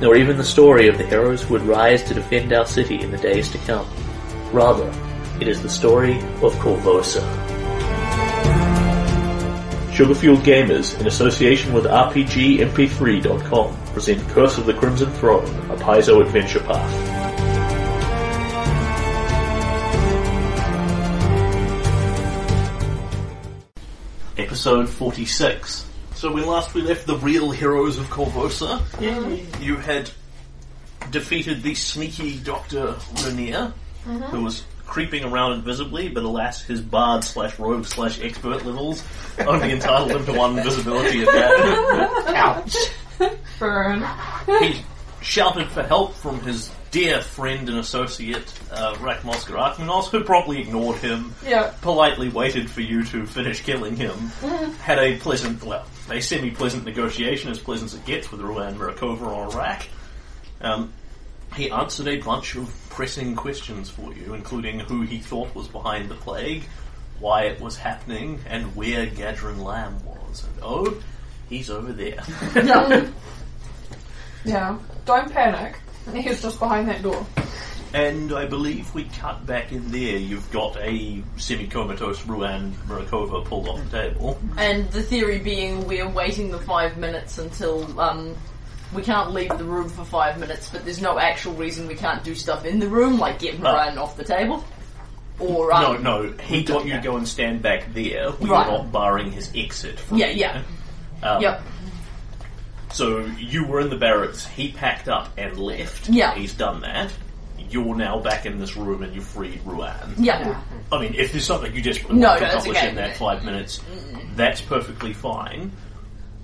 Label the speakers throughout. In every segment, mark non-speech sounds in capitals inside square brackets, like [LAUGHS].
Speaker 1: nor even the story of the heroes who would rise to defend our city in the days to come. Rather, it is the story of Corvosa. Sugarfuel Gamers, in association with RPGMP3.com, present Curse of the Crimson Throne, a Paizo adventure path. Episode 46.
Speaker 2: So when last we left the real heroes of Corvosa, you had defeated the sneaky Doctor Lanier, who was creeping around invisibly, but alas, his bard slash rogue slash expert levels only entitled him to one invisibility attack. Ouch!
Speaker 3: Burn.
Speaker 2: He shouted for help from his dear friend and associate, uh, Rakmoskar Archmanos, who promptly ignored him
Speaker 3: Yeah.
Speaker 2: politely waited for you to finish killing him, had a pleasant, well, a semi-pleasant negotiation, as pleasant as it gets with Ruan Murakova on Iraq. Um, he answered a bunch of pressing questions for you, including who he thought was behind the plague, why it was happening, and where Gadrin Lamb was. And oh, he's over there.
Speaker 3: Yeah. [LAUGHS] yeah. Don't panic. He's just behind that door.
Speaker 2: And I believe we cut back in there. You've got a semi-comatose Ruan Murakova pulled off the table.
Speaker 4: And the theory being we're waiting the five minutes until um, we can't leave the room for five minutes, but there's no actual reason we can't do stuff in the room, like get Moran off the table. Or
Speaker 2: Oh. No,
Speaker 4: um,
Speaker 2: no. He got you to go and stand back there. We
Speaker 4: Right.
Speaker 2: were not barring his exit. From
Speaker 4: Yeah, yeah.
Speaker 2: there. Um,
Speaker 4: Yep.
Speaker 2: So you were in the barracks. He packed up and left.
Speaker 4: Yeah.
Speaker 2: He's done that. You're now back in this room and you freed Ruan.
Speaker 4: Yeah.
Speaker 2: I mean, if there's something you desperately
Speaker 4: No,
Speaker 2: want
Speaker 4: no,
Speaker 2: to
Speaker 4: it's
Speaker 2: accomplish
Speaker 4: okay.
Speaker 2: in that five minutes, that's perfectly fine.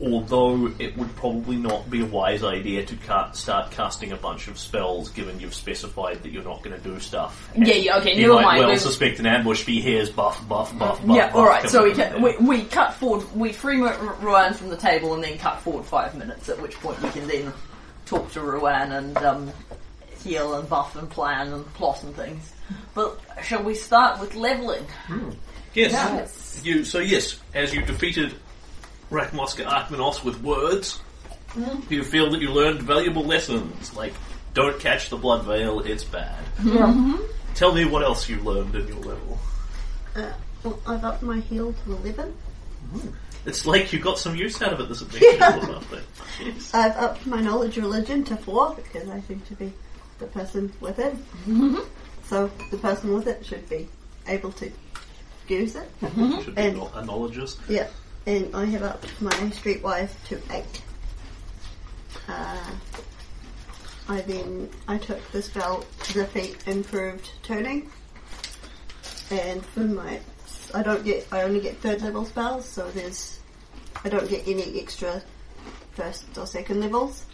Speaker 2: Although it would probably not be a wise idea to cut, start casting a bunch of spells, given you've specified that you're not going to do stuff. And
Speaker 4: Yeah, yeah, okay,
Speaker 2: You
Speaker 4: never
Speaker 2: might
Speaker 4: mind,
Speaker 2: well
Speaker 4: we've-
Speaker 2: suspect an ambush. If he hears buff, buff, buff, buff.
Speaker 4: Yeah,
Speaker 2: buff
Speaker 4: alright, so we,
Speaker 2: coming
Speaker 4: can,
Speaker 2: in.
Speaker 4: we, we cut forward, we free Ru- Ru- Ruan from the table and then cut forward five minutes, at which point we can then talk to Ruan and um, heal and buff and plan and plot and things. But shall we start with levelling?
Speaker 2: Yes.
Speaker 3: Yes.
Speaker 2: You so yes, as you defeated Rakmoska Archmanos with words,
Speaker 4: Mm-hmm.
Speaker 2: you feel that you learned valuable lessons like don't catch the blood veil, it's bad.
Speaker 4: Mm-hmm.
Speaker 2: Tell me what else you learned in your level.
Speaker 5: Uh, well, I've upped my heal to 11.
Speaker 2: It's like you got some use out of it this adventure or something.
Speaker 5: I've upped my knowledge of religion to 4 because I seem to be the person with it. so the person with it should be able to use it.
Speaker 4: Mm-hmm.
Speaker 2: Should be
Speaker 5: And-
Speaker 2: a knowledgeist.
Speaker 5: Yeah. And I have upped my streetwise to 8. Uh, I then I took the spell defeat improved turning. And for my I don't get I only get third level spells, so there's I don't get any extra first or second levels.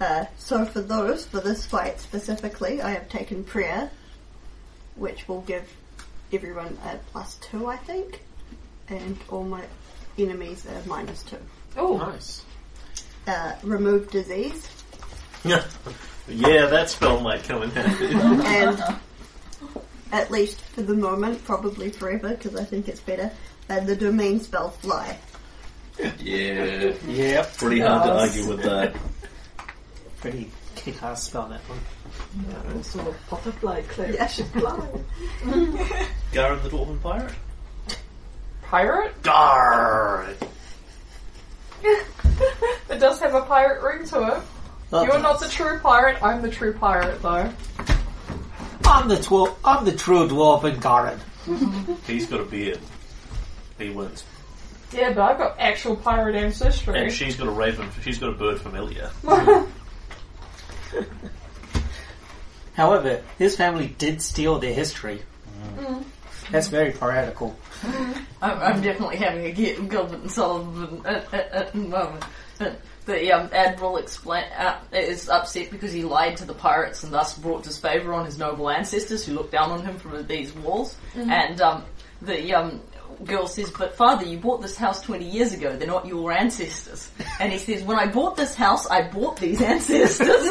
Speaker 5: Uh, so for those, for this fight specifically, I have taken prayer, which will give everyone a plus two, I think, and all my enemies a minus two.
Speaker 3: Oh.
Speaker 5: Uh, remove disease,
Speaker 2: Yeah. yeah, that spell might come in handy.
Speaker 5: and at least for the moment, probably forever, because I think it's better. And the domain spell fly.
Speaker 2: [LAUGHS] yeah. Yeah. Pretty hard to argue with that.
Speaker 6: pretty kick-ass spell that one.
Speaker 5: [LAUGHS] Yeah, fly.
Speaker 2: Garen the Dwarven Pirate?
Speaker 4: [LAUGHS]
Speaker 3: Pirate?
Speaker 2: Gar
Speaker 3: It does have a pirate ring to it. You're not the true pirate, I'm the true pirate though.
Speaker 6: I'm the dwarf. I'm the true dwarf in Garin.
Speaker 2: He's got a beard. He wins.
Speaker 3: Yeah, but I've got actual pirate ancestry.
Speaker 2: And she's got a raven. She's got a bird familiar.
Speaker 6: However, his family did steal their history.
Speaker 4: Mm.
Speaker 6: That's very piratical.
Speaker 4: I'm, I'm definitely having a get Gilbert and Sullivan at, at, at the moment. But the um, admiral explain, uh, is upset because he lied to the pirates and thus brought disfavour on his noble ancestors who looked down on him from these walls. And um, the um, girl says, "But father, you bought this house twenty years ago. They're not your ancestors." And he says, "When I bought this house, I bought these ancestors.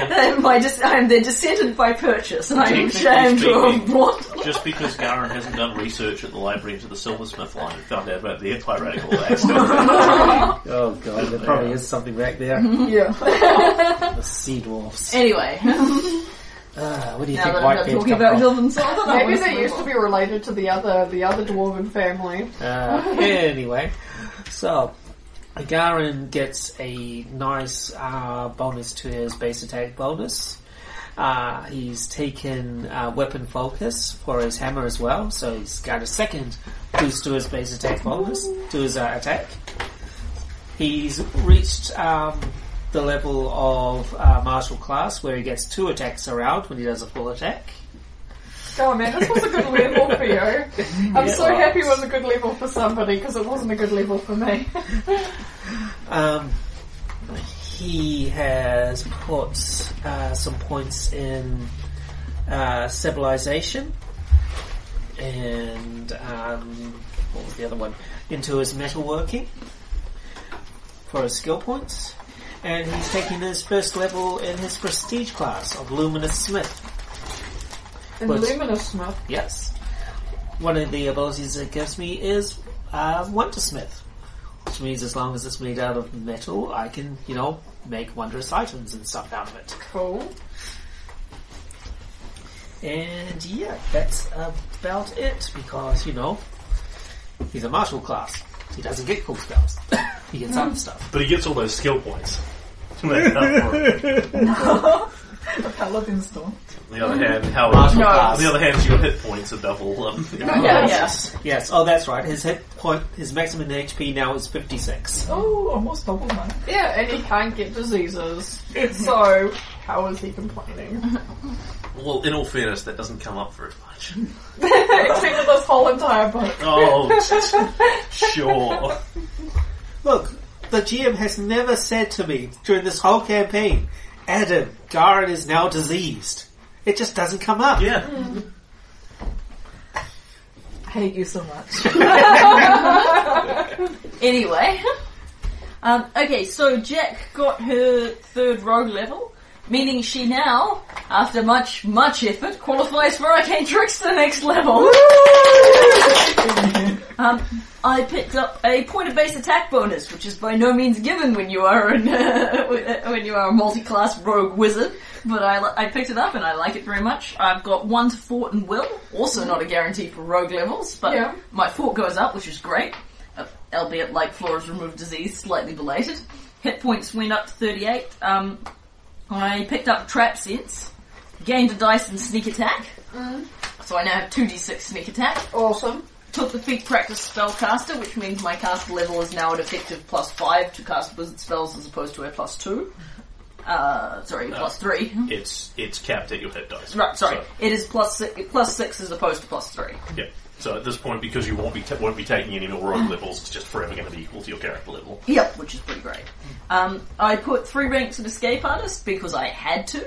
Speaker 4: and my dis- I'm their descendant by purchase, and I'm
Speaker 2: Technically
Speaker 4: ashamed to have
Speaker 2: speaking-
Speaker 4: bought." them."
Speaker 2: Just because Garen hasn't done research at the library into the silversmith line and found out about the piratical accent.
Speaker 6: Oh god, there probably is something back there.
Speaker 4: Mm-hmm.
Speaker 3: Yeah.
Speaker 6: the sea dwarfs.
Speaker 4: Anyway, [LAUGHS]
Speaker 6: Uh, what do you
Speaker 4: now
Speaker 6: think
Speaker 4: that I'm not
Speaker 6: Whitebeard
Speaker 4: talking
Speaker 6: come
Speaker 4: about
Speaker 6: from?
Speaker 4: Hilton Sullivan, I
Speaker 3: [LAUGHS] Maybe
Speaker 4: want
Speaker 3: they
Speaker 4: to
Speaker 3: used to
Speaker 4: move
Speaker 3: be related to the other the other dwarven family.
Speaker 6: Uh, anyway, so Garen gets a nice uh, bonus to his base attack bonus. Uh, he's taken uh, weapon focus for his hammer as well, so he's got a second boost to his base attack bonus to his uh, attack. He's reached um, the level of uh, martial class where he gets two attacks around when he does a full attack.
Speaker 3: Oh man, this was a good level
Speaker 4: [LAUGHS]
Speaker 3: for you. I'm
Speaker 6: Yeah,
Speaker 3: so happy it
Speaker 6: well.
Speaker 3: was a good level for somebody because it wasn't a good level
Speaker 4: [LAUGHS]
Speaker 3: for me.
Speaker 6: Um, he has put uh, some points in uh, civilization and um, what was the other one? Into his metalworking for his skill points. And he's taking his first level in his prestige class of Luminous Smith.
Speaker 3: And
Speaker 6: But-
Speaker 3: Luminous Smith.
Speaker 6: Yes. One of the abilities it gives me is uh, Wondersmith, which means as long as it's made out of metal, I can, you know, make wondrous items and stuff out of it.
Speaker 3: Cool.
Speaker 6: And yeah, that's about it because, you know, he's a martial class. He doesn't get cool spells. [COUGHS] he gets other stuff.
Speaker 2: but he gets all those skill [LAUGHS] points. To make it up for it.
Speaker 3: Paladin Storm.
Speaker 2: On the other hand, Howard.
Speaker 6: Martial
Speaker 2: On
Speaker 6: class.
Speaker 2: the other hand, your hit points are double. Um,
Speaker 4: on. [LAUGHS] Yeah, yeah.
Speaker 6: Yes, oh that's right. His hit point, his maximum HP now is 56.
Speaker 3: Oh, almost double mine. Yeah, and he can't get
Speaker 4: [LAUGHS]
Speaker 3: diseases. so, how is he complaining?
Speaker 2: Well, in all fairness, that doesn't come up very much.
Speaker 3: Except for this whole entire book.
Speaker 2: Oh, [LAUGHS] sure.
Speaker 6: Look, the GM has never said to me during this whole campaign, Adam, Garen is now diseased. It just doesn't come up.
Speaker 2: Yeah.
Speaker 3: I hate you so much.
Speaker 4: Anyway, [LAUGHS] um, okay, so Jack got her third rogue level, meaning she now, after much, much effort, qualifies for Arcane Tricks to the next level. um, I picked up a point of base attack bonus, which is by no means given when you are an, [LAUGHS] uh, when you are a multi-class rogue wizard. But I, li- I picked it up and I like it very much. I've got one to fort and will, also not a guarantee for rogue levels, but
Speaker 3: Yeah.
Speaker 4: my fort goes up, which is great. Uh, albeit like Flora's removed disease, slightly belated. Hit points went up to 38. Um, I picked up trap sense, gained a dice and sneak attack. So I now have 2d6 sneak attack.
Speaker 3: awesome.
Speaker 4: Took the feat practice spellcaster, which means my cast level is now at effective plus five to cast wizard spells as opposed to a plus two. Uh, sorry, plus three.
Speaker 2: It's it's capped at your hit dice.
Speaker 4: Right, sorry.
Speaker 2: So,
Speaker 4: It is plus six, plus six as opposed to plus three.
Speaker 2: yeah. So at this point, because you won't be ta- won't be taking any more rogue levels, it's just forever going to be equal to your character level.
Speaker 4: Yep, which is pretty great. Um, I put three ranks in escape artist because I had
Speaker 3: [LAUGHS]
Speaker 4: to,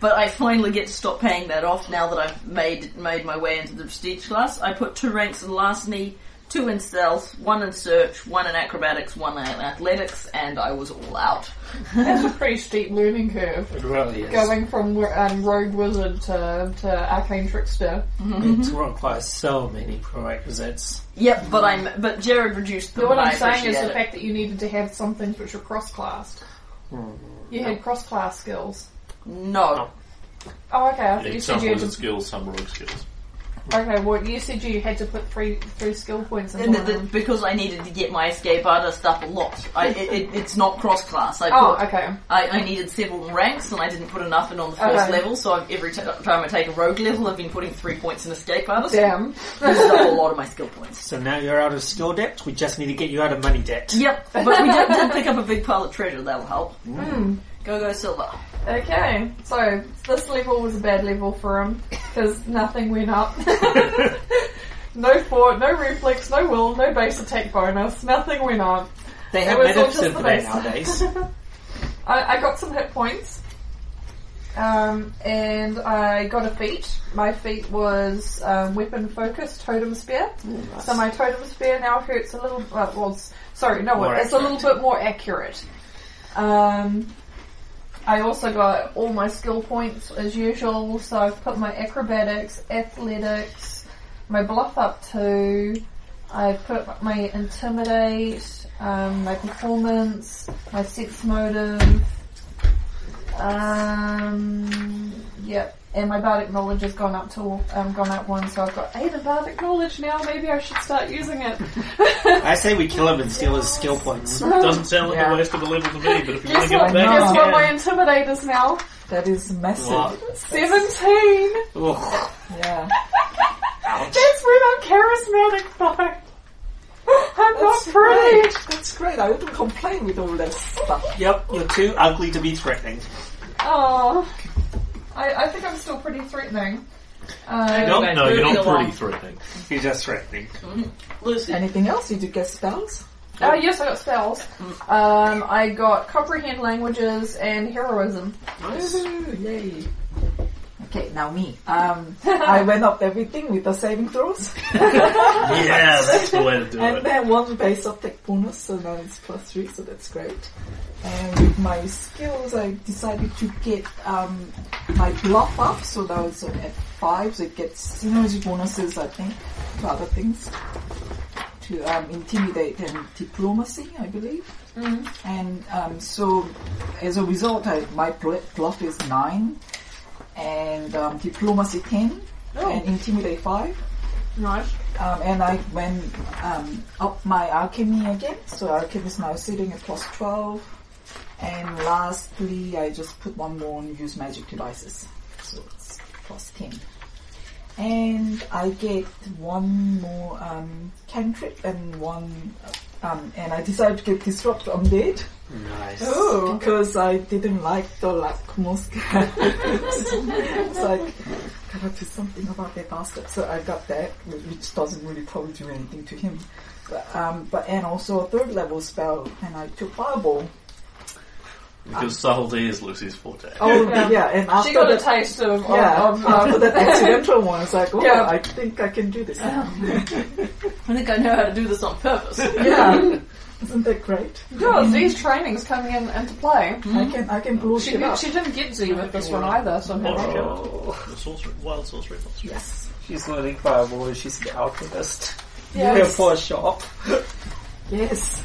Speaker 4: but I finally get to stop paying that off now that I've made made my way into the prestige class. I put two ranks in larceny, two in stealth, one in search, one in acrobatics, one in athletics, and I was all out.
Speaker 3: That's a pretty steep learning curve.
Speaker 6: It really is.
Speaker 3: Going from um, rogue wizard to, to arcane trickster.
Speaker 6: It
Speaker 3: Mm-hmm.
Speaker 6: requires so many prerequisites.
Speaker 4: Yep, but I'm but Jared reduced them.
Speaker 3: So what
Speaker 4: and
Speaker 3: I'm
Speaker 4: I
Speaker 3: saying is
Speaker 4: appreciate
Speaker 3: the
Speaker 4: it.
Speaker 3: fact that you needed to have some things which were cross-classed. You
Speaker 4: Hmm.
Speaker 3: had cross-class skills.
Speaker 4: no,
Speaker 3: Oh, okay. I thought you
Speaker 2: Some
Speaker 3: said you had
Speaker 2: wizard
Speaker 3: to.
Speaker 2: skills, some rogue skills.
Speaker 3: Okay, well, you said you had to put three three skill points in.
Speaker 4: And the- the- because I needed to get my escape artist up a lot. I, it, it, it's not cross class. I
Speaker 3: Oh,
Speaker 4: put
Speaker 3: okay.
Speaker 4: I, I needed several ranks and I didn't put enough in on the first
Speaker 3: Okay.
Speaker 4: level, so I've, every t- time I take a rogue level, I've been putting three points in escape artist.
Speaker 3: Damn.
Speaker 4: This is up a lot of my skill points.
Speaker 6: So now you're out of skill debt, we just need to get you out of money debt.
Speaker 4: Yep, but we did, did pick up a big pile of treasure, that'll help. Go, go, silver.
Speaker 3: Hmm. Okay, so this level was a bad level for him because nothing went up. [LAUGHS] no fort, no reflex, no will, no base attack bonus. Nothing went up.
Speaker 6: They have
Speaker 3: was all
Speaker 6: benefits
Speaker 3: just
Speaker 6: for
Speaker 3: the
Speaker 6: that
Speaker 3: best. [LAUGHS]
Speaker 6: nowadays.
Speaker 3: I, I got some hit points. Um, and I got a feat. My feat was um, weapon focused totem spear. So my totem spear now hurts a little. Uh, well, s- sorry, no,
Speaker 6: More
Speaker 3: it's a little bit more accurate. Um, I also got all my skill points as usual. So I've put my acrobatics, athletics, my bluff up to. I put my intimidate, um, my performance, my sense motive. Um, yep, and my bardic knowledge has gone up to um, gone up one, so I've got eight of bardic knowledge now. Maybe I should start using it.
Speaker 6: I say we kill him and steal his
Speaker 3: [LAUGHS]
Speaker 6: skill points.
Speaker 2: Doesn't sound like
Speaker 3: Oh. Yeah.
Speaker 2: a waste of a level to me, but if you want
Speaker 3: Guess
Speaker 2: to get
Speaker 3: what?
Speaker 2: it back,
Speaker 3: Guess
Speaker 2: you
Speaker 3: what? My
Speaker 2: can.
Speaker 3: intimidate is now. That is massive.
Speaker 6: Wow.
Speaker 3: Seventeen. [LAUGHS]
Speaker 6: Ugh.
Speaker 3: Yeah. That's when I'm charismatic, though. I'm not pretty.
Speaker 7: That's great. I wouldn't complain with all that stuff.
Speaker 6: Yep, you're too ugly to be threatening.
Speaker 3: Oh, I, I think I'm still pretty threatening. Uh,
Speaker 6: Nope.
Speaker 2: No, you're
Speaker 4: Moving
Speaker 2: not pretty
Speaker 4: along.
Speaker 2: threatening.
Speaker 6: You're just threatening.
Speaker 4: Lucy.
Speaker 7: Anything else? You do get spells?
Speaker 3: oh yes, I got spells.
Speaker 2: Hmm.
Speaker 3: Um, I got comprehend languages and heroism.
Speaker 7: Woohoo, Yay. Okay, now me. Um, I went up everything with the saving throws,
Speaker 2: Yeah, that's the way to do
Speaker 7: and
Speaker 2: it.
Speaker 7: then one base uptake bonus, so now it's plus three, so that's great. And with my skills, I decided to get um, my bluff up, so now it's on at five, so it gets synergy bonuses, I think, to other things, to um, intimidate and diplomacy, I believe.
Speaker 2: Mm-hmm.
Speaker 7: And um, so, as a result, I, my bl- bluff is 9, and um, diplomacy 10,
Speaker 2: Oh.
Speaker 7: and intimidate 5.
Speaker 3: Nice.
Speaker 7: Um, and I went um, up my alchemy again, so alchemy is now sitting at plus 12. And lastly, I just put one more on use magic devices, so it's plus 10. And I get one more um, cantrip and one, um, and I decided to get disrupt undead.
Speaker 6: Nice.
Speaker 7: Oh, because I didn't like the like most characters. [LAUGHS] it's like, gotta do something about that bastard. So I got that, wh- which doesn't really probably do anything to him. But, um, but and also a third level spell, and I took fireball.
Speaker 2: Because subtlety is Lucy's forte.
Speaker 3: [LAUGHS]
Speaker 7: Oh yeah, and after
Speaker 3: She got a
Speaker 7: that,
Speaker 3: taste of, of,
Speaker 7: yeah,
Speaker 3: of uh,
Speaker 7: [LAUGHS] after
Speaker 3: [LAUGHS]
Speaker 7: that accidental one, it's like, oh,
Speaker 3: Yeah.
Speaker 7: I think I can do this.
Speaker 4: I think I know how to do this on purpose.
Speaker 7: yeah, [LAUGHS] isn't that great?
Speaker 3: Good, Z's training's coming in into play.
Speaker 7: I can I can blow
Speaker 3: Mm-hmm. She,
Speaker 7: Mm-hmm. shit up.
Speaker 3: she didn't get Z with this one either, somehow.
Speaker 2: Oh. The sorcery, wild sorcery. monster.
Speaker 7: Yes,
Speaker 6: She's learning fireball. She's an alchemist.
Speaker 3: Yes.
Speaker 6: You're a poor shop.
Speaker 7: yes.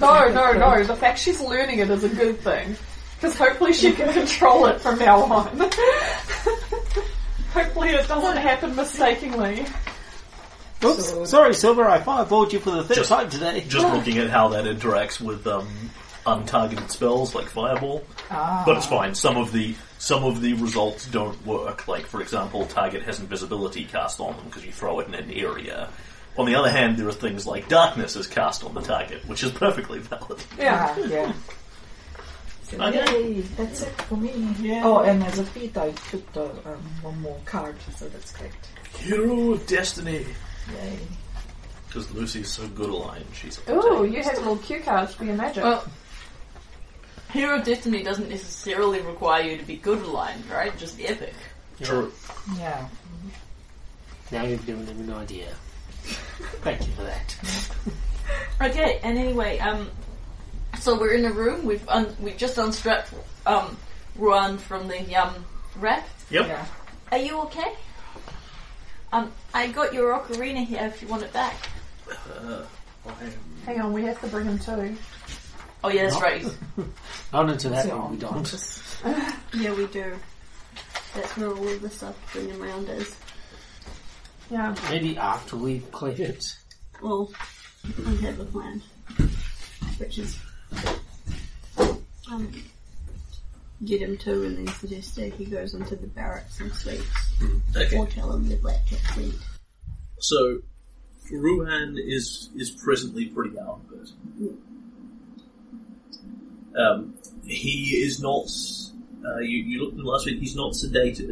Speaker 3: No, no, no. The fact she's learning it is a good thing. Because hopefully she can control it from now on. [LAUGHS] hopefully it doesn't happen mistakenly.
Speaker 6: Oops, sorry, Silver. I fireballed you for the third
Speaker 2: Just-
Speaker 6: time today.
Speaker 2: Just looking at how that interacts with um, untargeted spells like fireball. But it's fine. Some of the some of the results don't work. Like for example, target has invisibility cast on them because you throw it in an area. On the other hand, there are things like darkness is cast on the target, which is perfectly valid.
Speaker 3: Yeah.
Speaker 7: Ah, yeah. So,
Speaker 2: Okay.
Speaker 7: Yay, that's it for me.
Speaker 6: Yeah.
Speaker 7: Oh, and as a feat, I took the, um, one more card, so that's great.
Speaker 2: Hero of destiny.
Speaker 7: Yay.
Speaker 2: Because Lucy's so good aligned, she's. a
Speaker 3: Ooh,
Speaker 2: protagonist.
Speaker 3: you had little cue cards for your magic.
Speaker 4: Well, Hero of Destiny doesn't necessarily require you to be good aligned, right? Just epic.
Speaker 2: True.
Speaker 7: Yeah.
Speaker 6: Now you've given him an idea. Thank you for that.
Speaker 4: Okay, and anyway, um, so we're in a room. We've un- we just unstrapped um, Ruan from the um, rack.
Speaker 2: Yep.
Speaker 7: Yeah.
Speaker 4: Are you okay? Um, I got your ocarina here if you want it back.
Speaker 3: Hang on, we have to bring him too.
Speaker 4: Oh yeah, that's right.
Speaker 6: Not into that
Speaker 7: So,
Speaker 6: one, we don't.
Speaker 5: Yeah, we do. That's where all of the stuff going around is.
Speaker 3: Yeah.
Speaker 6: Maybe after we've cleared it.
Speaker 5: Well, I have a plan, which is um, get him to and then suggest that he goes into the barracks and sleeps,
Speaker 2: Okay.
Speaker 5: or tell him the black cat sleep.
Speaker 2: So, Ruhan is is presently pretty out of it. Um, he is not. Uh, you, you looked at him last week. He's not sedated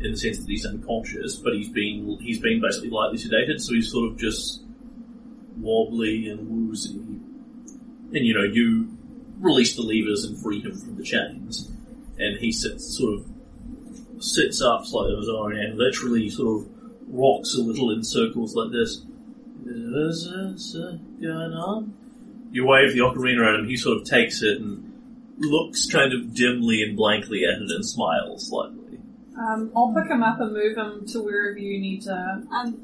Speaker 2: in the sense that he's unconscious, but he's been he's been basically lightly sedated, so he's sort of just wobbly and woozy. And you know, you release the levers and free him from the chains. And he sits, sort of sits up slightly on his own and literally sort of rocks a little in circles like this. Is this uh, going on? You wave the ocarina at him, he sort of takes it and looks kind of dimly and blankly at it and smiles slightly.
Speaker 8: Um, I'll pick him up and move him to wherever you need to.
Speaker 5: Um,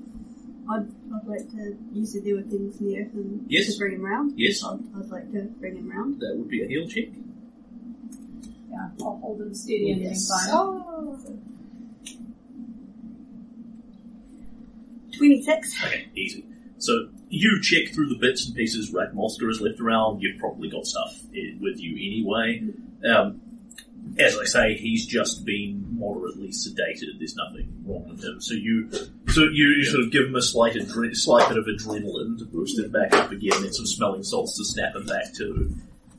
Speaker 5: I'd, I'd like to use it there with things in the earth and
Speaker 2: Yes.
Speaker 5: to bring him round.
Speaker 2: Yes,
Speaker 5: I'd, I'd like to bring him round.
Speaker 2: that would be a heel check.
Speaker 8: Yeah, I'll hold him steady and
Speaker 5: Yes.
Speaker 8: yes. fine.
Speaker 5: Oh. 26.
Speaker 2: Okay, easy. So you check through the bits and pieces Ratmosker has left around. You've probably got stuff i- with you anyway. Um, as I say, he's just been moderately sedated. There's nothing wrong with him. So you, so you, you sort of give him a slight, adre- slight bit of adrenaline to boost him back up again, and some smelling salts to snap him back to.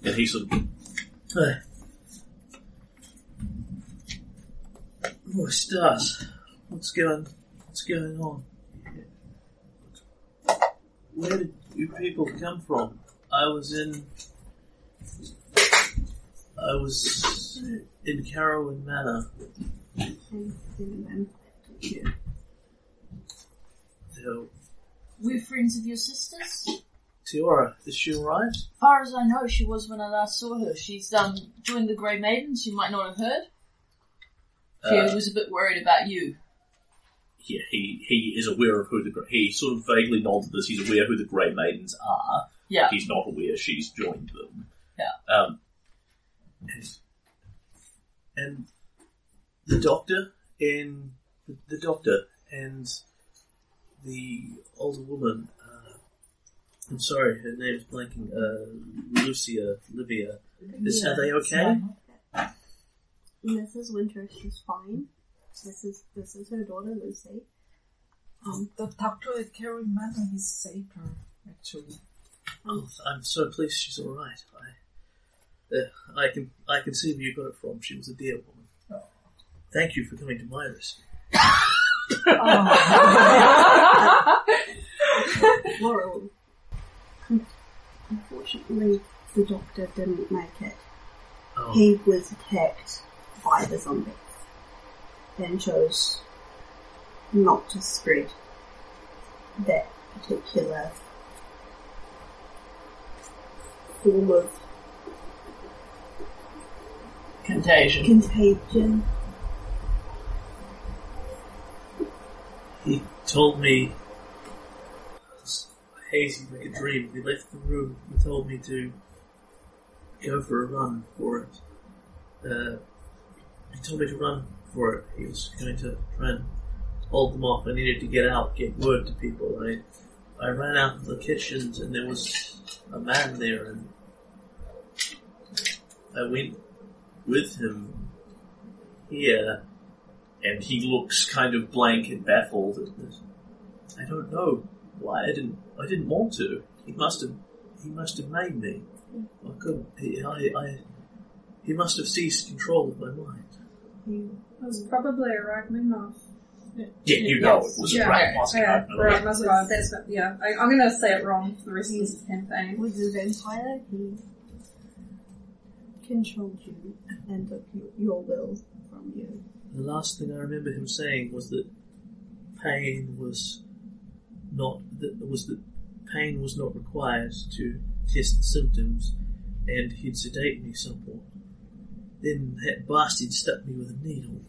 Speaker 2: And he sort of. "Ah." Oh, stars! What's going? What's going on? Where did you people come from? I was in. I was in Carowin Manor. Now,
Speaker 9: [LAUGHS] We're friends of your sister's?
Speaker 2: Tiora, is she alright?
Speaker 9: Far as I know, she was when I last saw her. She's um joined the Grey Maidens, you might not have heard. She
Speaker 2: Uh,
Speaker 9: was a bit worried about you.
Speaker 2: yeah, he, he is aware of who the Gre- he sort of vaguely nods this. He's aware who the Grey Maidens are.
Speaker 9: Yeah.
Speaker 2: He's not aware she's joined them.
Speaker 9: Yeah.
Speaker 2: Um. and- And the doctor and the, the doctor and the older woman. Uh, I'm sorry, her name's blanking. Uh, Lucia, Livia. Is are they okay?
Speaker 5: Mrs. Winter, she's fine. This is this is her daughter, Lucy.
Speaker 7: Um, The doctor at Carrie Manor, he saved her, actually.
Speaker 2: Oh, I'm so pleased she's all right. I, uh, I can I can see where you got it from. She was a dear woman. Thank you for coming to my rescue.
Speaker 5: Laurel. Unfortunately, the doctor didn't make it.
Speaker 2: Oh,
Speaker 5: He was attacked by the zombies and chose not to spread that particular form of
Speaker 4: Contagion.
Speaker 5: contagion.
Speaker 2: he told me it's hazy like a dream. We left the room. He told me to go for a run for it. Uh, he told me to run for it. He was going to try and hold them off. I needed to get out, get word to people. I I ran out of the kitchens and there was a man there and I went with him here and he looks kind of blank and baffled at this. I don't know why I didn't. I didn't want to. He must have. He must have made me. I couldn't. He, I, I, he must have seized control of my mind.
Speaker 8: It was probably a Ragmanov.
Speaker 2: Yeah, you know it was
Speaker 8: Yeah,
Speaker 2: a rat mask.
Speaker 8: yeah,
Speaker 2: I- I-
Speaker 8: Ragmanov. That's what, yeah. I, I'm gonna say it wrong for the rest of this campaign.
Speaker 5: Was a vampire. He controlled you and took your, your will from you.
Speaker 2: The last thing I remember him saying was that pain was not that was that pain was not required to test the symptoms, and he'd sedate me somewhat. Then that bastard stuck me with a needle.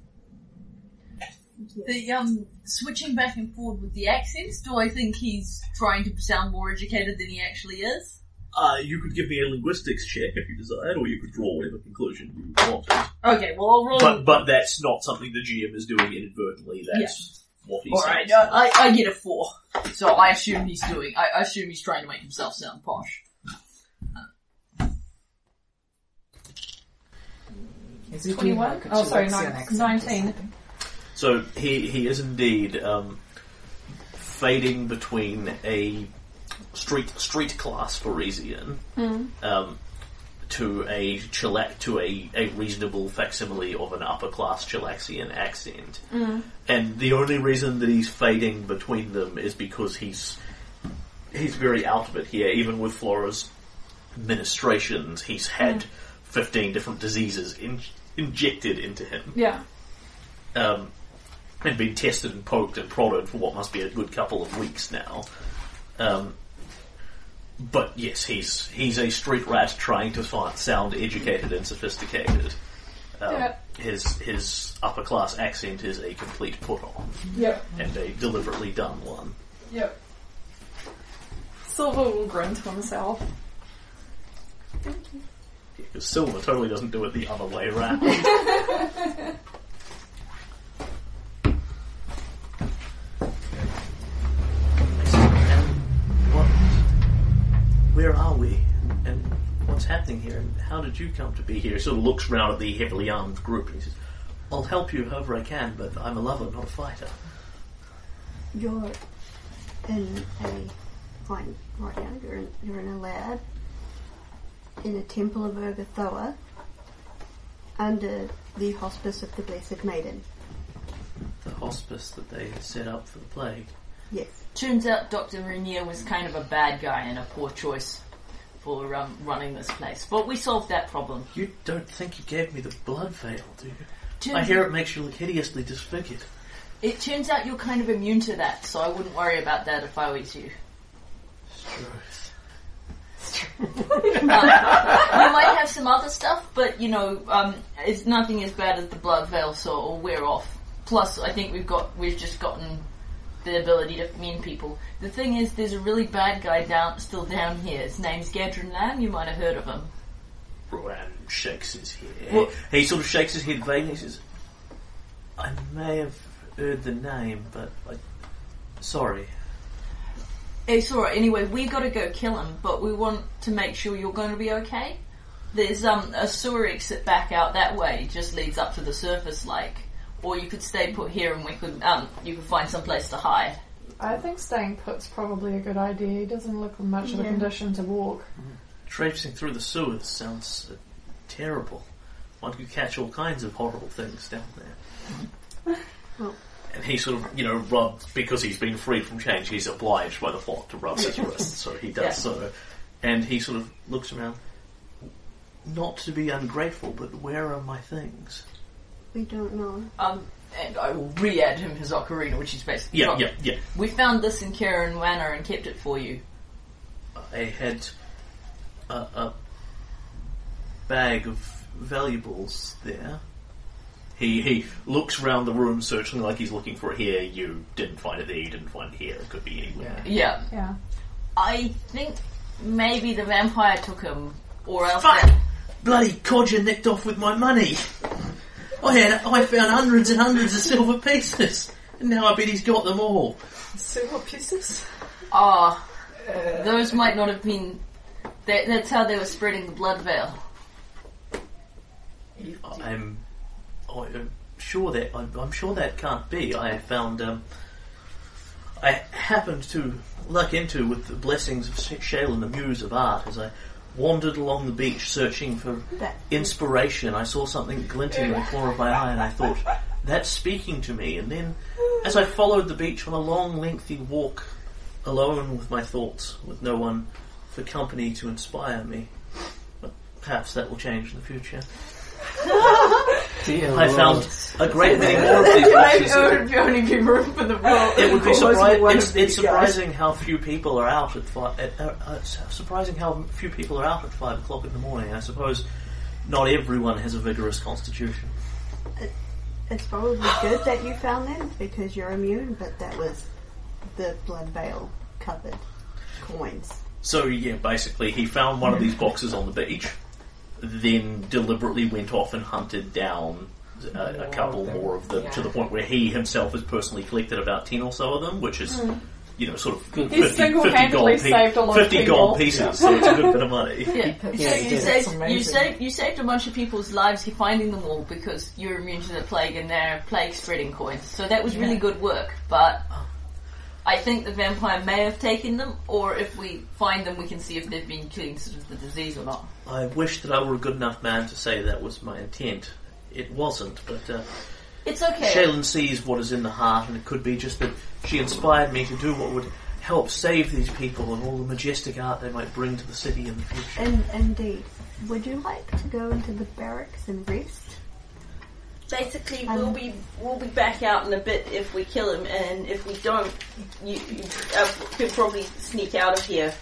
Speaker 9: The um switching back and forth with the accents, do I think he's trying to sound more educated than he actually is?
Speaker 2: Uh, you could give me a linguistics check if you desired, or you could draw whatever conclusion you want.
Speaker 8: Um,
Speaker 9: Okay, well I'll roll
Speaker 2: But but that's not something the GM is doing inadvertently. That's what he's
Speaker 9: Alright, I, I I get a four. So I assume he's doing I, I assume he's trying to make himself sound posh.
Speaker 6: Is it
Speaker 3: 21? Oh, sorry, nine- 19.
Speaker 2: So he he is indeed um, fading between a street street class Parisian um, to a chillac to a, a reasonable facsimile of an upper class Chilaxian accent. And the only reason that he's fading between them is because he's he's very out of it here, even with Flora's ministrations. He's had 15 different diseases in- injected into him
Speaker 9: Yeah.
Speaker 2: um, and been tested and poked and prodded for what must be a good couple of weeks now. Um, but yes, he's he's a street rat trying to fi- sound educated and sophisticated. Um,
Speaker 9: Yeah.
Speaker 2: His his upper class accent is a complete put on
Speaker 7: Yep.
Speaker 2: and a deliberately done one.
Speaker 7: Yep.
Speaker 9: Silver will grunt to himself.
Speaker 2: Because Silver totally doesn't do it the other way around. What? Where are we? And what's happening here? And how did you come to be here? He sort of looks round at the heavily armed group and he says, I'll help you however I can, but I'm a lover, not a fighter.
Speaker 5: You're in a fine right now. You're in, you're in a lab in a temple of Urgathoa under the hospice of the Blessed Maiden.
Speaker 2: The hospice that they had set up for the plague.
Speaker 5: Yes.
Speaker 4: Turns out Dr. Rainier was kind of a bad guy and a poor choice for um, running this place. But we solved that problem.
Speaker 2: You don't think you gave me the blood veil, do you?
Speaker 4: Turns-
Speaker 2: I hear it makes you look hideously disfigured.
Speaker 4: It turns out you're kind of immune to that, so I wouldn't worry about that if I was you.
Speaker 2: Truth.
Speaker 4: You might have some other stuff, but you know, um, it's nothing as bad as the blood veil, so it'll wear off. Plus, I think we've got we've just gotten the ability to mean people. The thing is, there's a really bad guy down still down here. His name's Gadrin Lamb. You might have heard of him.
Speaker 2: Rowan shakes his head.
Speaker 4: Well-
Speaker 2: he sort of shakes his head vaguely and says, I may have heard the name, but I, sorry.
Speaker 4: It's alright, anyway, we gotta go kill him, but we want to make sure you're gonna be okay. There's um a sewer exit back out that way, just leads up to the surface like. Or you could stay put here and we could um you could find some place to hide.
Speaker 3: I think staying put's probably a good idea. He doesn't look in much of a
Speaker 5: Yeah.
Speaker 3: condition to walk.
Speaker 2: Traipsing through the sewers sounds uh, terrible. One could catch all kinds of horrible things down there.
Speaker 4: [LAUGHS]
Speaker 5: Well-
Speaker 2: And he sort of, you know, rubs, because he's been freed from change, he's obliged by the plot to rub his wrists, so
Speaker 4: [LAUGHS]
Speaker 2: he does
Speaker 4: Yeah.
Speaker 2: so. And he sort of looks around. Not to be ungrateful, but where are my things?
Speaker 5: We don't know.
Speaker 4: Um and I will re add him his ocarina, which is basically
Speaker 2: Yeah,
Speaker 4: gone.
Speaker 2: yeah, yeah.
Speaker 4: We found this in Karen Manor and kept it for you.
Speaker 2: I had a, a bag of valuables there. He he looks round the room, searching like he's looking for it here. You didn't find it there. You didn't find it here. It could be anywhere.
Speaker 4: Yeah.
Speaker 3: Yeah.
Speaker 4: I think maybe the vampire took him or else
Speaker 2: Fuck!
Speaker 4: that-
Speaker 2: Bloody codger nicked off with my money. I had I found hundreds and hundreds of silver pieces, and now I bet he's got them all.
Speaker 7: Silver pieces.
Speaker 4: Ah, those might not have been. That, that's how they were spreading the blood veil.
Speaker 2: I'm, oh, I'm sure that I'm, I'm sure that can't be. I found um, I happened to luck into with the blessings of Sh- Shale and the Muse of Art as I wandered along the beach searching for
Speaker 5: That-
Speaker 2: inspiration. I saw something glinting in the corner of my eye, and I thought that's speaking to me. And then, as I followed the beach on a long, lengthy walk, alone with my thoughts, with no one for company to inspire me. But Perhaps that will change in the future.
Speaker 6: Dear
Speaker 2: I
Speaker 6: Lord.
Speaker 2: found a great many more of these boxes.
Speaker 9: the only be room for the world.
Speaker 2: It would be
Speaker 7: Always
Speaker 2: surprising.
Speaker 7: one
Speaker 2: It's,
Speaker 7: of these
Speaker 2: it's surprising how few people are out at five. At, uh, uh, it's surprising how few people are out at five o'clock in the morning. I suppose not everyone has a vigorous constitution.
Speaker 5: It's probably good that you found them because you're immune, but that was the blood veil covered coins.
Speaker 2: So yeah, basically, he found one of these boxes on the beach, then deliberately went off and hunted down uh, a, a couple more of them to the point where he himself has personally collected about ten or so of them, which is. You know, sort of good.
Speaker 3: Hmm. He's single-handedly saved a lot of
Speaker 2: 50 gold
Speaker 3: people.
Speaker 2: pieces, so it's a good bit of
Speaker 3: [LAUGHS]
Speaker 2: money.
Speaker 4: Yeah. So
Speaker 6: Yeah, he
Speaker 4: you
Speaker 6: did.
Speaker 7: That's
Speaker 4: saved you
Speaker 7: amazing.
Speaker 4: saved you saved a bunch of people's lives. You're finding them all because you're immune to the plague and they're plague spreading coins. So that was really good work. But I think the vampire may have taken them, or if we find them, we can see if they've been killing sort of the disease or not.
Speaker 2: I wish that I were a good enough man to say that was my intent. It wasn't, but uh,
Speaker 4: It's okay.
Speaker 2: Shaylin sees what is in the heart, and it could be just that she inspired me to do what would help save these people and all the majestic art they might bring to the city in the future.
Speaker 5: And indeed, would you like to go into the barracks and rest?
Speaker 4: Basically,
Speaker 5: Um,
Speaker 4: we'll be we'll be back out in a bit if we kill him, and if we don't, you, you uh, could probably sneak out of here.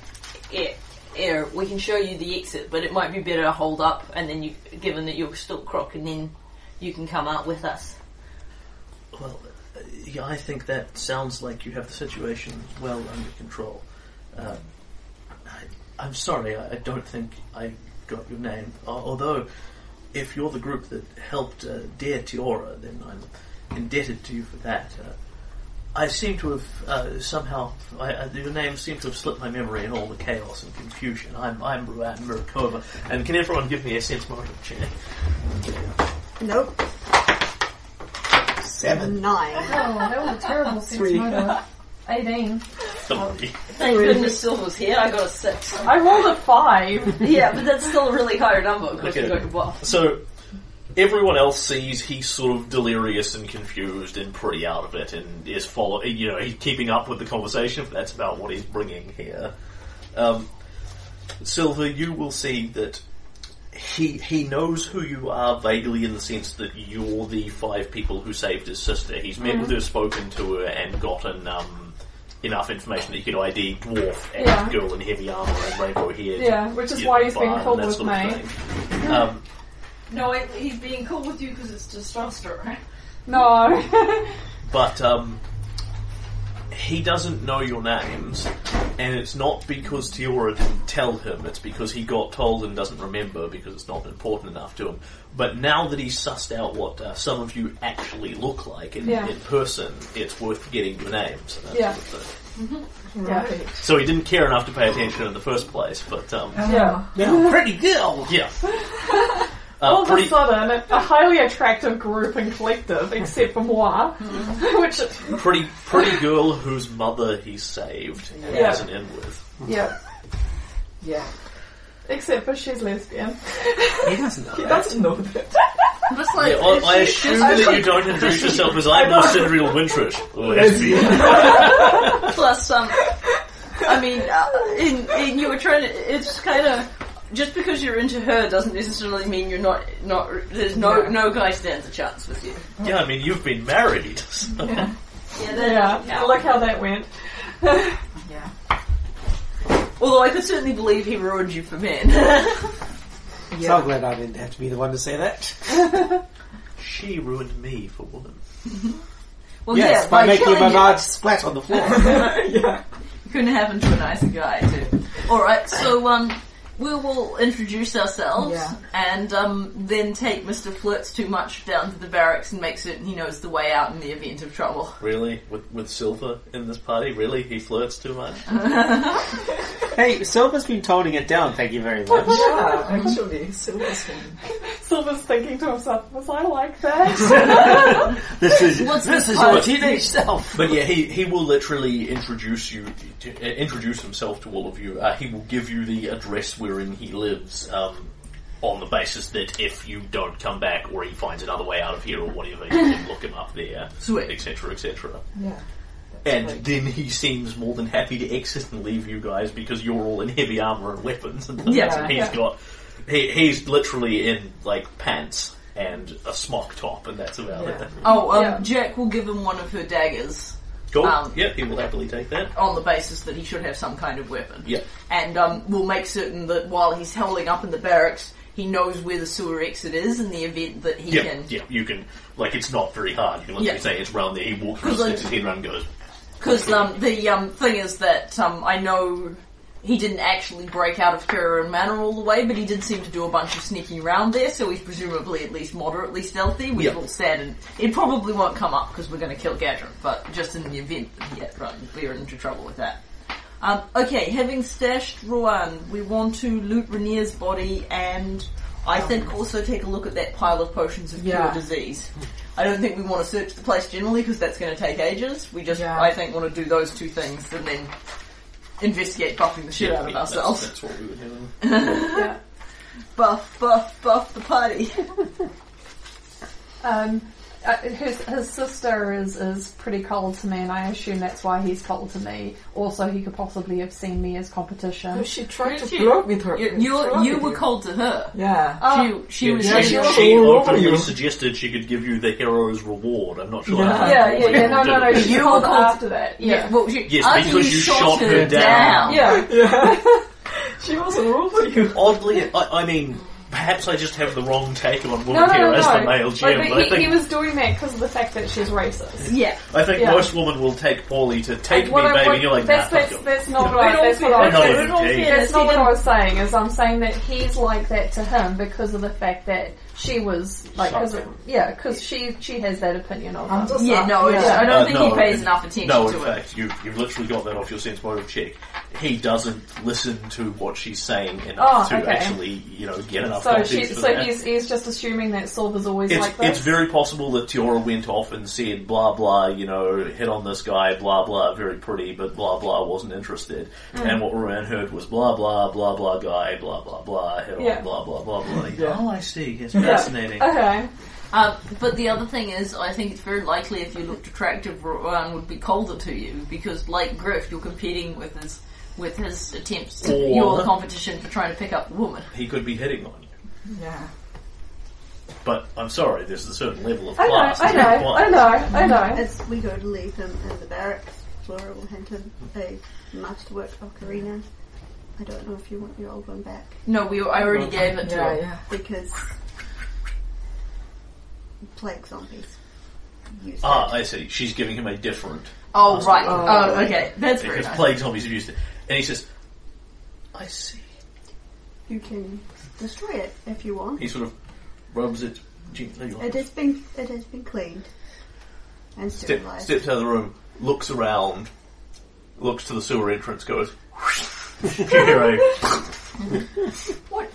Speaker 4: Yeah, yeah, we can show you the exit, but it might be better to hold up, and then you, given that you're still croc, and then you can come out with us.
Speaker 2: Well, uh, yeah, I think that sounds like you have the situation well under control. Uh, I, I'm sorry, I, I don't think I got your name. Al- Although, if you're the group that helped uh, Dear Tiora, then I'm indebted to you for that. Uh, I seem to have uh, somehow, I, I, your name seemed to have slipped my memory in all the chaos and confusion. I'm, I'm Ruan Murakova, and can everyone give me a sense motive check? [LAUGHS]
Speaker 5: Nope.
Speaker 6: Seven.
Speaker 5: Nine.
Speaker 3: Oh, that was a terrible sense
Speaker 6: Three.
Speaker 9: [LAUGHS]
Speaker 3: motive. 18.
Speaker 2: Somebody.
Speaker 4: Thank goodness Silver's here. I got a six.
Speaker 3: I rolled a 5.
Speaker 4: yeah, [LAUGHS] but that's still a really high number because
Speaker 2: Okay.
Speaker 4: you got your buff.
Speaker 2: So everyone else sees he's sort of delirious and confused and pretty out of it, and is follow. You know, he's keeping up with the conversation. But that's about what he's bringing here. Um, Silver, you will see that he he knows who you are vaguely in the sense that you're the five people who saved his sister. He's met
Speaker 3: Mm-hmm.
Speaker 2: with her, spoken to her, and gotten. Um, Enough information that he could ID dwarf and
Speaker 3: Yeah.
Speaker 2: girl in heavy armor and rainbow hair.
Speaker 3: Yeah, which is why he's been
Speaker 2: Barn and
Speaker 3: cool
Speaker 2: that
Speaker 3: with
Speaker 2: sort of
Speaker 3: me.
Speaker 2: thing. Um,
Speaker 9: No, it, he's being cool with you because it's testosterone.
Speaker 3: No. [LAUGHS]
Speaker 2: but um, he doesn't know your names, and it's not because Tiora didn't tell him, it's because he got told and doesn't remember because it's not important enough to him. But now that he's sussed out what uh, some of you actually look like in,
Speaker 3: Yeah.
Speaker 2: in person, it's worth getting your names. And that
Speaker 3: Yeah.
Speaker 2: sort of thing.
Speaker 3: Right.
Speaker 2: So he didn't care enough to pay attention in the first place, but um,
Speaker 3: Yeah.
Speaker 6: Yeah, pretty girl.
Speaker 3: [LAUGHS]
Speaker 2: yeah.
Speaker 3: All
Speaker 2: Uh,
Speaker 3: of a
Speaker 2: pretty,
Speaker 3: sudden, a highly attractive group and collective, except for moi, [LAUGHS] which,
Speaker 2: pretty, pretty girl whose mother he saved and
Speaker 3: Yeah.
Speaker 2: has an in with.
Speaker 3: yeah,
Speaker 7: Yeah.
Speaker 3: except for she's lesbian.
Speaker 6: He doesn't know.
Speaker 7: He
Speaker 6: that.
Speaker 7: doesn't know that.
Speaker 9: Just like
Speaker 2: Yeah, I,
Speaker 9: if
Speaker 2: I
Speaker 9: she-
Speaker 2: assume that you don't introduce yourself as I'm not Cinderella Wintrish. Oh, lesbian.
Speaker 4: Plus, um, I mean, uh, in, in you were trying to. It's kind of just because you're into her doesn't necessarily mean you're not not. There's no no guy stands a chance with you.
Speaker 2: yeah, I mean, you've been married. so-
Speaker 4: Yeah,
Speaker 3: Yeah, look how that went.
Speaker 4: Although I could certainly believe he ruined you for men.
Speaker 6: So glad I didn't have to be the one to say that.
Speaker 2: [LAUGHS] She ruined me for woman.
Speaker 4: well,
Speaker 6: yes,
Speaker 4: yeah,
Speaker 6: by making
Speaker 4: killing
Speaker 6: my
Speaker 4: you.
Speaker 6: large splat on the floor.
Speaker 4: [LAUGHS] Couldn't happen to a nicer guy, too. Alright, so, um, we will introduce ourselves
Speaker 7: Yeah.
Speaker 4: and, um, then take Mr. Flirts too much down to the barracks and make certain he knows the way out in the event of trouble.
Speaker 2: Really? With with Silver in this party? Really? He flirts too much?
Speaker 6: hey, Silver's been toning it down. Thank you very much.
Speaker 7: Yeah, actually, Silver's been
Speaker 3: Silver's thinking to himself, was I like that?
Speaker 6: This is
Speaker 4: What's
Speaker 6: this
Speaker 4: this
Speaker 6: is your
Speaker 4: part?
Speaker 6: teenage self.
Speaker 2: But yeah, he, he will literally introduce you, to, uh, introduce himself to all of you. Uh, he will give you the address wherein he lives, um, on the basis that if you don't come back or he finds another way out of here or whatever, you can look him up there,
Speaker 4: [COUGHS] Sweet.
Speaker 2: etc., etc.
Speaker 7: Yeah.
Speaker 2: And then he seems more than happy to exit and leave you guys because you're all in heavy armor and weapons. And things,
Speaker 4: Yeah,
Speaker 2: and he's got he, he's literally in like pants and a smock top, and that's about it.
Speaker 4: Oh, um,
Speaker 3: Yeah.
Speaker 4: Jack will give him one of her daggers
Speaker 2: Cool.
Speaker 4: Um,
Speaker 2: yep, he will happily take that.
Speaker 4: on the basis that he should have some kind of weapon.
Speaker 2: Yep.
Speaker 4: And, um, we'll make certain that while he's howling up in the barracks, he knows where the sewer exit is in the event that he
Speaker 2: Yeah,
Speaker 4: can
Speaker 2: yeah, you can, like, it's not very hard. You can literally
Speaker 4: Yeah.
Speaker 2: say it's round there, he walks around,
Speaker 4: Because, like-
Speaker 2: sticks his head around and goes,
Speaker 4: Because um, the um, thing is that um, I know he didn't actually break out of Terror and Manor all the way, but he did seem to do a bunch of sneaking around there, so he's presumably at least moderately stealthy. We
Speaker 2: Yeah.
Speaker 4: will stand and it probably won't come up because we're going to kill Gadron, but just in the event that he uh, had run, we're into trouble with that. Um, okay, having stashed Ruan, we want to loot Rainier's body and I think also take a look at that pile of potions of
Speaker 7: Yeah.
Speaker 4: cure disease. I don't think we want to search the place generally because that's going to take ages. We just,
Speaker 7: Yeah.
Speaker 4: I think, want to do those two things and then investigate buffing the shit
Speaker 2: "Yeah,
Speaker 4: out of
Speaker 2: that's-
Speaker 4: ourselves.
Speaker 2: That's, what we were doing.
Speaker 7: [LAUGHS]
Speaker 4: Buff, buff, buff the party.
Speaker 3: um, uh, his, his sister is, is pretty cold to me, and I assume that's why he's cold to me. Also, he could possibly have seen me as competition.
Speaker 7: So she tried to
Speaker 4: Didn't you-
Speaker 7: flirt with her.
Speaker 4: You, you,
Speaker 7: flirt
Speaker 4: you
Speaker 7: with
Speaker 4: were
Speaker 7: you.
Speaker 4: cold to her.
Speaker 7: Yeah.
Speaker 4: [LAUGHS]
Speaker 7: Ah.
Speaker 4: she she was.
Speaker 2: Yeah,
Speaker 7: she
Speaker 2: she,
Speaker 7: was
Speaker 2: she
Speaker 7: all over
Speaker 2: openly
Speaker 7: you.
Speaker 2: suggested she could give you the hero's reward. I'm not sure.
Speaker 7: Yeah.
Speaker 2: how
Speaker 3: Yeah, yeah,
Speaker 2: people
Speaker 3: yeah, no,
Speaker 2: did [LAUGHS]
Speaker 3: no, no,
Speaker 2: it.
Speaker 3: she's
Speaker 4: You
Speaker 3: cold
Speaker 4: were cold-
Speaker 3: after that. Yeah.
Speaker 4: Well, she,
Speaker 2: Yes,
Speaker 4: after
Speaker 2: because you shot her down.
Speaker 7: Yeah. Yeah. she was all over you.
Speaker 2: Oddly, I, I mean, perhaps I just have the wrong take on women
Speaker 3: No, no,
Speaker 2: here
Speaker 3: no,
Speaker 2: as
Speaker 3: no.
Speaker 2: the male GM,
Speaker 3: Like,
Speaker 2: but
Speaker 3: but
Speaker 2: I
Speaker 3: he, he
Speaker 2: think,
Speaker 3: was doing that because of the fact that she's racist.
Speaker 4: Yeah.
Speaker 2: I think
Speaker 3: yeah.
Speaker 2: most women will take poorly to take me,
Speaker 3: What I-
Speaker 2: baby,
Speaker 3: what-
Speaker 2: and you're like, nah,
Speaker 3: that's,
Speaker 2: fuck
Speaker 3: that's,
Speaker 2: you.
Speaker 3: that's not what I, that's what I
Speaker 2: I
Speaker 3: was
Speaker 2: know
Speaker 3: saying.
Speaker 2: it indeed.
Speaker 3: That's not what I
Speaker 9: I
Speaker 3: was saying. Is I'm saying that he's like that to him because of the fact that she was like, cause,
Speaker 2: Shocking.
Speaker 3: yeah, because she she has that opinion of
Speaker 7: I'm
Speaker 3: him.
Speaker 7: just
Speaker 4: Yeah, no,
Speaker 7: yeah.
Speaker 4: it's- I don't
Speaker 2: Uh,
Speaker 4: think
Speaker 2: no,
Speaker 4: he pays
Speaker 2: in-
Speaker 4: enough attention
Speaker 2: No,
Speaker 4: to
Speaker 2: in
Speaker 4: it.
Speaker 2: fact, you've, you've literally got that off your sense motive check. He doesn't listen to what she's saying enough
Speaker 3: Oh,
Speaker 2: to
Speaker 3: okay.
Speaker 2: actually, you know, get enough
Speaker 3: So
Speaker 2: context
Speaker 3: she,
Speaker 2: for
Speaker 3: so
Speaker 2: that.
Speaker 3: he's he's just assuming that Silver's always
Speaker 2: it's,
Speaker 3: like this.
Speaker 2: it's very possible that Tiora went off and said, blah, blah, you know, hit on this guy, blah, blah, very pretty, but blah, blah, wasn't interested.
Speaker 3: Mm.
Speaker 2: And what Rowan heard was, blah, blah, blah, blah, guy, blah, blah, blah, hit on,
Speaker 3: Yeah.
Speaker 2: blah, blah, blah, blah.
Speaker 7: Yeah.
Speaker 2: Oh, I see. It's fascinating.
Speaker 3: okay.
Speaker 4: Uh, but the other thing is, I think it's very likely if you looked attractive, Rowan um, would be colder to you because, like Griff, you're competing with his with his attempts to
Speaker 2: Or-
Speaker 4: your competition for trying to pick up a woman.
Speaker 2: He could be hitting on you.
Speaker 7: Yeah.
Speaker 2: But I'm sorry, there's a certain level of
Speaker 3: I know,
Speaker 2: class.
Speaker 3: I
Speaker 2: that
Speaker 3: know, I
Speaker 2: applies.
Speaker 3: know, I know.
Speaker 5: As we go to leave them in the barracks, Flora will hand him a masterwork ocarina. I don't know if you want your old one back
Speaker 4: No, we I already gave it to
Speaker 7: Yeah,
Speaker 4: her.
Speaker 7: yeah.
Speaker 5: because plague zombies. Use
Speaker 2: Ah,
Speaker 5: that.
Speaker 2: I see. She's giving him a different
Speaker 4: Oh right.
Speaker 7: Oh.
Speaker 4: Oh, okay. That's very
Speaker 2: because
Speaker 4: nice.
Speaker 2: plague zombies have used it. And he says, "I see."
Speaker 5: You can destroy it if you want.
Speaker 2: He sort of rubs it gently. on-
Speaker 5: It has been it has been cleaned and
Speaker 2: Step,
Speaker 5: sterilized.
Speaker 2: steps out of the room, looks around, looks to the sewer entrance, goes. [LAUGHS] you hear a-
Speaker 4: What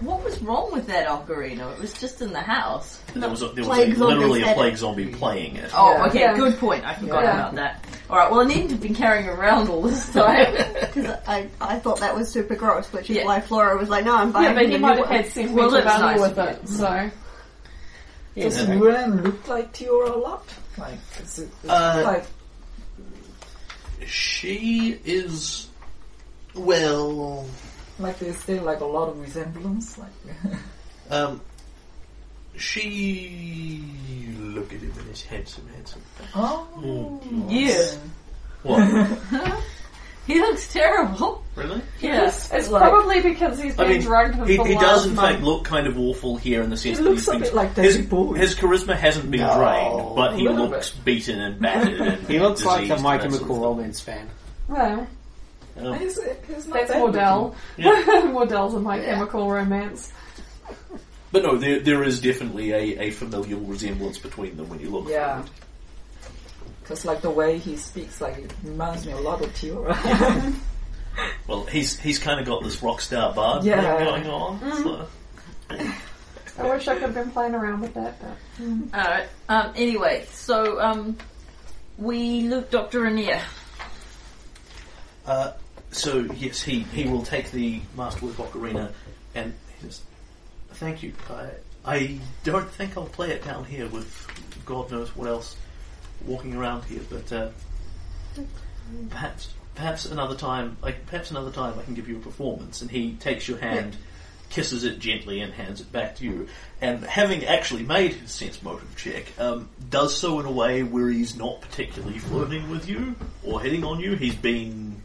Speaker 4: what was wrong with that ocarina? It was just in the house.
Speaker 2: there was, a, there was a,
Speaker 5: Plague zombies
Speaker 2: literally a
Speaker 5: had
Speaker 2: plague zombie playing it.
Speaker 4: Oh,
Speaker 7: Yeah.
Speaker 4: okay.
Speaker 3: Yeah.
Speaker 4: Good point. I forgot
Speaker 3: Yeah.
Speaker 4: about that. All right. Well, I needn't have been carrying around all
Speaker 3: [LAUGHS]
Speaker 4: this time.
Speaker 5: Because I, I thought that was super gross, which is
Speaker 4: Yeah.
Speaker 5: why Flora was like, "No, I'm buying."
Speaker 3: Yeah, but
Speaker 5: him
Speaker 3: he
Speaker 5: a
Speaker 3: might
Speaker 5: new
Speaker 3: have
Speaker 5: one."
Speaker 3: had sentimental
Speaker 4: Well, that's
Speaker 3: value
Speaker 4: nice
Speaker 3: with
Speaker 4: of
Speaker 3: it. So
Speaker 7: Does
Speaker 2: Yeah.
Speaker 7: Muran look like Tiora a lot? Like, is it, is
Speaker 2: Uh,
Speaker 7: it like,
Speaker 2: She is. Well,
Speaker 7: like there's still like a lot of resemblance? Like, [LAUGHS]
Speaker 2: um, she look at him and it's handsome, handsome.
Speaker 7: oh,
Speaker 4: yeah,
Speaker 2: What?
Speaker 4: he looks terrible.
Speaker 2: really?
Speaker 4: Yes.
Speaker 3: it's
Speaker 7: like-
Speaker 3: probably because he's been
Speaker 2: I mean,
Speaker 3: drugged for
Speaker 2: he,
Speaker 3: the
Speaker 2: he
Speaker 3: last
Speaker 2: does in
Speaker 3: month.
Speaker 2: fact look kind of awful here in the sense
Speaker 7: He
Speaker 2: that
Speaker 7: looks
Speaker 2: he's
Speaker 7: a
Speaker 2: been-
Speaker 7: bit like
Speaker 2: his,
Speaker 7: Daisy Bowie.
Speaker 2: his charisma hasn't been
Speaker 6: No.
Speaker 2: drained, but he
Speaker 7: A little
Speaker 2: looks beaten and battered. And
Speaker 6: [LAUGHS] He looks like a
Speaker 2: diseased
Speaker 6: My
Speaker 2: and that
Speaker 6: Chemical
Speaker 2: sort
Speaker 6: Romance fan.
Speaker 3: Well,
Speaker 2: of thing. Um,
Speaker 7: He's, he's not
Speaker 3: that's
Speaker 7: bad looking.
Speaker 3: Wardell.
Speaker 2: Yeah.
Speaker 4: [LAUGHS]
Speaker 3: Wardell's in my chemical romance.
Speaker 2: but no, there, there is definitely a, a familial resemblance between them when you look.
Speaker 7: Yeah. Because like the way he speaks, like it reminds me a lot of [LAUGHS] Tiora.
Speaker 2: Well, he's he's kind of got this rock star bard
Speaker 7: Yeah. Mm-hmm.
Speaker 2: thing going on. so-
Speaker 3: I wish I could have been playing around with that, but
Speaker 4: Alright. Um, anyway, so um, we look Dr. Anir.
Speaker 2: Uh, so yes, he, he will take the masterwork ocarina, and he says, "Thank you. I I don't think I'll play it down here with God knows what else walking around here, but uh, perhaps perhaps another time, like perhaps another time, I can give you a performance." And he takes your hand. Kisses it gently and hands it back to you. And having actually made his sense motive check, um, does so in a way where he's not particularly flirting with you or hitting on you. He's being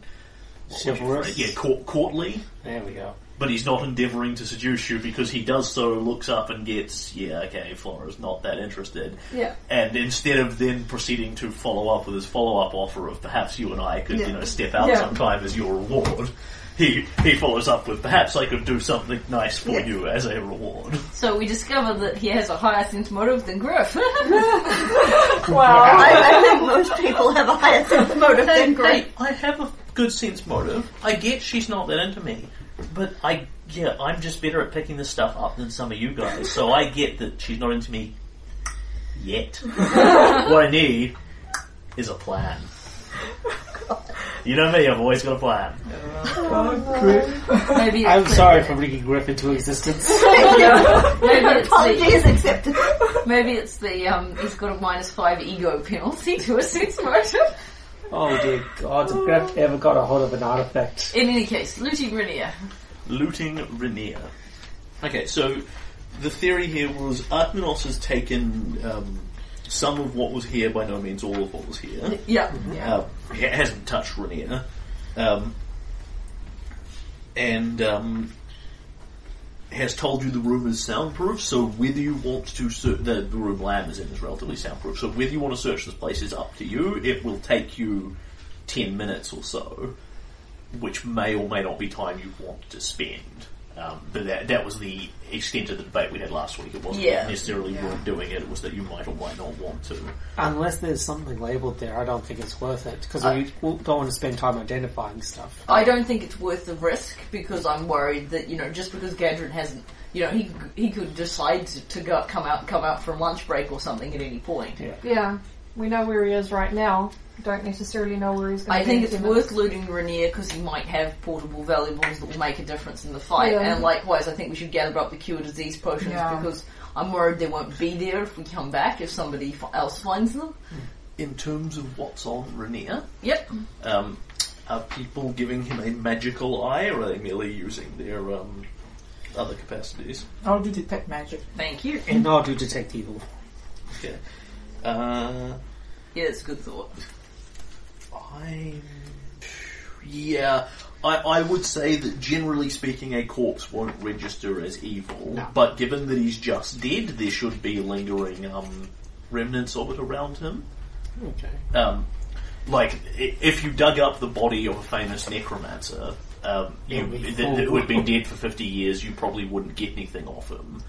Speaker 6: Chivalrous.
Speaker 2: yeah, court, courtly,
Speaker 6: There we go.
Speaker 2: but he's not endeavouring to seduce you because he does so, looks up and gets, yeah, okay, Flora's not that interested.
Speaker 3: yeah.
Speaker 2: And instead of then proceeding to follow up with his follow up offer of perhaps you and I could,
Speaker 5: Yeah.
Speaker 2: you know, step out
Speaker 3: Yeah.
Speaker 2: sometime as your reward, he, he follows up with perhaps I could do something nice for
Speaker 5: Yeah.
Speaker 2: you as a reward.
Speaker 4: So we discover that he has a higher sense motive than Griff. [LAUGHS]
Speaker 3: Well,
Speaker 5: I, I
Speaker 4: [LAUGHS]
Speaker 5: think most people have a higher sense of motive than great.
Speaker 2: I have a good sense motive. I get she's not that into me, but I yeah, I'm just better at picking this stuff up than some of you guys. So I get that she's not into me yet. what I need is a plan. You know me, I've always got a plan.
Speaker 7: Oh, great.
Speaker 4: Maybe
Speaker 6: I'm
Speaker 4: it's- um,
Speaker 6: sorry for bringing Griff into
Speaker 4: [LAUGHS]
Speaker 5: [LAUGHS]
Speaker 6: existence.
Speaker 4: Maybe it's the,
Speaker 5: Oh, Apologies accepted.
Speaker 4: maybe it's the um, he's got a minus five ego penalty to a sense motive.
Speaker 6: Oh dear God, if Griff ever got a hold of an artifact.
Speaker 4: In any case, looting Renier.
Speaker 2: Looting Rhaenyra. Okay, so the theory here was Artminos has taken um, some of what was here, by no means all of what was here.
Speaker 4: Yeah, yeah.
Speaker 2: Uh, it hasn't touched Rhaenyra. Um, and um, has told you the room is soundproof, so whether you want to search... The, the room Lamb is in is relatively soundproof, so whether you want to search this place is up to you. It will take you ten minutes or so, which may or may not be time you want to spend. Um, but that, that was the extent of the debate we had last week. It wasn't
Speaker 4: Yeah.
Speaker 2: necessarily you doing it, it was that you might or might not want to.
Speaker 6: Unless there's something labelled there, I don't think it's worth it because
Speaker 4: I-
Speaker 2: Uh,
Speaker 6: we don't want to spend time identifying stuff.
Speaker 4: I don't think it's worth the risk because I'm worried that you know just because Gadrin hasn't, you know, he he could decide to, to go come out come out for lunch break or something at any point.
Speaker 3: Yeah, we know where he is right now. Don't necessarily know where he's going.
Speaker 4: I think it's worth looting Rainier because he might have portable valuables that will make a difference in the fight.
Speaker 3: Yeah.
Speaker 4: And likewise, I think we should gather up the cure disease potions
Speaker 7: Yeah.
Speaker 4: because I'm worried they won't be there if we come back if somebody f- else finds them.
Speaker 2: In terms of what's on Rhaenyra,
Speaker 4: Yep.
Speaker 2: um, are people giving him a magical eye, or are they merely using their um, other capacities?
Speaker 7: I'll do detect magic.
Speaker 4: Thank you.
Speaker 6: And I'll do detect evil.
Speaker 2: Okay. Uh,
Speaker 4: Yeah, it's a good thought.
Speaker 2: I. Yeah, I, I would say that generally speaking, a corpse won't register as evil. But given that he's just dead, there should be lingering um, remnants of it around him.
Speaker 6: Okay.
Speaker 2: um, like i- if you dug up the body of a famous necromancer, um, you,
Speaker 6: It would be
Speaker 2: that,
Speaker 6: full.
Speaker 2: that would be dead for fifty years, you probably wouldn't get anything off him.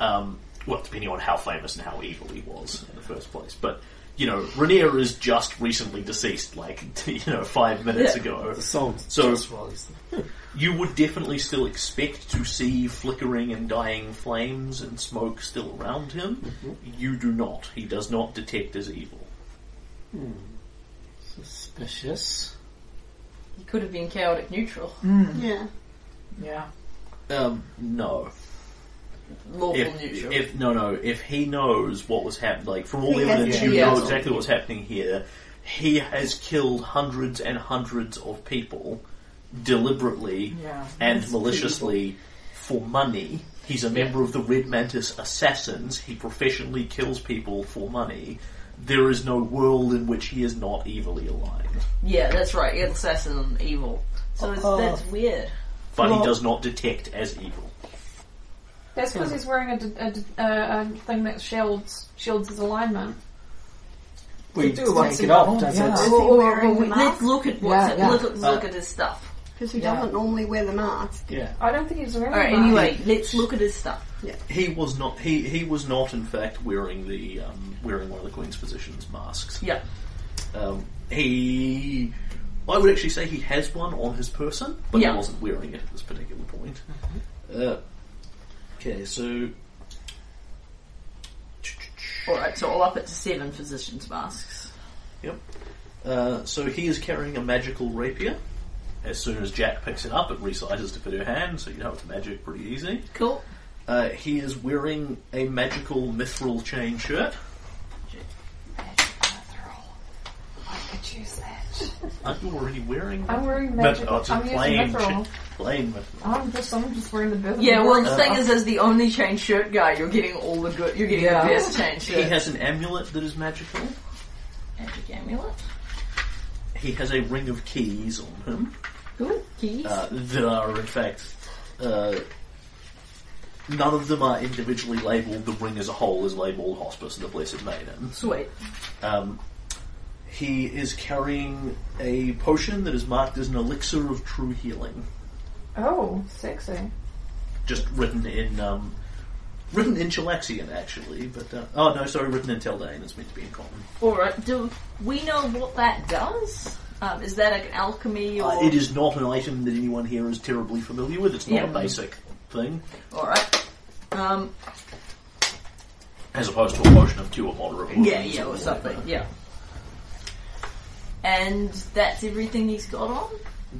Speaker 2: Um, well, depending on how famous and how evil he was in the first place, but. You know, Rhaenyra is just recently deceased, like, [LAUGHS] you know, five minutes ago.
Speaker 6: The song.
Speaker 2: So-
Speaker 6: just released.
Speaker 2: You would definitely still expect to see flickering and dying flames and smoke still around him.
Speaker 6: Mm-hmm.
Speaker 2: You do not. He does not detect as evil.
Speaker 6: Suspicious.
Speaker 4: He could have been chaotic neutral,
Speaker 5: [LAUGHS] Yeah.
Speaker 7: Yeah.
Speaker 2: Um, no.
Speaker 4: lawful
Speaker 2: if,
Speaker 4: neutral.
Speaker 2: if no no if he knows what was happening like from all the
Speaker 5: He has
Speaker 2: evidence
Speaker 5: to
Speaker 2: you
Speaker 4: be
Speaker 2: know
Speaker 4: able to.
Speaker 2: exactly what's happening here he has killed hundreds and hundreds of people deliberately
Speaker 7: Yeah.
Speaker 2: and maliciously for money he's a member of the red mantis assassins he professionally kills people for money there is no world in which he is not evilly aligned
Speaker 4: yeah, that's right. It's assassin and evil. So it's, that's weird.
Speaker 2: but he does not detect as evil
Speaker 3: That's because he's wearing a, d- a d- a- a thing that shields shields his alignment.
Speaker 6: We
Speaker 7: do what's
Speaker 6: take it
Speaker 7: in
Speaker 6: off,
Speaker 7: the-
Speaker 6: does
Speaker 7: Oh, yeah.
Speaker 6: it?
Speaker 5: Is he wearing the
Speaker 4: Let's
Speaker 5: mask?
Speaker 4: look at what's
Speaker 7: Yeah,
Speaker 4: it,
Speaker 7: yeah.
Speaker 4: Look, at-
Speaker 2: Uh,
Speaker 4: look at his stuff.
Speaker 5: Because he
Speaker 7: Yeah.
Speaker 5: doesn't normally wear the mask.
Speaker 6: Yeah.
Speaker 3: I don't think he's wearing.
Speaker 4: All right.
Speaker 3: one.
Speaker 4: Anyway, let's look at his stuff.
Speaker 2: he was not he, he was not in fact wearing the um, wearing one of the queen's physicians masks
Speaker 4: Yeah.
Speaker 2: Um, he, I would actually say he has one on his person, but
Speaker 4: Yeah.
Speaker 2: he wasn't wearing it at this particular point. Uh, okay, so
Speaker 4: All right. So all up at seven physicians masks.
Speaker 2: yep. Uh, so he is carrying a magical rapier. As soon as Jack picks it up, it resizes to fit her hand, so you know it's magic pretty easy.
Speaker 4: Cool.
Speaker 2: Uh, he is wearing a magical mithril chain shirt.
Speaker 3: I could use that.
Speaker 2: Aren't you already wearing?
Speaker 3: I'm wearing
Speaker 2: Mit-
Speaker 3: magic.
Speaker 2: oh, it's a
Speaker 3: I'm using
Speaker 2: plain,
Speaker 3: mithril. Oh.
Speaker 2: chi- plain mithril.
Speaker 3: I'm just I'm just wearing the best.
Speaker 4: Yeah. Well, the
Speaker 2: Uh,
Speaker 4: thing is, as the only chain shirt guy, you're getting all the good. You're getting
Speaker 7: Yeah.
Speaker 4: the best chain
Speaker 2: He
Speaker 4: shirt.
Speaker 2: has an amulet that is magical.
Speaker 4: Magic amulet.
Speaker 2: He has a ring of keys on him.
Speaker 4: Cool. Keys.
Speaker 2: uh, that are in fact uh, none of them are individually labelled. The ring as a whole is labelled Hospice of the Blessed Maiden.
Speaker 4: Sweet.
Speaker 2: Um, he is carrying a potion that is marked as an elixir of true healing,
Speaker 3: oh, sexy.
Speaker 2: just written in um, written in Chilaxian actually. But uh, oh no, sorry, written in Teldane. It's meant to be in common.
Speaker 4: All right. Do we know what that does? Um, is that like an alchemy or?
Speaker 2: Uh, it is not an item that anyone here is terribly familiar with. It's not a
Speaker 4: Yeah.
Speaker 2: basic thing,
Speaker 4: All right. Um,
Speaker 2: as opposed to a potion of cure moderate.
Speaker 4: yeah,
Speaker 2: wounds
Speaker 4: yeah,
Speaker 2: or
Speaker 4: or something.
Speaker 2: whatever.
Speaker 4: Yeah. And that's everything he's got on.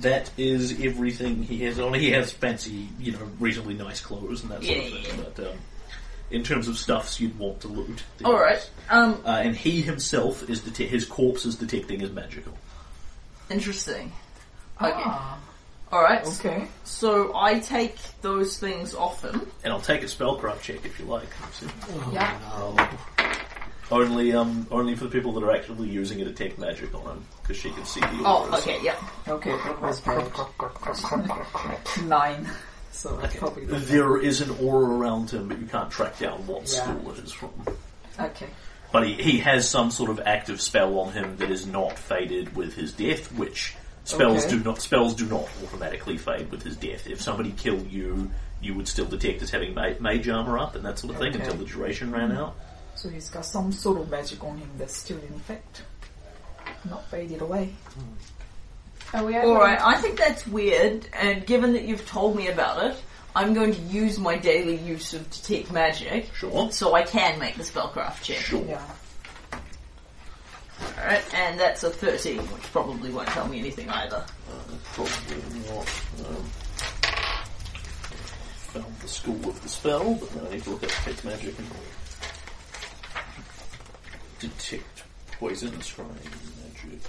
Speaker 2: That is everything he has on. He has fancy, you know, reasonably nice clothes and that sort
Speaker 4: Yeah,
Speaker 2: of thing. But um, in terms of stuffs you'd want to loot, there
Speaker 4: All
Speaker 2: is.
Speaker 4: right. Um,
Speaker 2: Uh, and he himself is dete- his corpse is detecting as magical.
Speaker 4: interesting. Okay.
Speaker 7: Ah,
Speaker 4: All right.
Speaker 7: okay.
Speaker 4: So I take those things off him.
Speaker 2: And I'll take a spellcraft check if you like. See?
Speaker 7: Yeah.
Speaker 2: Only, um, only for the people that are actively using it, detect magic on him because she can see the
Speaker 4: Oh,
Speaker 2: auras.
Speaker 4: okay, yeah.
Speaker 7: [LAUGHS] Okay, that was bad. Nine. So that's probably the
Speaker 2: There is an aura around him, but you can't track down what
Speaker 7: Yeah.
Speaker 2: school it is from.
Speaker 7: Okay.
Speaker 2: But he, he has some sort of active spell on him that is not faded with his death, which spells
Speaker 7: Okay.
Speaker 2: do not spells do not automatically fade with his death. If somebody killed you, you would still detect as having ma- mage armor up and that sort of thing
Speaker 7: Okay.
Speaker 2: until the duration ran out.
Speaker 7: So he's got some sort of magic on him that's still in effect. Not faded away.
Speaker 3: Are we able
Speaker 4: Alright, I think that's weird, and given that you've told me about it, I'm going to use my daily use of detect magic
Speaker 2: Sure,
Speaker 4: so I can make the spellcraft check.
Speaker 2: sure.
Speaker 7: Yeah.
Speaker 4: Alright, and that's a 13, which probably won't tell me anything either.
Speaker 2: Probably not. Um, found the school of the spell, but now I need to look at detect magic and detect poison, scrying magic.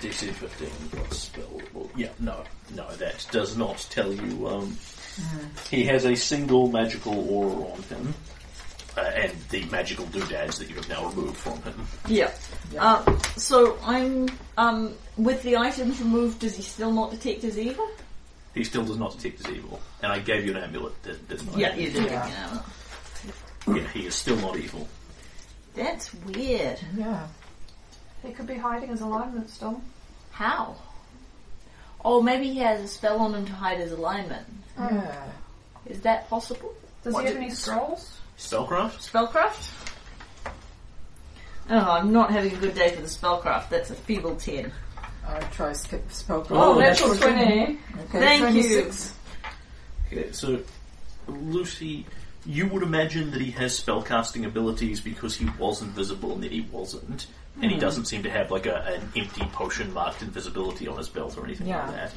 Speaker 2: DC 15 plus spell. Well, yeah, no, no, that does not tell you. Um, He has a single magical aura on him. Uh, and the magical doodads that you have now removed from him.
Speaker 4: Yeah. Uh, so I'm, um, with the items removed, does he still not detect as evil?
Speaker 2: He still does not detect as evil. And I gave you an amulet, did- didn't I?
Speaker 4: Yeah, you do.
Speaker 7: Yeah.
Speaker 4: yeah.
Speaker 2: Yeah, he is still not evil.
Speaker 4: That's weird.
Speaker 7: Yeah.
Speaker 3: He could be hiding his alignment still.
Speaker 4: How? Oh, maybe he has a spell on him to hide his alignment.
Speaker 7: Yeah.
Speaker 4: Is that possible?
Speaker 3: Does
Speaker 4: What
Speaker 3: he have
Speaker 4: did-
Speaker 3: any scrolls?
Speaker 2: Spellcraft?
Speaker 4: Spellcraft? Oh, I'm not having a good day for the spellcraft. That's a feeble 10.
Speaker 7: I'll try skip spell.
Speaker 3: Oh,
Speaker 6: Oh,
Speaker 3: natural
Speaker 7: natural
Speaker 3: 20.
Speaker 7: Okay,
Speaker 4: Thank
Speaker 7: 26.
Speaker 2: Okay, so Lucy, you would imagine that he has spellcasting abilities because he was invisible and then he wasn't, and
Speaker 7: Hmm.
Speaker 2: he doesn't seem to have like a, an empty potion marked invisibility on his belt or anything
Speaker 7: Yeah.
Speaker 2: like that.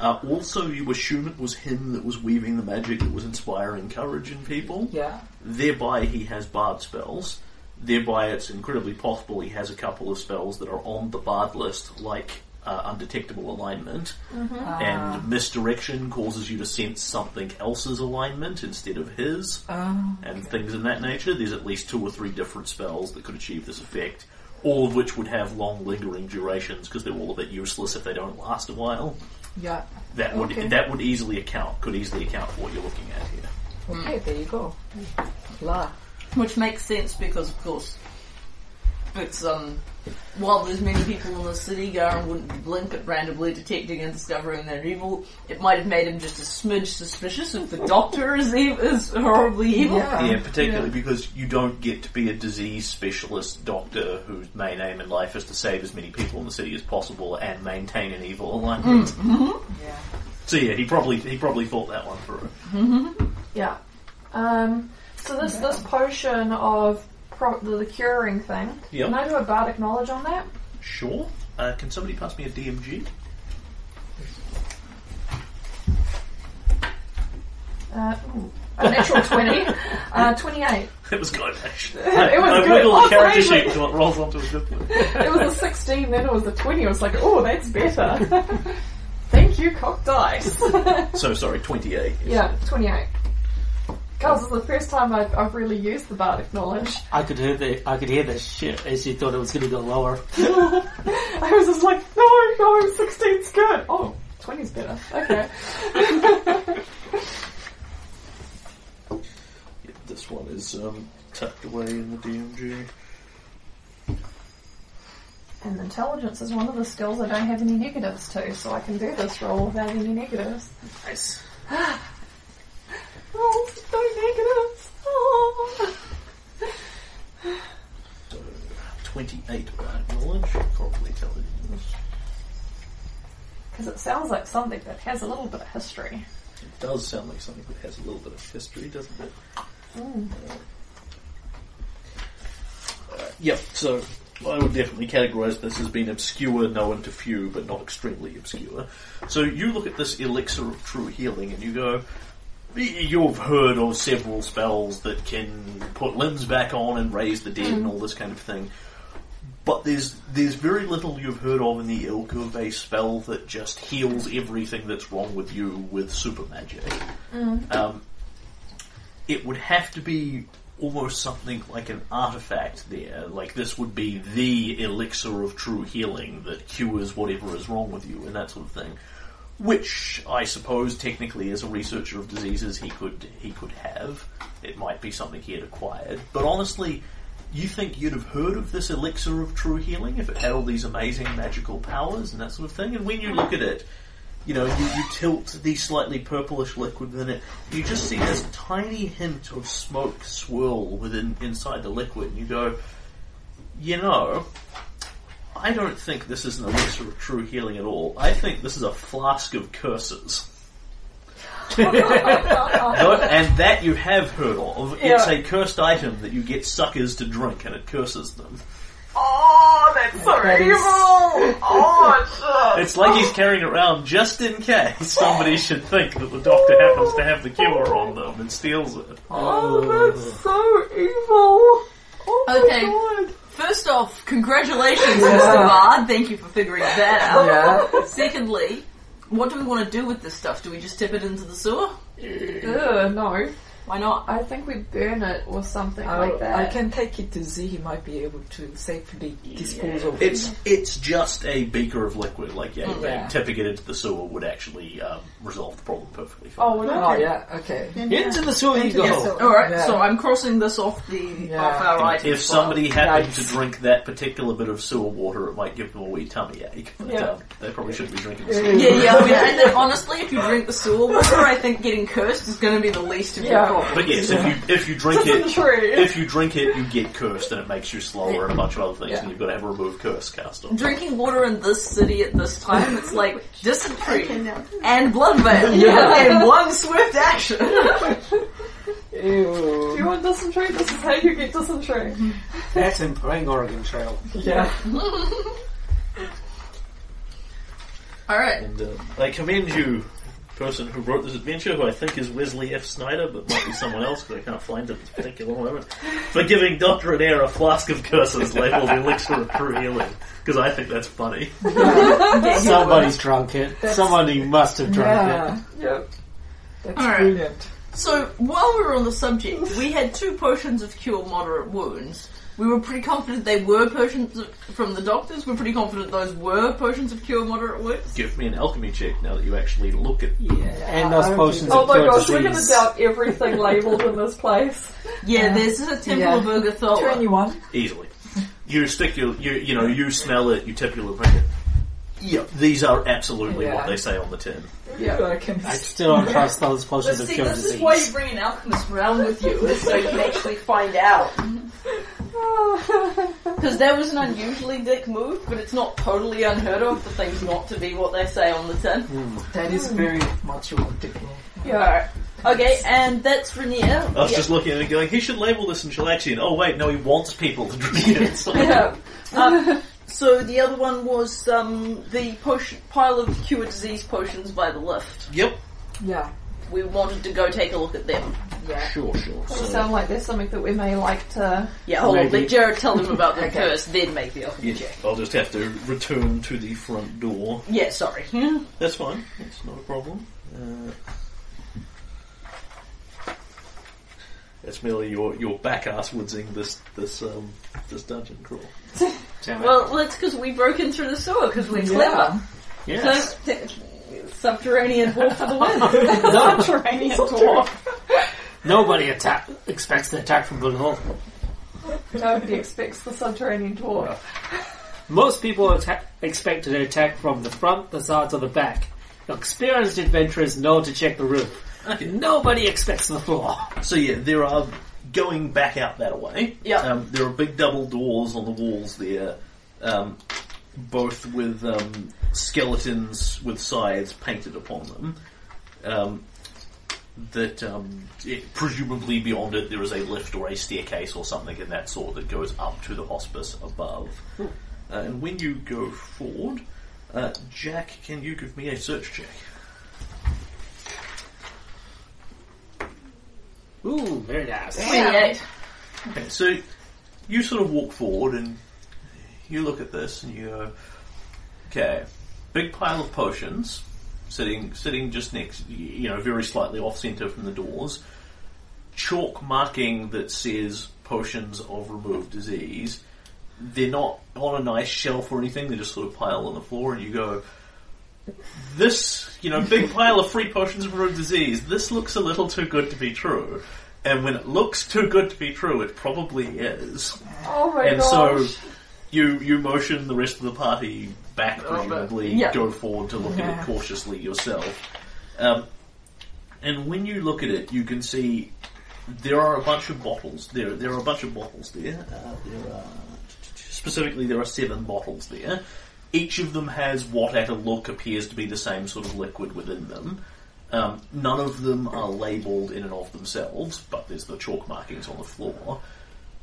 Speaker 2: Uh, also, you assume it was him that was weaving the magic that was inspiring courage in people.
Speaker 7: Yeah.
Speaker 2: Thereby, he has bard spells. Thereby, it's incredibly possible he has a couple of spells that are on the bard list, like uh, undetectable alignment.
Speaker 7: Ah.
Speaker 2: And misdirection causes you to sense something else's alignment instead of his,
Speaker 7: Um,
Speaker 2: and things in that nature. There's at least two or three different spells that could achieve this effect, all of which would have long lingering durations because they're all a bit useless if they don't last a while.
Speaker 7: yeah.
Speaker 2: That would
Speaker 7: Okay.
Speaker 2: that would easily account could easily account for what you're looking at here.
Speaker 7: Okay, there you go. La.
Speaker 4: Which makes sense because, of course, it's, um, while there's many people in the city, Garen wouldn't blink at randomly detecting and discovering they're evil. It might have made him just a smidge suspicious if the doctor is, ev- is horribly evil. [LAUGHS]
Speaker 7: Yeah.
Speaker 2: Yeah,
Speaker 3: Um,
Speaker 2: particularly because you don't get to be a disease specialist doctor whose main aim in life is to save as many people in the city as possible and maintain an evil alignment.
Speaker 3: Mm, mm-hmm.
Speaker 7: Yeah.
Speaker 2: So yeah, he probably he probably thought that one through.
Speaker 3: Yeah. Um, so this this potion of pro- the, the curing thing.
Speaker 2: Yep.
Speaker 3: Can I do a bardic knowledge on that?
Speaker 2: Sure. Uh, can somebody pass me a DMG?
Speaker 3: Uh, ooh, a natural twenty. Uh, Twenty-eight.
Speaker 2: [LAUGHS] It was good actually.
Speaker 3: [LAUGHS] It was
Speaker 2: I
Speaker 3: good.
Speaker 2: wiggle
Speaker 3: Oh,
Speaker 2: the character
Speaker 3: great.
Speaker 2: sheet until it rolls onto a good one.
Speaker 3: It was a sixteen, then it was a twenty. I was like, oh, that's better. [LAUGHS] Thank you, cock dice. [LAUGHS]
Speaker 2: So sorry, twenty eight.
Speaker 3: yeah, twenty-eight. Cause it's the first time I've, I've really used the bardic knowledge. [LAUGHS]
Speaker 6: I could hear the I could hear the shit as you thought it was going to go lower.
Speaker 3: I was just like, no, no, 16's good. Oh, 20's better. Okay.
Speaker 2: This one is um, tucked away in the DMG.
Speaker 3: and intelligence is one of the skills I don't have any negatives to, so I can do this roll without any negatives.
Speaker 6: Nice.
Speaker 3: Oh, no negatives. Oh. [LAUGHS]
Speaker 2: So twenty eight by knowledge probably tell you this.
Speaker 3: Because it sounds like something that has a little bit of history.
Speaker 2: It does sound like something that has a little bit of history, doesn't it? Uh, yep, so I would definitely categorize this as being obscure, known to few, but not extremely obscure. So you look at this elixir of true healing and you go, "Y- you've heard of several spells that can put limbs back on and raise the dead and all this kind of thing. But there's there's very little you've heard of in the ilk of a spell that just heals everything that's wrong with you with super magic. Um, it would have to be almost something like an artifact there. Like this would be the elixir of true healing that cures whatever is wrong with you and that sort of thing. Which I suppose technically as a researcher of diseases he could he could have. It might be something he had acquired. But honestly, you think you'd have heard of this elixir of true healing if it had all these amazing magical powers and that sort of thing. And when you look at it, you know, you, you tilt the slightly purplish liquid within it. You just see this tiny hint of smoke swirl within inside the liquid, and you go, you know, I don't think this is an elixir of true healing at all. I think this is a flask of
Speaker 3: [LAUGHS]
Speaker 2: curses. No, and that you have heard of. It's
Speaker 3: Yeah.
Speaker 2: a cursed item that you get suckers to drink, and it curses them.
Speaker 3: Oh, that's so evil! Oh, shit!
Speaker 2: It's like he's carrying around just in case somebody should think that the doctor happens to have the cure on them and steals it.
Speaker 3: Oh, that's so evil! Oh,
Speaker 4: Okay.
Speaker 3: my God.
Speaker 4: First off, congratulations, Mr. Bard. Thank you for figuring that out.
Speaker 6: Yeah.
Speaker 4: Secondly, what do we want to do with this stuff? Do we just tip it into the sewer?
Speaker 3: Ugh, no.
Speaker 4: Why not?
Speaker 3: I think we burn it or something
Speaker 7: I'll-
Speaker 3: like that.
Speaker 7: I can take it to Z. He might be able to safely dispose of it.
Speaker 2: It's it's just a beaker of liquid. Like yeah,
Speaker 7: Yeah.
Speaker 2: tipping it into the sewer would actually um, resolve the problem perfectly.
Speaker 3: Oh, well,
Speaker 7: Oh
Speaker 3: okay.
Speaker 7: yeah, okay.
Speaker 5: Then, yeah.
Speaker 6: Into the sewer you go.
Speaker 5: Yes, so-
Speaker 4: Alright,
Speaker 7: Yeah.
Speaker 4: so I'm crossing this off the
Speaker 7: Yeah.
Speaker 4: off our item.
Speaker 2: if somebody happened
Speaker 7: Yikes.
Speaker 2: to drink that particular bit of sewer water, it might give them a wee tummy ache. But, um, they probably shouldn't be drinking sewer.
Speaker 4: Yeah, yeah. I mean, I think, honestly, if you drink the sewer water, I think getting cursed is going to be the least of your
Speaker 3: Yeah.
Speaker 4: problems.
Speaker 2: But yes, if you if you drink
Speaker 3: That's
Speaker 2: it,
Speaker 3: true.
Speaker 2: if you drink it, you get cursed, and it makes you slower and a bunch of other things,
Speaker 7: Yeah.
Speaker 2: and you've got to have a remove curse cast on.
Speaker 4: Drinking water in this city at this time, it's like dysentery
Speaker 5: Okay, now.
Speaker 4: and blood veil [LAUGHS] in one swift action.
Speaker 3: Do you want dysentery? This is how you get dysentery.
Speaker 6: That's in Praying Oregon Trail.
Speaker 7: Yeah.
Speaker 4: Alright.
Speaker 2: And uh, I commend you, person who wrote this adventure, who I think is Wesley F. Snyder, but might be someone else because I can't find it at this particular moment, for giving Doctor Adair a flask of curses labeled Elixir of True Healing. Because I think that's funny.
Speaker 6: Somebody's drunk it. Somebody must have drunk it.
Speaker 7: Yeah.
Speaker 3: Yep.
Speaker 7: That's
Speaker 4: All right.
Speaker 7: brilliant.
Speaker 4: So, while we were on the subject, we had two potions of cure moderate wounds. We were pretty confident they were potions of, from the doctors. We're pretty confident those were potions of cure moderate wounds.
Speaker 2: Give me an alchemy check now that you actually look at.
Speaker 6: Yeah. And those
Speaker 7: I
Speaker 6: potions
Speaker 3: Oh
Speaker 6: of
Speaker 3: my
Speaker 6: cure
Speaker 3: gosh, we're gonna
Speaker 6: disease.
Speaker 3: doubt everything labelled in this place.
Speaker 4: Yeah,
Speaker 7: Yeah.
Speaker 4: there's a temple
Speaker 7: Yeah.
Speaker 4: of Urgathola.
Speaker 7: Twenty-one.
Speaker 2: Easily. You stick your, you, you know, you smell it, you tip your little finger. Yep, these are absolutely what
Speaker 7: Yeah.
Speaker 2: they say on the tin.
Speaker 7: Yeah, I can.
Speaker 6: I still don't trust those potions of
Speaker 4: See,
Speaker 6: cure
Speaker 4: this
Speaker 6: disease.
Speaker 4: is why you bring an alchemist around with you, is so you can actually find out. Because that was an unusually dick move, but it's not totally unheard of for things not to be what they say on the tin.
Speaker 7: That is very much romantic.
Speaker 4: Yeah. Okay, and that's Rainier.
Speaker 2: I was just looking at it going, he should label this in Chilaxian. Oh wait, no, he wants people to drink it. It's like-
Speaker 3: Yeah.
Speaker 4: Um, so the other one was um, the potion, pile of cure disease potions by the lift.
Speaker 2: Yep.
Speaker 7: Yeah.
Speaker 4: We wanted to go take a look at them.
Speaker 2: Sure, sure.
Speaker 3: Doesn't
Speaker 2: So-
Speaker 3: sound like there's something that we may like to.
Speaker 4: Yeah, hold on.
Speaker 6: Maybe.
Speaker 4: Let Jared tell them about them first, then make the offer.
Speaker 2: Yeah, I'll just have to return to the front door.
Speaker 4: Yeah, sorry. Hmm?
Speaker 2: That's fine. That's not a problem. Uh, that's merely your your back ass woodsing this this um this dungeon crawl.
Speaker 6: Damn it.
Speaker 4: Well, well, it's because we broke in through the sewer because we're clever.
Speaker 6: yes.
Speaker 4: So, t- subterranean dwarf
Speaker 2: [LAUGHS]
Speaker 4: for the win. subterranean dwarf.
Speaker 6: Nobody attack expects the attack from below.
Speaker 3: Nobody expects the subterranean dwarf.
Speaker 6: Most people atta- expect an attack from the front, the sides, or the back. Experienced adventurers know to check the roof. Nobody expects the floor.
Speaker 2: So yeah, there are going back out that way.
Speaker 4: Yeah.
Speaker 2: Um, there are big double doors on the walls there, um, both with um, skeletons with scythes painted upon them. Um, that um, it, presumably beyond it there is a lift or a staircase or something in that sort that goes up to the hospice above. Uh, and when you go forward, uh, Jack, can you give me a search check?
Speaker 6: Ooh, very nice.
Speaker 9: Twenty-eight.
Speaker 2: Okay, so you sort of walk forward and you look at this and you go, okay, big pile of potions sitting sitting just next, you know, very slightly off center from the doors. Chalk marking that says potions of removed disease. They're not on a nice shelf or anything. They just sort of pile on the floor, and you go, this, you know, big pile of free potions for a disease, this looks a little too good to be true. And when it looks too good to be true, it probably is.
Speaker 3: Oh my
Speaker 2: and
Speaker 3: gosh.
Speaker 2: so you you motion the rest of the party back, presumably,
Speaker 4: yeah.
Speaker 2: go forward to look at it cautiously yourself. Um, and when you look at it, you can see there are a bunch of bottles. There there are a bunch of bottles there. Uh, there are specifically there are seven bottles there. Each of them has what, at a look, appears to be the same sort of liquid within them. Um, none of them are labelled in and of themselves, but there's the chalk markings on the floor.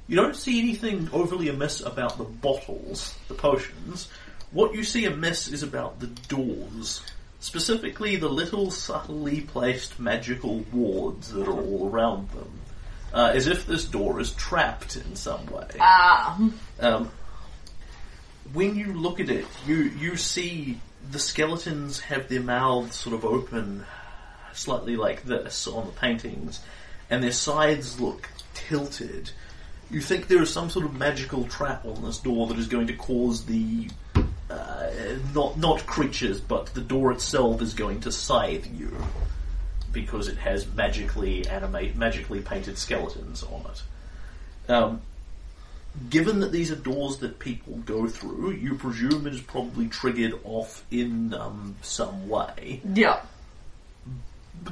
Speaker 2: You don't see anything overly amiss about the bottles, the potions. What you see amiss is about the doors. Specifically, the little subtly placed magical wards that are all around them. Uh, as if this door is trapped in some way.
Speaker 4: Ah,
Speaker 2: Um, when you look at it, you you see the skeletons have their mouths sort of open, slightly like this on the paintings, and their sides look tilted. You think there is some sort of magical trap on this door that is going to cause the uh, not not creatures, but the door itself is going to scythe you because it has magically animate magically painted skeletons on it. Um, given that these are doors that people go through, you presume it is probably triggered off in um, some way
Speaker 4: yeah.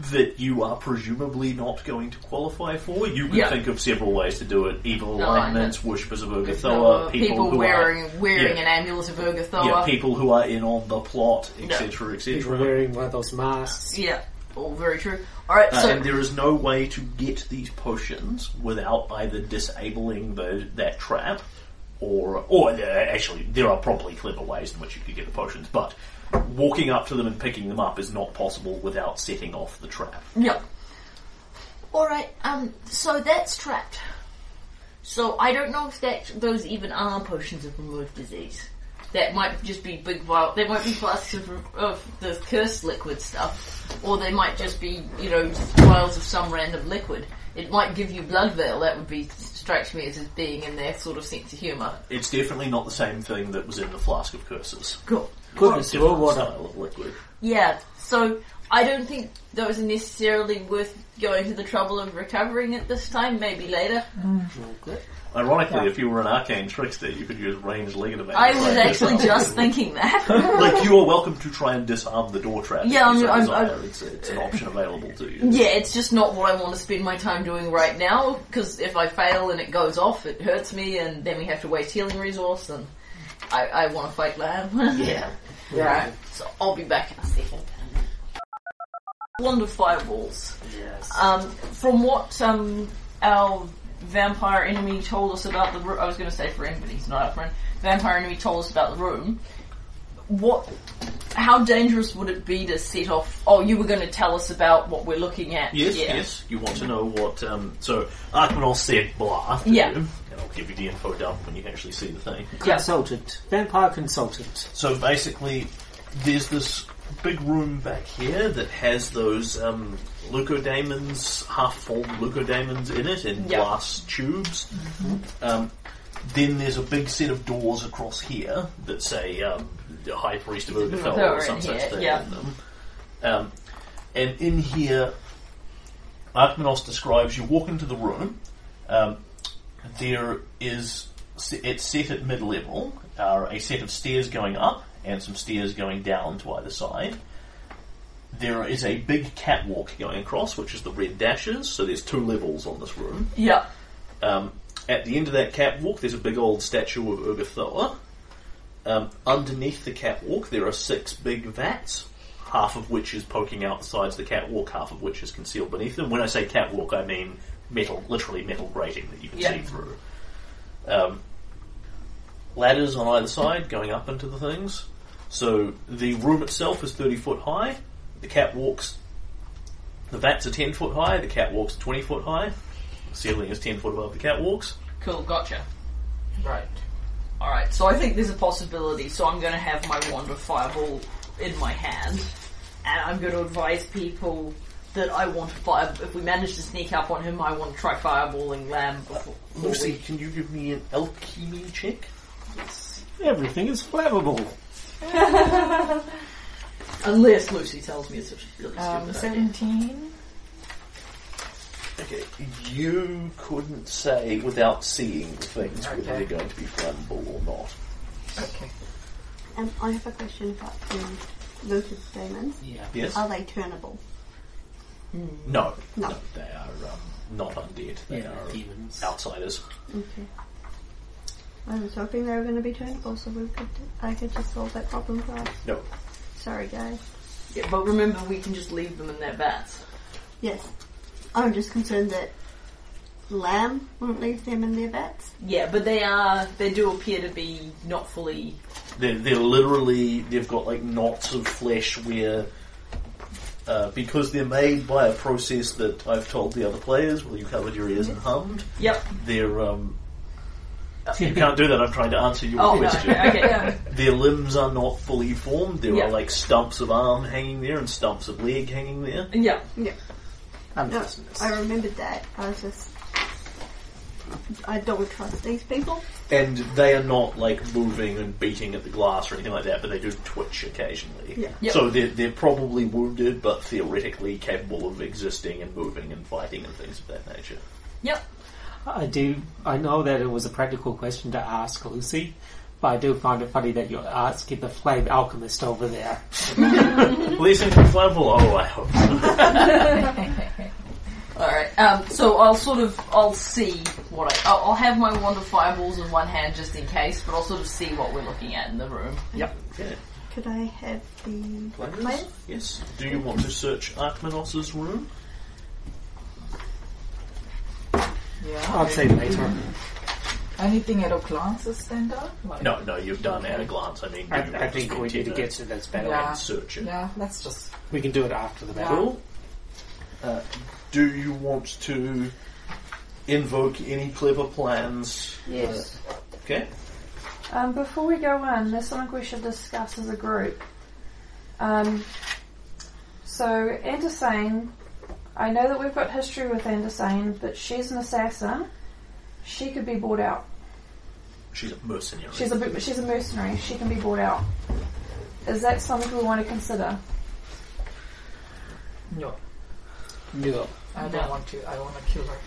Speaker 2: that you are presumably not going to qualify for. You can
Speaker 4: Yeah.
Speaker 2: think of several ways to do it: evil
Speaker 4: No,
Speaker 2: alignments, wish Berserker
Speaker 4: So,
Speaker 2: Thoa,
Speaker 4: uh,
Speaker 2: people,
Speaker 4: people
Speaker 2: who
Speaker 4: wearing
Speaker 2: are
Speaker 4: wearing
Speaker 2: yeah.
Speaker 4: an amulet of Urgathoa.
Speaker 2: yeah, people who are in on the plot, etc.,
Speaker 6: People
Speaker 2: etc.
Speaker 6: wearing one of those masks.
Speaker 4: Yeah, all very true. All right,
Speaker 2: Uh,
Speaker 4: so
Speaker 2: and there is no way to get these potions without either disabling the, that trap, or or uh, actually there are probably clever ways in which you could get the potions, but walking up to them and picking them up is not possible without setting off the trap.
Speaker 4: yeah,
Speaker 9: All right. Um. So that's trapped.
Speaker 4: so I don't know if that those even are potions of removed disease. That might just be big vial. They might be flasks of, of the cursed liquid stuff, or they might just be you know vials of some random liquid. It might give you blood veil. That would be strikes me as being in their sort of sense of humour.
Speaker 2: It's definitely not the same thing that was in the flask of curses.
Speaker 4: Cool.
Speaker 6: Goodness,
Speaker 2: Different
Speaker 6: well, what a-
Speaker 2: style of liquid.
Speaker 4: Yeah, so I don't think those are necessarily worth going to the trouble of recovering it this time. Maybe later.
Speaker 2: Ironically, if you were an arcane trickster, you could use ranged legate.
Speaker 4: I was actually just thinking that.
Speaker 2: [LAUGHS] like you are welcome to try and disarm the door trap. if
Speaker 4: Yeah,
Speaker 2: you
Speaker 4: I'm-
Speaker 2: so
Speaker 4: I'm-
Speaker 2: desire.
Speaker 4: I'm-
Speaker 2: it's, it's an option available to you.
Speaker 4: yeah, it's just not what I want to spend my time doing right now. Because if I fail and it goes off, it hurts me, and then we have to waste healing resource, and I, I want to fight lab. [LAUGHS] yeah. Right. So I'll be back in a second. Wonder fireballs.
Speaker 6: Yes.
Speaker 4: Um, from what um, our vampire enemy told us about the room, I was going to say friend, but he's not our friend. Vampire enemy told us about the room. What? How dangerous would it be to set off? Oh, you were going to tell us about what we're looking at.
Speaker 2: Yes,
Speaker 4: yeah.
Speaker 2: yes. You want to know what? Um, so Arcanos said blah. after
Speaker 4: Yeah.
Speaker 2: you, and I'll give you the info dump when you actually see the thing.
Speaker 4: Yeah.
Speaker 6: Consultant. Vampire consultant.
Speaker 2: So basically, there's this big room back here that has those um, leucodamons, half-formed leucodamons in it, in
Speaker 4: Yeah. Mm-hmm.
Speaker 2: glass tubes. Um, then there's a big set of doors across here that say um, the High Priest of Urgafel
Speaker 4: They're
Speaker 2: or some
Speaker 4: in
Speaker 2: such
Speaker 4: here,
Speaker 2: thing
Speaker 4: yeah.
Speaker 2: on them. Um, and in here, Archmanos describes you walk into the room. Um, there is it's set at mid level, are a set of stairs going up and some stairs going down to either side. There is a big catwalk going across, which is the red dashes. So there's two levels on this room.
Speaker 4: Yeah.
Speaker 2: Um, at the end of that catwalk, there's a big old statue of Urgathoa. Um, underneath the catwalk, there are six big vats, half of which is poking out the sides of the catwalk, half of which is concealed beneath them. When I say catwalk, I mean metal, literally metal grating that you can
Speaker 4: Yeah.
Speaker 2: see through. Um, ladders on either side going up into the things. So the room itself is 30 foot high. The catwalks, the vats are 10 foot high. The catwalks are 20 foot high. Ceiling is 10 foot above the catwalks.
Speaker 4: Cool, gotcha. Right. Alright, so I think there's a possibility, so I'm gonna have my wand of fireball in my hand, and I'm gonna advise people that I want to fire, if we manage to sneak up on him, I want to try fireballing Lamb before.
Speaker 2: Lucy, can you give me an alchemy check?
Speaker 10: Everything is flammable.
Speaker 4: Unless Lucy tells me it's a really stupid
Speaker 7: Um,
Speaker 4: idea.
Speaker 7: 17.
Speaker 2: Okay, you couldn't say without seeing the things whether
Speaker 4: Okay.
Speaker 2: they're going to be flammable or not.
Speaker 7: Okay.
Speaker 5: Um, I have a question about the looted diamonds.
Speaker 6: Yeah.
Speaker 2: Yes?
Speaker 5: Are they turnable?
Speaker 2: No.
Speaker 5: Um, No.
Speaker 2: They are um, not undead. They
Speaker 6: Yeah,
Speaker 2: are
Speaker 6: demons.
Speaker 2: outsiders.
Speaker 5: Okay. Um, I was hoping they were going to be turnable, so we could I could just solve that problem for us.
Speaker 2: No.
Speaker 5: Sorry, guys.
Speaker 4: Yeah, but remember, we can just leave them in their vats.
Speaker 5: Yes, I'm just concerned that lamb won't leave them in their vats.
Speaker 4: Yeah, but they are, they do appear to be not fully.
Speaker 2: They're, they're literally, they've got like knots of flesh where, uh, because they're made by a process that I've told the other players, well, you covered your ears and hummed,
Speaker 4: Yep.
Speaker 2: they're, um, you can't do that, I'm trying to answer your
Speaker 4: [LAUGHS] Oh, no.
Speaker 2: question.
Speaker 4: Okay.
Speaker 7: Yeah.
Speaker 2: Their limbs are not fully formed. There
Speaker 4: Yeah.
Speaker 2: are like stumps of arm hanging there and stumps of leg hanging there.
Speaker 4: Yeah.
Speaker 5: Yeah, no,
Speaker 6: Unpleasantness.
Speaker 5: I remembered that. I was just, I don't trust these people.
Speaker 2: And they are not like moving and beating at the glass or anything like that, but they do twitch occasionally.
Speaker 5: Yeah.
Speaker 4: Yep.
Speaker 2: So they're, they're probably wounded, but theoretically capable of existing and moving and fighting and things of that nature.
Speaker 4: Yep.
Speaker 6: I do. I know that it was a practical question to ask Lucy, but I do find it funny that you're asking the flame alchemist over there.
Speaker 2: Listen to level. Oh, I hope so.
Speaker 4: Alright, um, so I'll sort of, I'll see what I, I'll, I'll have my wand of fireballs in one hand just in case, but I'll sort of see what we're looking at in the room. Yep.
Speaker 2: Yeah.
Speaker 5: Could I have the
Speaker 2: Players?
Speaker 5: players?
Speaker 2: Yes. Do you want to search Archmanos's room?
Speaker 7: Yeah.
Speaker 6: I'll say later.
Speaker 7: Anything at a glance that stand out? Like,
Speaker 2: No, no, you've done at a glance. I mean,
Speaker 6: I,
Speaker 2: you
Speaker 6: I think
Speaker 2: spent
Speaker 6: we need to
Speaker 2: ten
Speaker 6: get to this battle.
Speaker 7: Yeah.
Speaker 2: and search it.
Speaker 7: Yeah, let's just.
Speaker 6: We can do it after the battle.
Speaker 2: Cool. Uh, do you want to invoke any clever plans?
Speaker 3: Yes.
Speaker 2: Okay.
Speaker 3: Um, before we go in, there's something we should discuss as a group. Um, so, Andersane, I know that we've got history with Andersane, but she's an assassin. She could be bought out.
Speaker 2: She's a mercenary.
Speaker 3: She's a bu- she's a mercenary. She can be bought out. Is that something we want to consider?
Speaker 6: No. No.
Speaker 7: I don't want to. I want to kill her.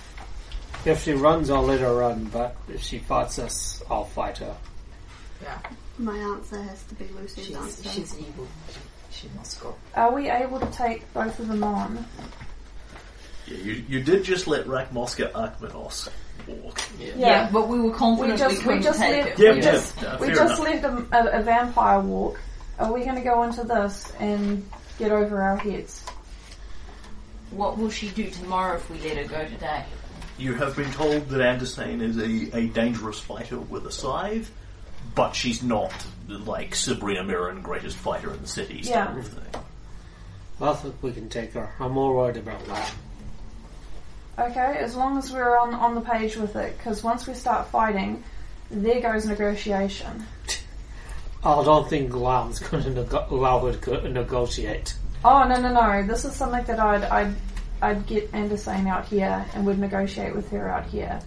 Speaker 6: If she runs, I'll let her run, but if she fights us, I'll fight her.
Speaker 7: Yeah.
Speaker 5: My answer has to be Lucy's answer.
Speaker 7: She's, she's evil. She must go.
Speaker 3: Are we able to take both of them on?
Speaker 2: yeah, you, you did just let Rakmoska Archmanos walk.
Speaker 3: Yeah.
Speaker 4: but we were confident
Speaker 3: We
Speaker 4: we,
Speaker 3: just we
Speaker 4: couldn't
Speaker 3: just
Speaker 4: take
Speaker 3: left
Speaker 4: it.
Speaker 2: Yeah,
Speaker 3: we
Speaker 2: we
Speaker 3: just
Speaker 2: did. Uh,
Speaker 3: we
Speaker 2: fair
Speaker 3: just
Speaker 2: enough.
Speaker 3: left a, a, a vampire walk. Are we going to go into this and get over our heads?
Speaker 4: What will she do tomorrow if we let her go today?
Speaker 2: You have been told that Andersane is a, a dangerous fighter with a scythe, but she's not like Sabrina Mirren, greatest fighter in the city. Sort
Speaker 3: Yeah.
Speaker 2: of thing.
Speaker 6: I think we can take her. I'm more worried about that.
Speaker 3: Okay, as long as we're on on the page with it, because once we start fighting, there goes negotiation.
Speaker 6: I don't think Lam's going to neg- allow her to go- negotiate.
Speaker 3: Oh no no no! This is something that I'd I'd I'd get Andersane out here and would negotiate with her out here.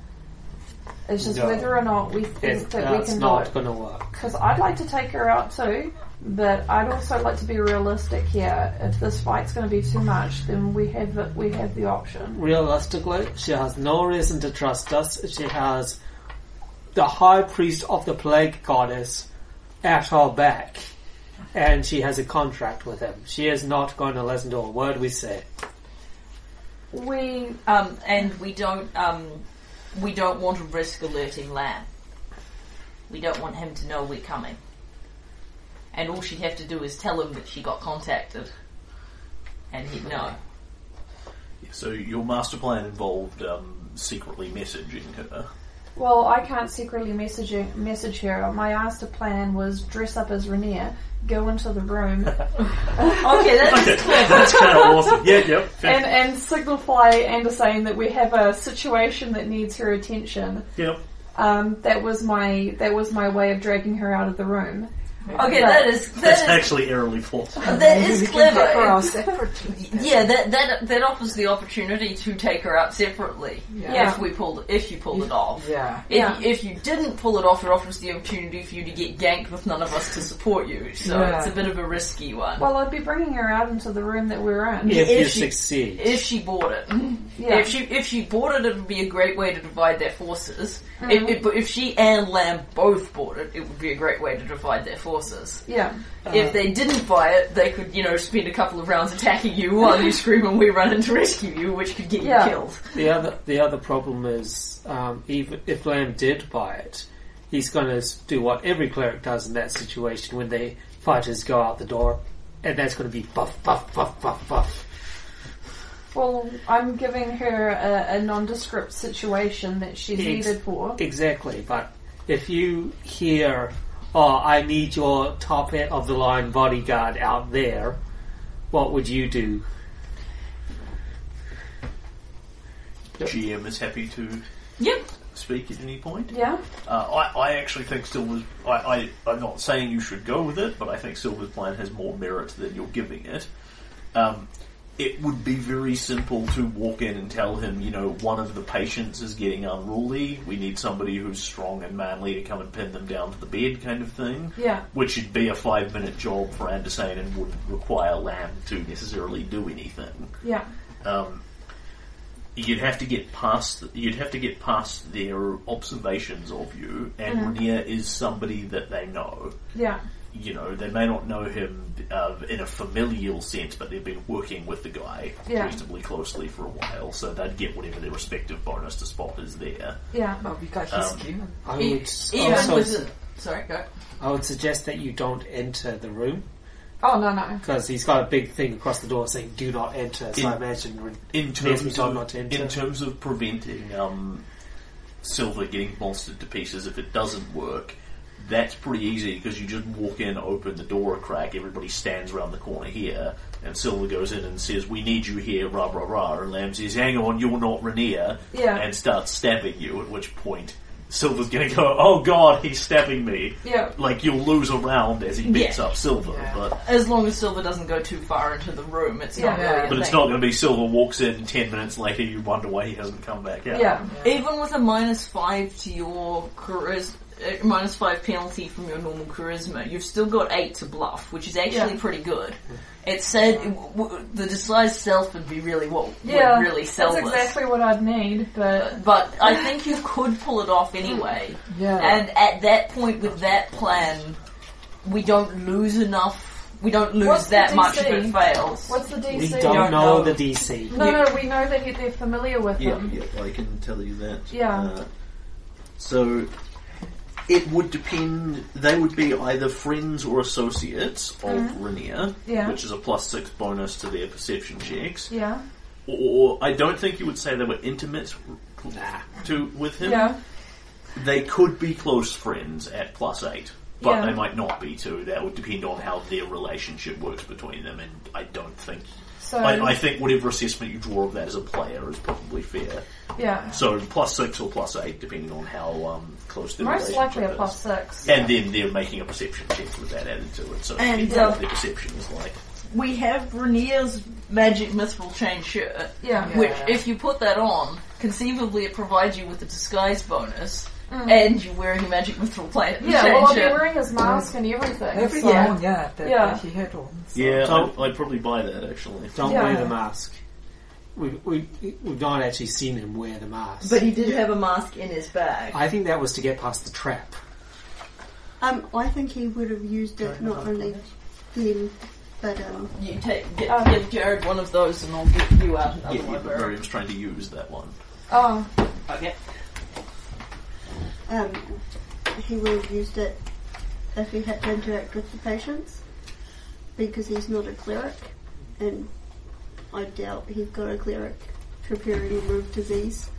Speaker 3: It's just
Speaker 6: No.
Speaker 3: whether or not we
Speaker 6: It,
Speaker 3: think that we
Speaker 6: that's
Speaker 3: can do
Speaker 6: not
Speaker 3: it.
Speaker 6: going to work.
Speaker 3: Because I'd like to take her out too, but I'd also like to be realistic here. If this fight's going to be too much, then we have it, we have the option.
Speaker 6: Realistically, she has no reason to trust us. She has the high priest of the plague goddess at her back, and she has a contract with him. She is not going to listen to a word we say.
Speaker 3: We
Speaker 4: Um, and we don't, um, we don't want to risk alerting Lamb. We don't want him to know we're coming. And all she'd have to do is tell him that she got contacted. and he'd know.
Speaker 2: So your master plan involved um, secretly messaging
Speaker 3: [LAUGHS]
Speaker 2: her.
Speaker 3: Well, I can't secretly message message her. My master plan was dress up as Rainier, go into the
Speaker 6: [LAUGHS]
Speaker 3: room,
Speaker 4: Okay, that's
Speaker 2: That's kind of awesome. Yeah, yep.
Speaker 3: and and signify and saying that we have a situation that needs her attention.
Speaker 2: Yep.
Speaker 3: Um, that was my that was my way of dragging her out of the room.
Speaker 4: okay. That is [LAUGHS]
Speaker 2: That's
Speaker 4: that
Speaker 2: actually airily false.
Speaker 4: is that is
Speaker 7: For
Speaker 4: clever.
Speaker 7: our separately.
Speaker 4: Yeah, that that that offers the opportunity to take her out separately.
Speaker 3: Yeah.
Speaker 4: If we pulled, if you pulled it off.
Speaker 7: Yeah.
Speaker 4: If,
Speaker 3: Yeah.
Speaker 4: if you didn't pull it off, it offers the opportunity for you to get ganked with none of us to support you. So
Speaker 7: Yeah.
Speaker 4: it's a bit of a risky one.
Speaker 3: Well, I'd be bringing her out into the room that we're in.
Speaker 6: If,
Speaker 4: If
Speaker 6: you
Speaker 4: she-
Speaker 6: succeed.
Speaker 4: if she bought it,
Speaker 3: Yeah.
Speaker 4: if she if she bought it, it would be a great way to divide their forces. If, if, if she and Lamb both bought it, it would be a great way to divide their forces.
Speaker 3: yeah. Uh-huh.
Speaker 4: if they didn't buy it, they could you know spend a couple of rounds attacking you while
Speaker 3: [LAUGHS]
Speaker 4: you scream and we run in to rescue you, which could get
Speaker 3: Yeah.
Speaker 4: you killed.
Speaker 6: The other the other problem is um, even if Lamb did buy it, he's going to do what every cleric does in that situation when they fighters go out the door, and that's going to be buff buff buff buff buff.
Speaker 3: Well, I'm giving her a, a nondescript situation that she's
Speaker 6: Ex-
Speaker 3: needed for.
Speaker 6: Exactly, but if you hear, "Oh, I need your top end of the line bodyguard out there," what would you do?
Speaker 2: GM is happy to
Speaker 4: Yep.
Speaker 2: speak at any point.
Speaker 3: Yeah.
Speaker 2: Uh, I, I actually think Silver's. I, I, I'm not saying you should go with it, but I think Silver's plan has more merit than you're giving it. Um, it would be very simple to walk in and tell him, you know, one of the patients is getting unruly. We need somebody who's strong and manly to come and pin them down to the bed, kind of thing.
Speaker 3: Yeah.
Speaker 2: Which would be a five minute job for Anderson and wouldn't require Lamb to necessarily do anything
Speaker 3: Yeah.
Speaker 2: um, you'd have to get past you'd have to get past their observations of you, and Rania is somebody that they know.
Speaker 3: Yeah.
Speaker 2: You know, they may not know him uh, in a familial sense, but they've been working with the guy
Speaker 3: Yeah.
Speaker 2: reasonably closely for a while, so they'd get whatever their respective bonus to spot is there.
Speaker 3: Yeah.
Speaker 7: Well, we got his
Speaker 2: Um,
Speaker 7: skin.
Speaker 6: I
Speaker 4: E-
Speaker 6: would
Speaker 4: Even
Speaker 6: also-
Speaker 4: with it. Sorry, go.
Speaker 6: I would suggest that you don't enter the room
Speaker 3: Oh no no.
Speaker 6: because he's got a big thing across the door saying "Do not enter." So
Speaker 2: In-
Speaker 6: I imagine re-
Speaker 2: In
Speaker 6: Yes, we
Speaker 2: terms
Speaker 6: told
Speaker 2: of,
Speaker 6: not to enter.
Speaker 2: in terms of preventing um, silver getting bolstered to pieces if it doesn't work, that's pretty easy because you just walk in, open the door a crack, everybody stands around the corner here, and silver goes in and says, "We need you here," rah rah rah, and Lamb says, "Hang on, you're not Rainier,"
Speaker 3: Yeah.
Speaker 2: and starts stabbing you. At which point. Silver's gonna go, oh god, he's stabbing me.
Speaker 3: Yeah.
Speaker 2: Like, you'll lose a round as he beats
Speaker 4: Yeah.
Speaker 2: up Silver,
Speaker 7: Yeah.
Speaker 2: but
Speaker 4: As long as Silver doesn't go too far into the room, it's not
Speaker 3: Yeah.
Speaker 4: really. a
Speaker 2: But it's
Speaker 4: thing.
Speaker 2: not going to be Silver walks in ten minutes later. You wonder why he hasn't come back out.
Speaker 3: Yeah.
Speaker 4: Even with a minus five to your charisma, minus five penalty from your normal charisma, you've still got eight to bluff, which is actually
Speaker 3: Yeah.
Speaker 4: pretty good. It said w- w- the disguised self would be really what
Speaker 3: Yeah.
Speaker 4: would really sell
Speaker 3: That's
Speaker 4: this.
Speaker 3: exactly what I'd need, but
Speaker 4: But I think you could pull it off anyway.
Speaker 7: Yeah.
Speaker 4: And at that point, with that plan, we don't lose enough. We don't lose
Speaker 3: What's the
Speaker 4: that much if
Speaker 3: DC?
Speaker 4: it fails.
Speaker 3: what's the DC?
Speaker 6: we don't,
Speaker 4: don't
Speaker 6: know,
Speaker 4: know.
Speaker 6: the DC.
Speaker 3: No, no, we know that he- they're familiar with
Speaker 2: yeah,
Speaker 3: them.
Speaker 2: yeah, I can tell you that.
Speaker 3: Um, Yeah.
Speaker 2: Uh, so it would depend. They would be either friends or associates of Rania,
Speaker 3: Mm-hmm. Yeah.
Speaker 2: which is a plus six bonus to their perception checks.
Speaker 3: Yeah,
Speaker 2: Or I don't think you would say they were intimate to with him.
Speaker 3: yeah,
Speaker 2: They could be close friends at plus eight, but
Speaker 3: Yeah.
Speaker 2: they might not be too. That would depend on how their relationship works between them, and I don't think.
Speaker 3: So
Speaker 2: I, I think whatever assessment you draw of that as a player is probably fair.
Speaker 3: yeah,
Speaker 2: So plus six or plus eight, depending on how um, close the
Speaker 3: most
Speaker 2: relationship
Speaker 3: likely a
Speaker 2: is.
Speaker 3: plus six.
Speaker 2: And then they're making a perception check with that added to it, so
Speaker 4: And,
Speaker 2: depending on
Speaker 4: uh,
Speaker 2: what their perception is like.
Speaker 4: We have Rainier's magic mythful chain shirt.
Speaker 3: Yeah,
Speaker 7: Yeah.
Speaker 4: Which, if you put that on, conceivably it provides you with a disguise bonus, and you're wearing a magic mithril plate.
Speaker 3: yeah. Well, I'll be
Speaker 4: changer.
Speaker 3: wearing his mask and everything.
Speaker 7: Every
Speaker 3: so-
Speaker 7: yeah. yeah, that,
Speaker 3: Yeah.
Speaker 7: that he had on. So.
Speaker 2: Yeah,
Speaker 6: I'd-
Speaker 2: I'd, probably buy that actually.
Speaker 6: Don't
Speaker 3: Yeah.
Speaker 6: wear the mask. We, we, we've not actually seen him wear the mask.
Speaker 4: But he did have a mask in his bag.
Speaker 6: I think that was to get past the trap.
Speaker 5: Um, I think he would have used it not only then, but um,
Speaker 4: You take get,
Speaker 3: Um,
Speaker 4: give Jared one of those, and I'll get you out another
Speaker 2: Yeah, yeah,
Speaker 4: one.
Speaker 2: but Miriam's trying to use that one.
Speaker 3: Oh,
Speaker 4: Okay.
Speaker 5: um, he would have used it if he had to interact with the patients because he's not a cleric and I doubt he's got a cleric preparing to remove disease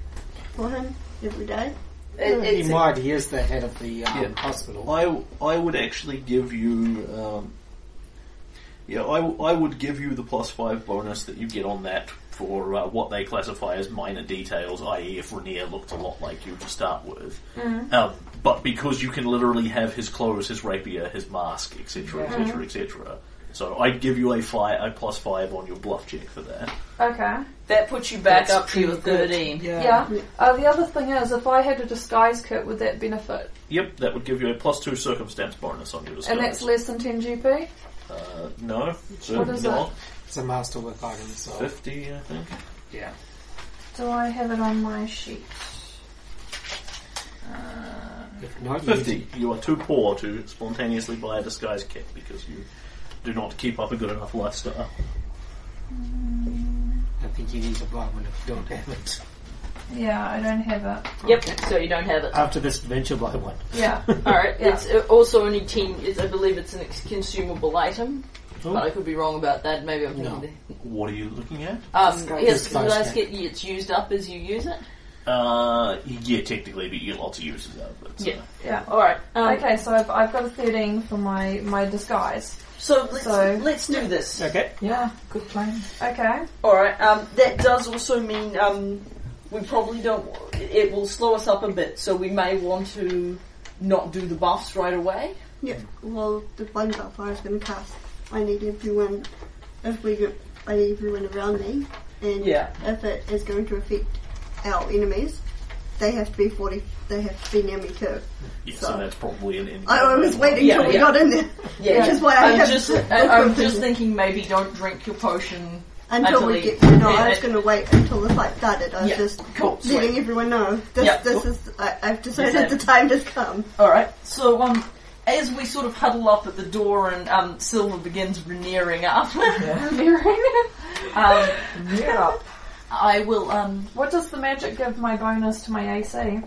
Speaker 5: for him every day.
Speaker 10: he might. He is the head of the um,
Speaker 2: Yeah.
Speaker 10: hospital.
Speaker 2: I, I would actually give you. Um, yeah, I, w- I would give you the plus five bonus that you get on that for uh, what they classify as minor details, i.e., if Rainier looked a lot like you to start with.
Speaker 3: Mm-hmm.
Speaker 2: Um, but because you can literally have his clothes, his rapier, his mask, etc.,
Speaker 3: Mm-hmm.
Speaker 2: etc., etc. So I'd give you a five, a plus five on your bluff check for that.
Speaker 3: Okay.
Speaker 4: That puts you back
Speaker 6: That's
Speaker 4: up to your
Speaker 6: pretty good.
Speaker 4: 13.
Speaker 3: Yeah. Uh, the other thing is, if I had a disguise kit, would that benefit?
Speaker 2: Yep, that would give you a plus two circumstance bonus on your
Speaker 3: And
Speaker 2: disguise.
Speaker 3: that's less than 10 GP?
Speaker 2: uh, no,
Speaker 3: What
Speaker 2: certainly
Speaker 3: is
Speaker 2: not.
Speaker 10: It's a masterwork item, so
Speaker 2: Fifty, I think.
Speaker 10: yeah.
Speaker 3: Do I have it on Oh my sheet?
Speaker 10: If not, you-
Speaker 2: 50. You are too poor to spontaneously buy a disguise kit because you do not keep up a good enough lifestyle.
Speaker 10: I think you need to buy one if you don't have it.
Speaker 6: [LAUGHS]
Speaker 3: Yeah, I don't have it.
Speaker 4: Yep, so you don't have it.
Speaker 6: Um,
Speaker 10: After this adventure, buy one.
Speaker 3: Yeah.
Speaker 4: Alright,
Speaker 3: Yeah.
Speaker 4: it's uh, also only 10, it's, I believe it's an ex- consumable item, but I could be wrong about that, maybe I'm thinking
Speaker 10: No.
Speaker 4: the
Speaker 2: What are you looking at?
Speaker 4: Um,
Speaker 7: Disguise-
Speaker 4: yes,
Speaker 10: disguise
Speaker 4: disguise
Speaker 10: kit.
Speaker 4: kit, it's used up as you use it.
Speaker 2: Uh, yeah, technically, but uh, you get lots of uses out of it. so-
Speaker 4: Yeah.
Speaker 3: Yeah.
Speaker 4: Alright. Um,
Speaker 3: Okay, so I've, I've got a 13 for my, my disguise.
Speaker 4: So let's,
Speaker 3: So-
Speaker 4: let's do this.
Speaker 10: Okay.
Speaker 7: Yeah, good plan.
Speaker 3: Okay. [LAUGHS]
Speaker 4: Alright, um, that does also mean um, we probably don't. It will slow us up a bit, so we may want to not do the buffs right away.
Speaker 5: Yeah. Well, the one buff I was going to cast, I need everyone. If we, go- I need everyone around me, and
Speaker 4: Yeah.
Speaker 5: if it is going to affect our enemies, they have to be forty. They have to be near me too.
Speaker 2: Yeah, so,
Speaker 5: So-
Speaker 2: that's probably an end.
Speaker 5: I, I was waiting
Speaker 4: Yeah,
Speaker 5: till we
Speaker 4: yeah.
Speaker 5: got in there. Which is why I
Speaker 4: I'm
Speaker 5: have
Speaker 4: just,
Speaker 5: to-
Speaker 4: I, I'm just thinking maybe don't drink your potion.
Speaker 5: Until we
Speaker 4: Until
Speaker 5: get, no,
Speaker 4: yeah, [LAUGHS]
Speaker 5: I was
Speaker 4: it-
Speaker 5: going to wait until the fight started. I was
Speaker 4: Yeah,
Speaker 5: just
Speaker 4: cool,
Speaker 5: letting
Speaker 4: sweet.
Speaker 5: everyone know this.
Speaker 4: Yeah,
Speaker 5: this
Speaker 4: cool.
Speaker 5: is. I, I've
Speaker 4: Yes,
Speaker 5: decided
Speaker 4: I-
Speaker 5: the time has come.
Speaker 4: Alright, so um, as we sort of huddle up at the door and um, Silver begins veneering up, [LAUGHS] um,
Speaker 7: Near up.
Speaker 4: I will. Um,
Speaker 3: what does the magic give my bonus to my AC?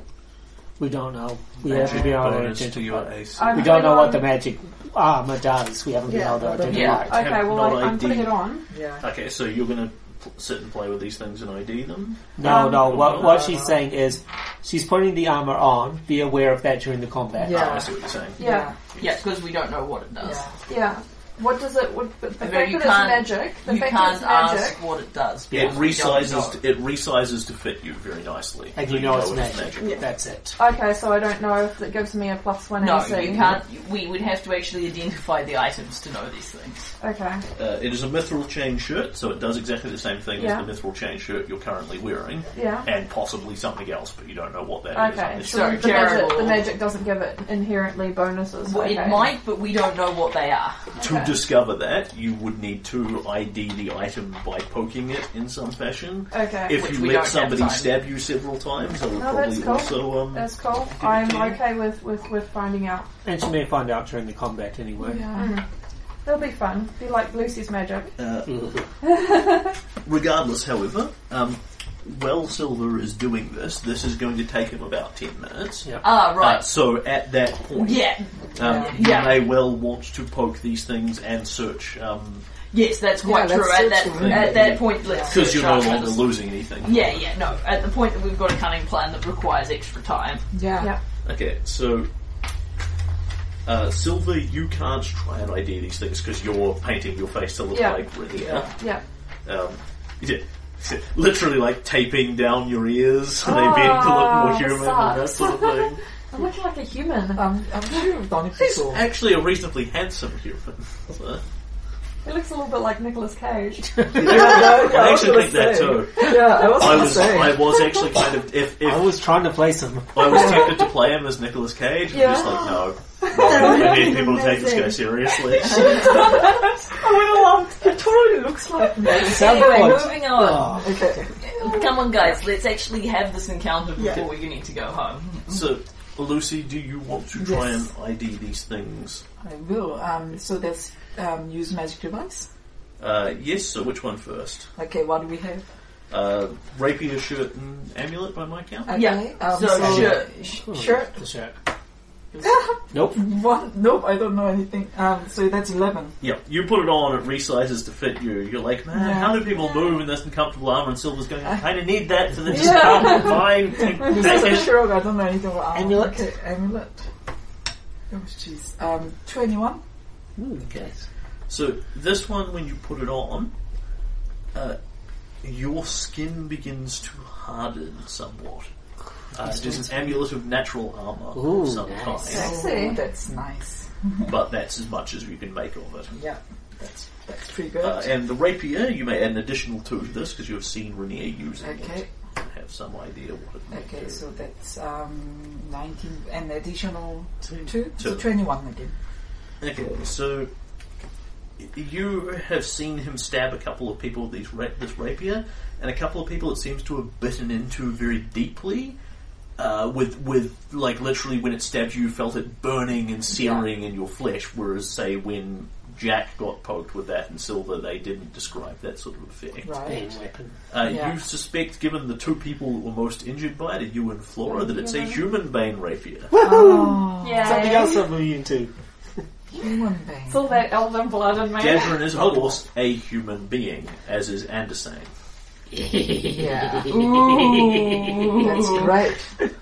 Speaker 6: We don't know. We haven't been able to
Speaker 2: bonus to
Speaker 6: identify.
Speaker 2: your AC.
Speaker 3: I've
Speaker 6: We
Speaker 3: got
Speaker 6: don't
Speaker 3: it
Speaker 6: know what the
Speaker 3: on-
Speaker 6: magic armor does. We haven't
Speaker 5: Yeah.
Speaker 6: been able to identify.
Speaker 4: Yeah.
Speaker 6: it.
Speaker 3: Okay, well,
Speaker 2: Not
Speaker 3: I, I'm
Speaker 2: ID.
Speaker 3: putting it on.
Speaker 7: Yeah.
Speaker 2: Okay, so you're going to pl- sit and play with these things and ID them?
Speaker 6: No,
Speaker 3: Um,
Speaker 6: no. What, what she's saying is, she's putting the armor on. Be aware of that during the combat.
Speaker 7: Yeah.
Speaker 2: I see what you're saying.
Speaker 3: Yeah.
Speaker 4: yeah, because we don't know what it does.
Speaker 7: Yeah.
Speaker 3: Yeah. What does it. What, the the
Speaker 4: No,
Speaker 3: fact
Speaker 4: you
Speaker 3: that it's
Speaker 4: can't-
Speaker 3: magic. The
Speaker 4: you
Speaker 3: fact that
Speaker 4: can't
Speaker 3: it's magic.
Speaker 4: ask what it does.
Speaker 2: It
Speaker 4: because we don't know.
Speaker 2: resizes. To, it resizes to fit you very nicely.
Speaker 6: And
Speaker 2: So
Speaker 6: you know it's
Speaker 2: it is
Speaker 6: magic. That's it.
Speaker 3: Okay, so I don't know if it gives me a plus one
Speaker 4: No,
Speaker 3: AC.
Speaker 4: you can't. We would have to actually identify the items to know these things.
Speaker 3: Okay.
Speaker 2: Uh, it is a mithril chain shirt, so it does exactly the same thing
Speaker 3: Yeah.
Speaker 2: as the mithril chain shirt you're currently wearing,
Speaker 3: Yeah.
Speaker 2: and possibly something else, but you don't know what that is.
Speaker 3: Okay.
Speaker 2: unless
Speaker 3: So
Speaker 2: you-
Speaker 4: Sorry,
Speaker 3: the, magic,
Speaker 4: terrible.
Speaker 3: the magic doesn't give it inherently bonuses.
Speaker 4: Well,
Speaker 3: okay.
Speaker 4: It might, but we don't know what they are.
Speaker 2: To
Speaker 3: Okay.
Speaker 2: discover that, you would need to ID the item by poking it in some fashion.
Speaker 3: Okay.
Speaker 2: If
Speaker 4: Which
Speaker 2: you
Speaker 4: we
Speaker 2: let
Speaker 4: don't have
Speaker 2: somebody
Speaker 4: time. Oh,
Speaker 2: stab you several times, I would
Speaker 3: No,
Speaker 2: probably
Speaker 3: that's cool.
Speaker 2: also. Um,
Speaker 3: That's cool. I'm okay with, with, with finding out. Mm.
Speaker 6: And she may find out during the combat anyway.
Speaker 3: It'll be fun. Be like Lucy's magic.
Speaker 2: regardless, however, um, while Silver is doing this, this is going to take him about ten minutes.
Speaker 6: Yeah.
Speaker 4: Ah,
Speaker 2: Uh,
Speaker 4: right.
Speaker 2: so at that point,
Speaker 4: yeah.
Speaker 2: um,
Speaker 4: Yeah.
Speaker 2: you may well want to poke these things and search. Um,
Speaker 4: Yes, that's quite
Speaker 7: Yeah,
Speaker 4: true.
Speaker 7: that's
Speaker 4: At that,
Speaker 7: so true.
Speaker 4: at that point, let's.
Speaker 2: Because you're no
Speaker 4: search
Speaker 2: longer
Speaker 4: items.
Speaker 2: losing anything.
Speaker 4: Yeah, yeah, no. At the point that we've got a cunning plan that requires extra time.
Speaker 7: Yeah.
Speaker 3: Yeah.
Speaker 2: Okay, so. Uh, Silver, you can't try and ID these things because you're painting your face to look
Speaker 3: Yeah.
Speaker 2: like Rhaenyra.
Speaker 3: Yeah.
Speaker 2: Um, yeah, literally like taping down your ears so they begin to look more
Speaker 3: Ah,
Speaker 2: human and that
Speaker 3: sucks.
Speaker 2: sort of thing.
Speaker 3: I look like a human.
Speaker 7: I'm, I'm sure
Speaker 3: um,
Speaker 7: we've done it
Speaker 2: He's
Speaker 7: [LAUGHS] before.
Speaker 2: actually a reasonably handsome human. So-
Speaker 3: [LAUGHS] It looks a little bit like Nicolas Cage.
Speaker 2: I actually think that too.
Speaker 7: Yeah, I was
Speaker 2: I
Speaker 7: going to
Speaker 2: was,
Speaker 7: say.
Speaker 2: I was actually kind of if, if
Speaker 6: I was trying to place [LAUGHS] him.
Speaker 2: I was tempted to play him as Nicolas Cage. I'm just like, no. no, we need people to take this guy seriously.
Speaker 7: it totally looks like me.
Speaker 4: Anyway,
Speaker 6: Soundboard.
Speaker 4: moving on.
Speaker 6: Oh,
Speaker 7: Okay.
Speaker 4: Come on, guys. Let's actually have this encounter before
Speaker 5: Yeah.
Speaker 4: we need to go home.
Speaker 2: So, Lucy, do you want to try
Speaker 7: Yes.
Speaker 2: and ID these things?
Speaker 7: I will. Um, so that's um, use magic device.
Speaker 2: Uh, yes, so which one first?
Speaker 7: Okay, what do we have?
Speaker 2: Uh, rapier, shirt, and amulet by my count?
Speaker 7: Okay,
Speaker 4: Yeah.
Speaker 7: Um,
Speaker 4: so,
Speaker 7: so
Speaker 4: sure.
Speaker 6: oh,
Speaker 7: [LAUGHS] Shirt.
Speaker 6: The shirt.
Speaker 10: Nope.
Speaker 7: One, nope, I don't know anything. Um, so that's 11.
Speaker 2: Yeah, you put it on, it resizes to fit you. You're like, man,
Speaker 7: Yeah.
Speaker 2: how do people move in this uncomfortable armor? And Silver's going, I kind of need that for the
Speaker 7: Yeah.
Speaker 2: just yeah.
Speaker 7: [LAUGHS]
Speaker 2: fine.
Speaker 7: I'm just a shrug, I don't know anything about um,
Speaker 10: Amulet.
Speaker 7: Okay, amulet. Oh, jeez. Um, 21.
Speaker 2: Okay. So this one, when you put it on, uh, your skin begins to harden somewhat. Uh, it is an amulet of natural armor
Speaker 10: Ooh,
Speaker 2: of some kind,
Speaker 7: Oh, that's nice.
Speaker 2: but that's as much as you can make of it.
Speaker 7: Yeah, that's, that's pretty good.
Speaker 2: Uh, and the rapier, you may add an additional two to this because you have seen Rainier using it
Speaker 7: okay,
Speaker 2: and have some idea what it may
Speaker 7: okay,
Speaker 2: do.
Speaker 7: so that's um, 19, an additional 2. So
Speaker 2: Two.
Speaker 7: 21 again.
Speaker 2: Okay, so you have seen him stab a couple of people with these ra- this rapier, and a couple of people it seems to have bitten into very deeply. Uh, with with like literally when it stabbed you, you felt it burning and searing in your flesh. Whereas, say when Jack got poked with that in silver, they didn't describe that sort of effect.
Speaker 7: Right.
Speaker 10: Main weapon.
Speaker 2: Uh,
Speaker 7: Yeah.
Speaker 2: You suspect, given the two people that were most injured by it, you and Flora, that it's a
Speaker 4: Mm-hmm.
Speaker 2: human bane rapier.
Speaker 6: [LAUGHS]
Speaker 7: Oh,
Speaker 10: Something
Speaker 9: Yeah.
Speaker 10: else I'm really into.
Speaker 7: human being.
Speaker 3: It's all that elven blood in my
Speaker 2: Gavrin is, of course, a human being, as is Andersane.
Speaker 7: Yeah. Ooh, [LAUGHS] that's great.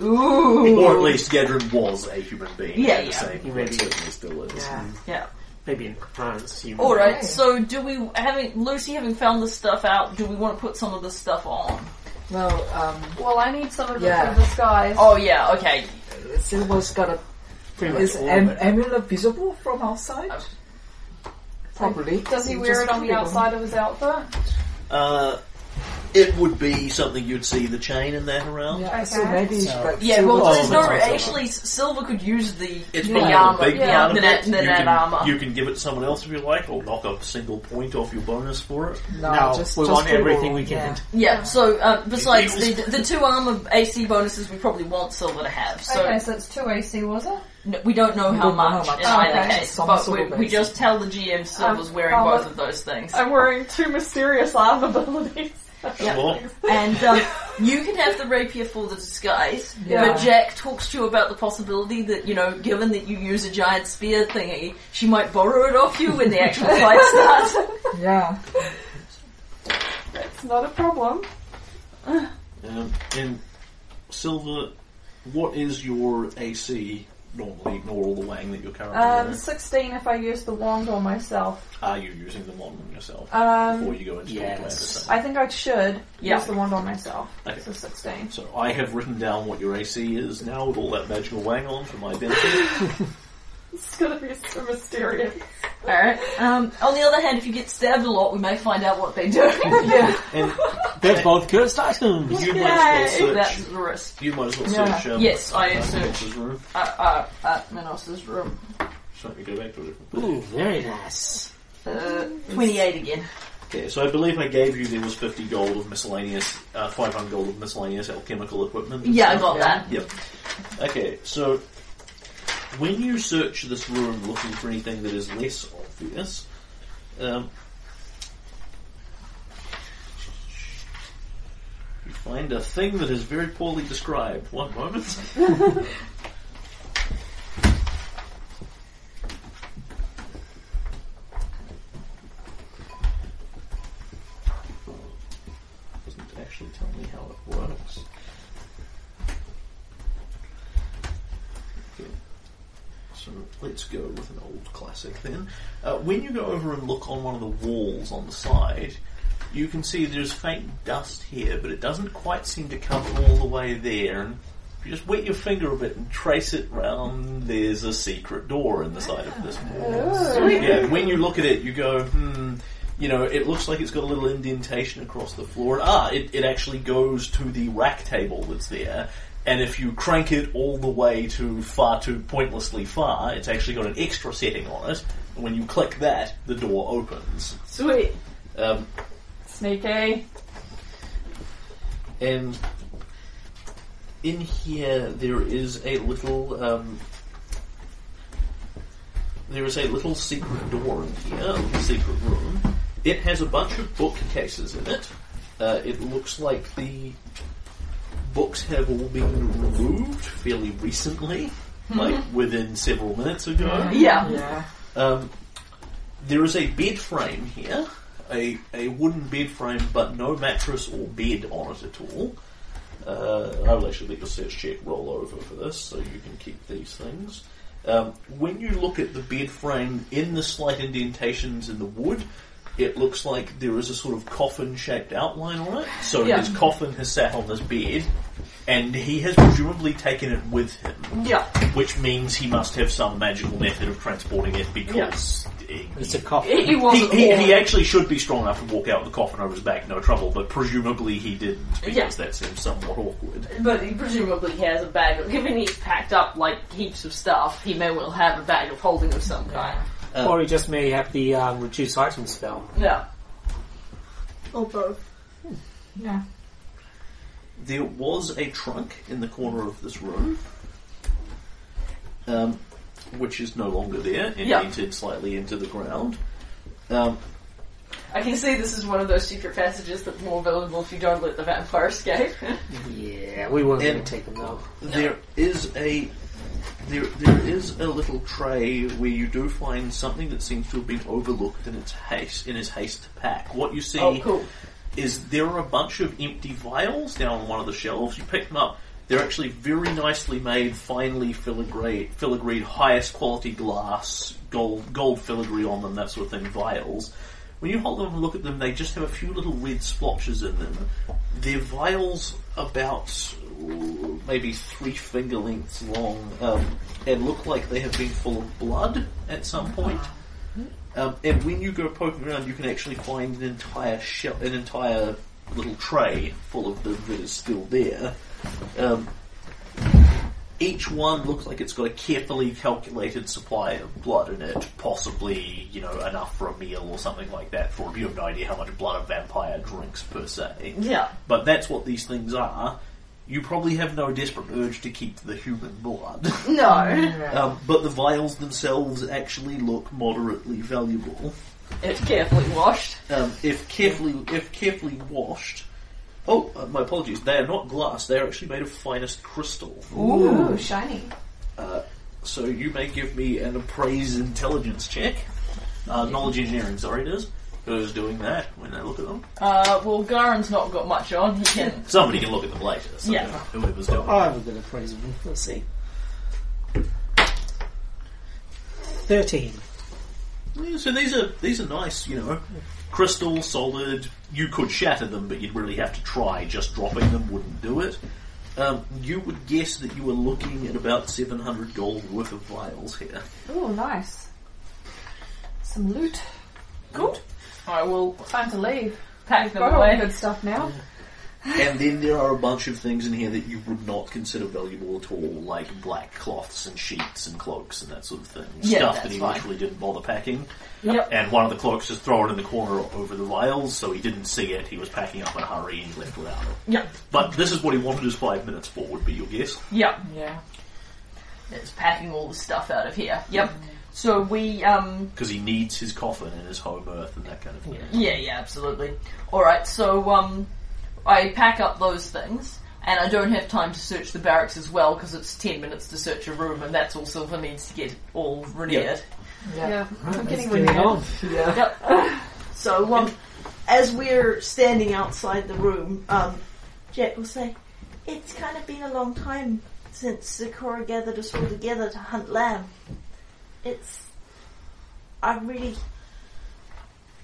Speaker 7: Ooh.
Speaker 2: Or at least Gedrin was a human being.
Speaker 4: Yeah,
Speaker 2: at the
Speaker 4: yeah.
Speaker 2: same
Speaker 10: He
Speaker 2: point,
Speaker 10: really-
Speaker 2: certainly still is.
Speaker 7: Yeah.
Speaker 4: Yeah.
Speaker 10: Maybe in France, you
Speaker 4: All right.
Speaker 7: Okay.
Speaker 4: So, do we having Lucy having found this stuff out? Do we want to put some of this stuff on?
Speaker 7: Well, um,
Speaker 3: Well, I need some of
Speaker 7: Yeah.
Speaker 3: it for disguise.
Speaker 4: Oh yeah. Okay.
Speaker 7: Silver's got a.
Speaker 10: pretty much
Speaker 7: Is
Speaker 10: all
Speaker 7: am-
Speaker 10: of it.
Speaker 7: amulet visible from outside? Probably.
Speaker 3: Does he
Speaker 7: You
Speaker 3: wear
Speaker 7: just
Speaker 3: it on the
Speaker 7: click
Speaker 3: outside of his outfit?
Speaker 2: Uh, it would be something you'd see the chain in that around.
Speaker 7: Yeah, so
Speaker 3: Okay.
Speaker 7: maybe
Speaker 10: So-
Speaker 7: like
Speaker 4: Yeah.
Speaker 7: silver-
Speaker 4: Well,
Speaker 10: Oh,
Speaker 4: there's no
Speaker 10: that's awesome.
Speaker 4: actually. S- Silver could use the
Speaker 2: It's
Speaker 4: the
Speaker 2: probably
Speaker 4: armor,
Speaker 2: a big
Speaker 4: yeah,
Speaker 2: part of
Speaker 4: the
Speaker 2: it.
Speaker 4: net, the
Speaker 2: you,
Speaker 4: net
Speaker 2: can,
Speaker 4: armor.
Speaker 2: you can give it to someone else if you like, or knock a single point off your bonus for it.
Speaker 7: no,
Speaker 10: No,
Speaker 7: just,
Speaker 10: we
Speaker 7: just
Speaker 10: want everything we
Speaker 7: yeah.
Speaker 10: can.
Speaker 4: yeah. So, uh, besides the the two armor AC bonuses, we probably want Silver to have. So
Speaker 3: okay, so it's 2 AC, was it?
Speaker 4: n- we don't know
Speaker 7: We
Speaker 4: how
Speaker 7: don't know how
Speaker 4: much
Speaker 7: much.
Speaker 4: in either
Speaker 3: Okay.
Speaker 4: case,
Speaker 7: Some
Speaker 4: but
Speaker 7: sort
Speaker 4: we,
Speaker 7: of
Speaker 4: we
Speaker 7: base.
Speaker 4: just tell the GM Silver's
Speaker 3: Um,
Speaker 4: wearing
Speaker 3: I'll
Speaker 4: both
Speaker 3: look-
Speaker 4: of those
Speaker 3: [LAUGHS]
Speaker 4: things.
Speaker 3: I'm wearing two mysterious arm abilities. [LAUGHS]
Speaker 4: Yeah.
Speaker 2: Well,
Speaker 4: And um, [LAUGHS] you can have the rapier for the disguise,
Speaker 7: Yeah.
Speaker 4: but Jack talks to you about the possibility that, you know, given that you use a giant spear thingy, she might borrow it off you when the actual fight starts.
Speaker 7: Yeah.
Speaker 3: It's not a problem.
Speaker 2: um, and Silver, what is your AC normally? Ignore all the wang that you're currently
Speaker 3: Um,
Speaker 2: in.
Speaker 3: 16 if I use the wand on myself.
Speaker 2: Are you using them on yourself before
Speaker 3: Um,
Speaker 2: you go into
Speaker 10: yes.
Speaker 2: combat or something?
Speaker 3: I think I should
Speaker 4: Yeah.
Speaker 3: use the wand on myself.
Speaker 2: Okay.
Speaker 3: So 16.
Speaker 2: So I have written down what your AC is now with all that magical wang on for my benefit.
Speaker 3: [LAUGHS]
Speaker 4: [LAUGHS]
Speaker 3: It's gonna be so mysterious.
Speaker 4: Alright. Um, on the other hand, if you get stabbed a lot, we may find out what they do.
Speaker 3: [LAUGHS]
Speaker 4: yeah.
Speaker 2: And
Speaker 10: That's both cursed items.
Speaker 2: you might as well
Speaker 4: That's
Speaker 2: search.
Speaker 4: the risk.
Speaker 2: You might as well
Speaker 7: Yeah.
Speaker 2: search. Um,
Speaker 4: Yes, I
Speaker 2: uh,
Speaker 4: searched.
Speaker 2: Minos' room.
Speaker 4: Uh, uh, uh, Minos' room.
Speaker 2: Just let me go back to it.
Speaker 10: Ooh, very nice.
Speaker 4: Uh, 28 again.
Speaker 2: Okay, so I believe I gave you there was fifty gold of miscellaneous, uh, five hundred gold of miscellaneous alchemical equipment. and
Speaker 4: Yeah, I
Speaker 2: stuff.
Speaker 4: got that.
Speaker 2: Yep. Okay, so when you search this room looking for anything that is less obvious, um, you find a thing that is very poorly described. One moment. [LAUGHS] doesn't actually tell me how it works. Okay. So let's go with an old classic then. Uh, when you go over and look on one of the walls on the side, you can see there's faint dust here, but it doesn't quite seem to come all the way there. And if you just wet your finger a bit and trace it round, there's a secret door in the side of this wall. Yeah, when you look at it, you go, hmm, you know, it looks like it's got a little indentation across the floor. Ah, it, it actually goes to the rack table that's there. And if you crank it all the way to far too pointlessly far, it's actually got an extra setting on it. And when you click that, the door opens.
Speaker 3: Sweet.
Speaker 2: Um,
Speaker 3: Sneaky.
Speaker 2: and in here there is a little um, there is a little secret door in here, a little secret room. It has a bunch of bookcases in it. Uh, it looks like the books have all been removed fairly recently. like within several minutes ago.
Speaker 4: Yeah.
Speaker 7: Yeah.
Speaker 2: Um, there is a bed frame here, a, a wooden bed frame, but no mattress or bed on it at all. Uh, I will actually let your search check roll over for this, so you can keep these things. Um, when you look at the bed frame, in the slight indentations in the wood, it looks like there is a sort of coffin-shaped outline on it. So
Speaker 4: Yeah.
Speaker 2: his coffin has sat on this bed, and he has presumably taken it with him
Speaker 4: Yeah.
Speaker 2: which means he must have some magical method of transporting it because he,
Speaker 6: It's a coffin.
Speaker 4: He, he
Speaker 2: Oh. he,
Speaker 4: wasn't.
Speaker 2: he,
Speaker 4: all-
Speaker 2: he actually should be strong enough to walk out with the coffin over his back, no trouble, but presumably he didn't because
Speaker 4: Yeah.
Speaker 2: that seems somewhat awkward.
Speaker 4: But he presumably has a bag of. Given he's packed up like heaps of stuff, he may well have a bag of holding of some kind.
Speaker 2: Uh,
Speaker 6: or he just may have the um, reduce item spell.
Speaker 4: Yeah.
Speaker 5: Or both.
Speaker 7: Yeah.
Speaker 2: There was a trunk in the corner of this room, um, which is no longer there and
Speaker 4: Yeah.
Speaker 2: entered slightly into the ground. Um,
Speaker 4: I can see this is one of those secret passages that's more available if you don't let the vampire [LAUGHS] escape.
Speaker 6: Yeah, we weren't
Speaker 2: And-
Speaker 6: going to take them though.
Speaker 2: There is a there there is a little tray where you do find something that seems to have been overlooked in its haste in his haste to pack. What you see
Speaker 4: oh, cool.
Speaker 2: is there are a bunch of empty vials down on one of the shelves. You pick them up. They're actually very nicely made, finely filigree, filigreed, highest quality glass, gold, gold filigree on them, that sort of thing, vials. When you hold them and look at them, they just have a few little red splotches in them. They're vials about ooh, maybe three finger lengths long, um, and look like they have been full of blood at some point. Um, and when you go poking around, you can actually find an entire shell, an entire little tray full of them that is still there. Um, each one looks like it's got a carefully calculated supply of blood in it, possibly you know enough for a meal or something like that. For you have no idea how much blood a vampire drinks per se.
Speaker 4: Yeah.
Speaker 2: But that's what these things are. You probably have no desperate urge to keep the human blood.
Speaker 4: No.
Speaker 2: Um, but the vials themselves actually look moderately valuable.
Speaker 4: It's carefully washed.
Speaker 2: Um, if carefully, if carefully washed. Oh, uh, my apologies. They are not glass. They are actually made of finest crystal.
Speaker 3: Ooh, shiny.
Speaker 2: So you may give me an appraise intelligence check. Uh, knowledge engineering, sorry, it is. Who's doing that when they look at them?
Speaker 4: Uh, well, Garen's not got much on. He [LAUGHS] can.
Speaker 2: Somebody can look at them later. So
Speaker 4: Yeah.
Speaker 2: Whoever's doing
Speaker 6: I
Speaker 2: it.
Speaker 6: have a good appraisal. Let's see. Thirteen.
Speaker 2: Yeah, so these are these are nice, you know, crystal solid. You could shatter them, but you'd really have to try. Just dropping them wouldn't do it. Um, you would guess that you were looking at about seven hundred gold worth of vials here.
Speaker 3: Ooh, nice. Some loot.
Speaker 4: Good. I will
Speaker 3: Time to leave. Oh.
Speaker 4: pack them
Speaker 3: Got all the
Speaker 4: away.
Speaker 3: good stuff now.
Speaker 2: And then there are a bunch of things in here that you would not consider valuable at all, like black cloths and sheets and cloaks and that sort of thing.
Speaker 4: Yeah,
Speaker 2: Stuff that
Speaker 4: that's
Speaker 2: he
Speaker 4: fine.
Speaker 2: literally didn't bother packing.
Speaker 4: Yep.
Speaker 2: And one of the cloaks is thrown in the corner over the vials, so he didn't see it. He was packing up in a hurry and he left without it.
Speaker 4: Yep.
Speaker 2: But this is what he wanted his five minutes for, would be your guess.
Speaker 4: Yep.
Speaker 7: Yeah.
Speaker 4: It's packing all the stuff out of here. Yep. Mm. So we, um,
Speaker 2: Because he needs his coffin and his home earth and that kind of thing.
Speaker 4: yeah, yeah, absolutely. Alright, so, um, I pack up those things, and I don't have time to search the barracks as well, because it's ten minutes to search a room, and that's also for needs to get all renewed.
Speaker 7: Yeah.
Speaker 3: Yeah. I'm
Speaker 6: Let's
Speaker 3: getting
Speaker 6: get it
Speaker 3: renewed.
Speaker 6: on.
Speaker 7: Yeah.
Speaker 4: So, um,
Speaker 5: As we're standing outside the room, um, Jack will say, It's kind of been a long time since the Korra gathered us all together to hunt lamb. It's. I really.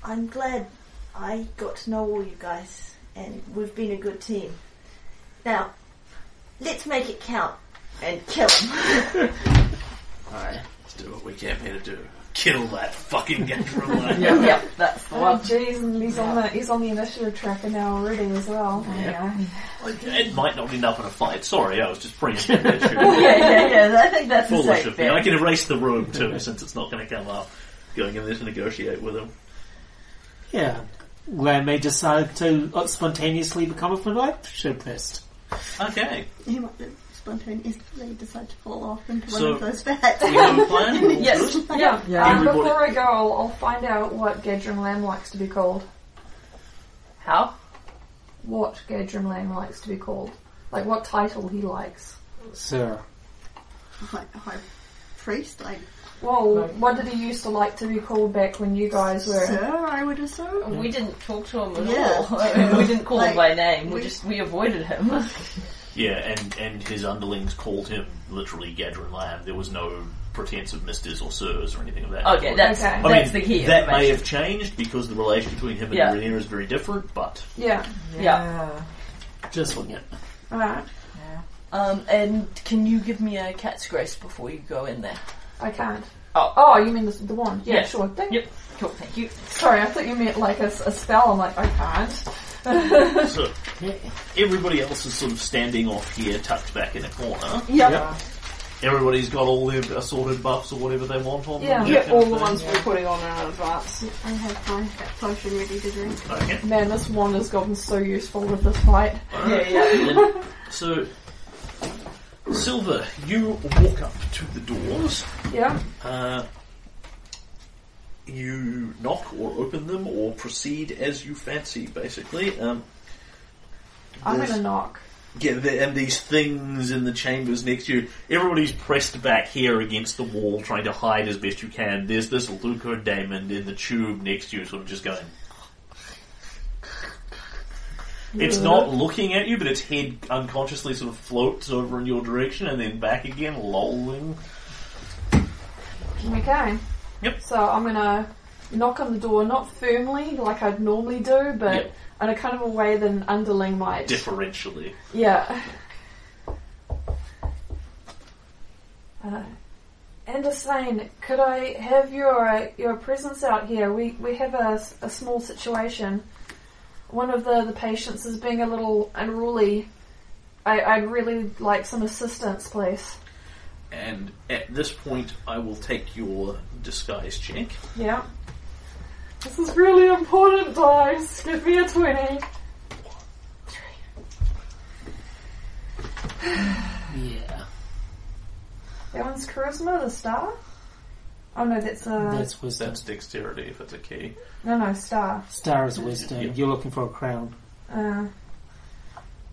Speaker 5: I'm glad I got to know all you guys, and we've been a good team. Now, let's make it count and kill 'em.
Speaker 2: Alright, let's do what we came here to do. Kill that fucking [LAUGHS] Gendrilla.
Speaker 4: yep, that's the
Speaker 3: Oh
Speaker 4: one.
Speaker 3: jeez, and he's on the he's on the initiative tracker now already as well. Oh, Yeah.
Speaker 2: It might not end up in a fight. Sorry, I was just preempting [LAUGHS] that shit.
Speaker 4: [LAUGHS] Yeah, yeah, yeah, I think that's the
Speaker 2: Foolish
Speaker 4: safe
Speaker 2: of me. I
Speaker 4: bet.
Speaker 2: can erase the room too, since it's not going to come up. Going in there to negotiate with him.
Speaker 6: Yeah. Glenn may decide to uh, spontaneously become a philanthropist.
Speaker 2: Okay.
Speaker 5: [LAUGHS] he might spontaneously decide to fall off into
Speaker 2: So-
Speaker 5: one of those bats. [LAUGHS]
Speaker 2: You have a plan? All
Speaker 4: [LAUGHS] Yes.
Speaker 2: good?
Speaker 3: Yeah.
Speaker 7: Yeah.
Speaker 3: Um,
Speaker 2: Everybody-
Speaker 3: before I go, I'll, I'll find out what Gadrin Lamb likes to be called.
Speaker 4: How?
Speaker 3: What Gadrin Lamb likes to be called. Like what title he likes.
Speaker 6: Sir.
Speaker 5: high, high priest, I
Speaker 3: Well, what did he used to like to be called back when you guys were?
Speaker 5: sir, I would assume.
Speaker 4: We didn't talk to him at
Speaker 5: Yeah.
Speaker 4: [LAUGHS] all. we didn't call him by
Speaker 5: Like,
Speaker 4: name. We
Speaker 5: we-
Speaker 4: just we avoided him. [LAUGHS]
Speaker 2: Yeah, and, and his underlings called him literally Gadrin Lamb. There was no pretense of misters or sirs or anything of that.
Speaker 4: Okay,
Speaker 2: sort.
Speaker 4: that's
Speaker 3: Okay.
Speaker 2: I
Speaker 4: that's
Speaker 2: mean,
Speaker 4: the key.
Speaker 2: That may
Speaker 4: information.
Speaker 2: have changed because the relation between him and
Speaker 4: Yeah.
Speaker 2: yeah. is very different,
Speaker 4: [LAUGHS]
Speaker 2: but
Speaker 3: Yeah.
Speaker 4: Yeah.
Speaker 2: just looking at
Speaker 3: Alright.
Speaker 4: Um, and can you give me a cat's grace before you go in there?
Speaker 3: I can't.
Speaker 4: Oh.
Speaker 3: Oh, you mean the, the wand? Yeah,
Speaker 4: Yeah.
Speaker 3: sure. Thank
Speaker 4: Yep. Cool. Thank you.
Speaker 3: Sorry, I thought you meant like a, a spell. I'm like, I can't. [LAUGHS]
Speaker 2: So everybody else is sort of standing off here, tucked back in a corner.
Speaker 4: Yep.
Speaker 2: Everybody's got all their assorted buffs or whatever they want on
Speaker 3: Yeah.
Speaker 2: them.
Speaker 3: Yeah,
Speaker 2: that
Speaker 9: all
Speaker 2: kind
Speaker 9: the
Speaker 2: of
Speaker 9: ones we're putting on in advance.
Speaker 5: I have my potion ready to drink.
Speaker 2: thing. Okay.
Speaker 3: Man, this wand has gotten so useful with this fight.
Speaker 2: Alright. [LAUGHS] Then- so, Silver, you walk up to the doors.
Speaker 3: Yeah.
Speaker 2: Uh, you knock or open them or proceed as you fancy, basically. Um,
Speaker 3: I'm
Speaker 2: there's-
Speaker 3: gonna knock.
Speaker 2: Yeah, the, and these things in the chambers next to you. Everybody's pressed back here against the wall, trying to hide as best you can. There's this Luco Damon in the tube next to you, sort of just going. It's not looking at you, but its head unconsciously sort of floats over in your direction and then back again, lolling.
Speaker 3: Okay.
Speaker 2: Yep.
Speaker 3: So I'm gonna knock on the door, not firmly like I'd normally do, but
Speaker 2: Yep.
Speaker 3: in a kind of a way that an underling might.
Speaker 2: Differentially.
Speaker 3: Yeah. Uh, Anderson, could I have your uh, your presence out here? We we have a, s- a small situation. One of the, the patients is being a little unruly. I, I'd really like some assistance, please.
Speaker 2: And at this point, I will take your disguise check.
Speaker 3: Yeah. This is really important, guys. Give me a 20.
Speaker 6: Yeah.
Speaker 3: That one's charisma, the star? Oh no, that's a.
Speaker 6: That's wisdom.
Speaker 2: That's dexterity if it's a key.
Speaker 3: No, no, star.
Speaker 6: Star is wisdom.
Speaker 2: Yeah.
Speaker 6: You're looking for a crown.
Speaker 3: Uh,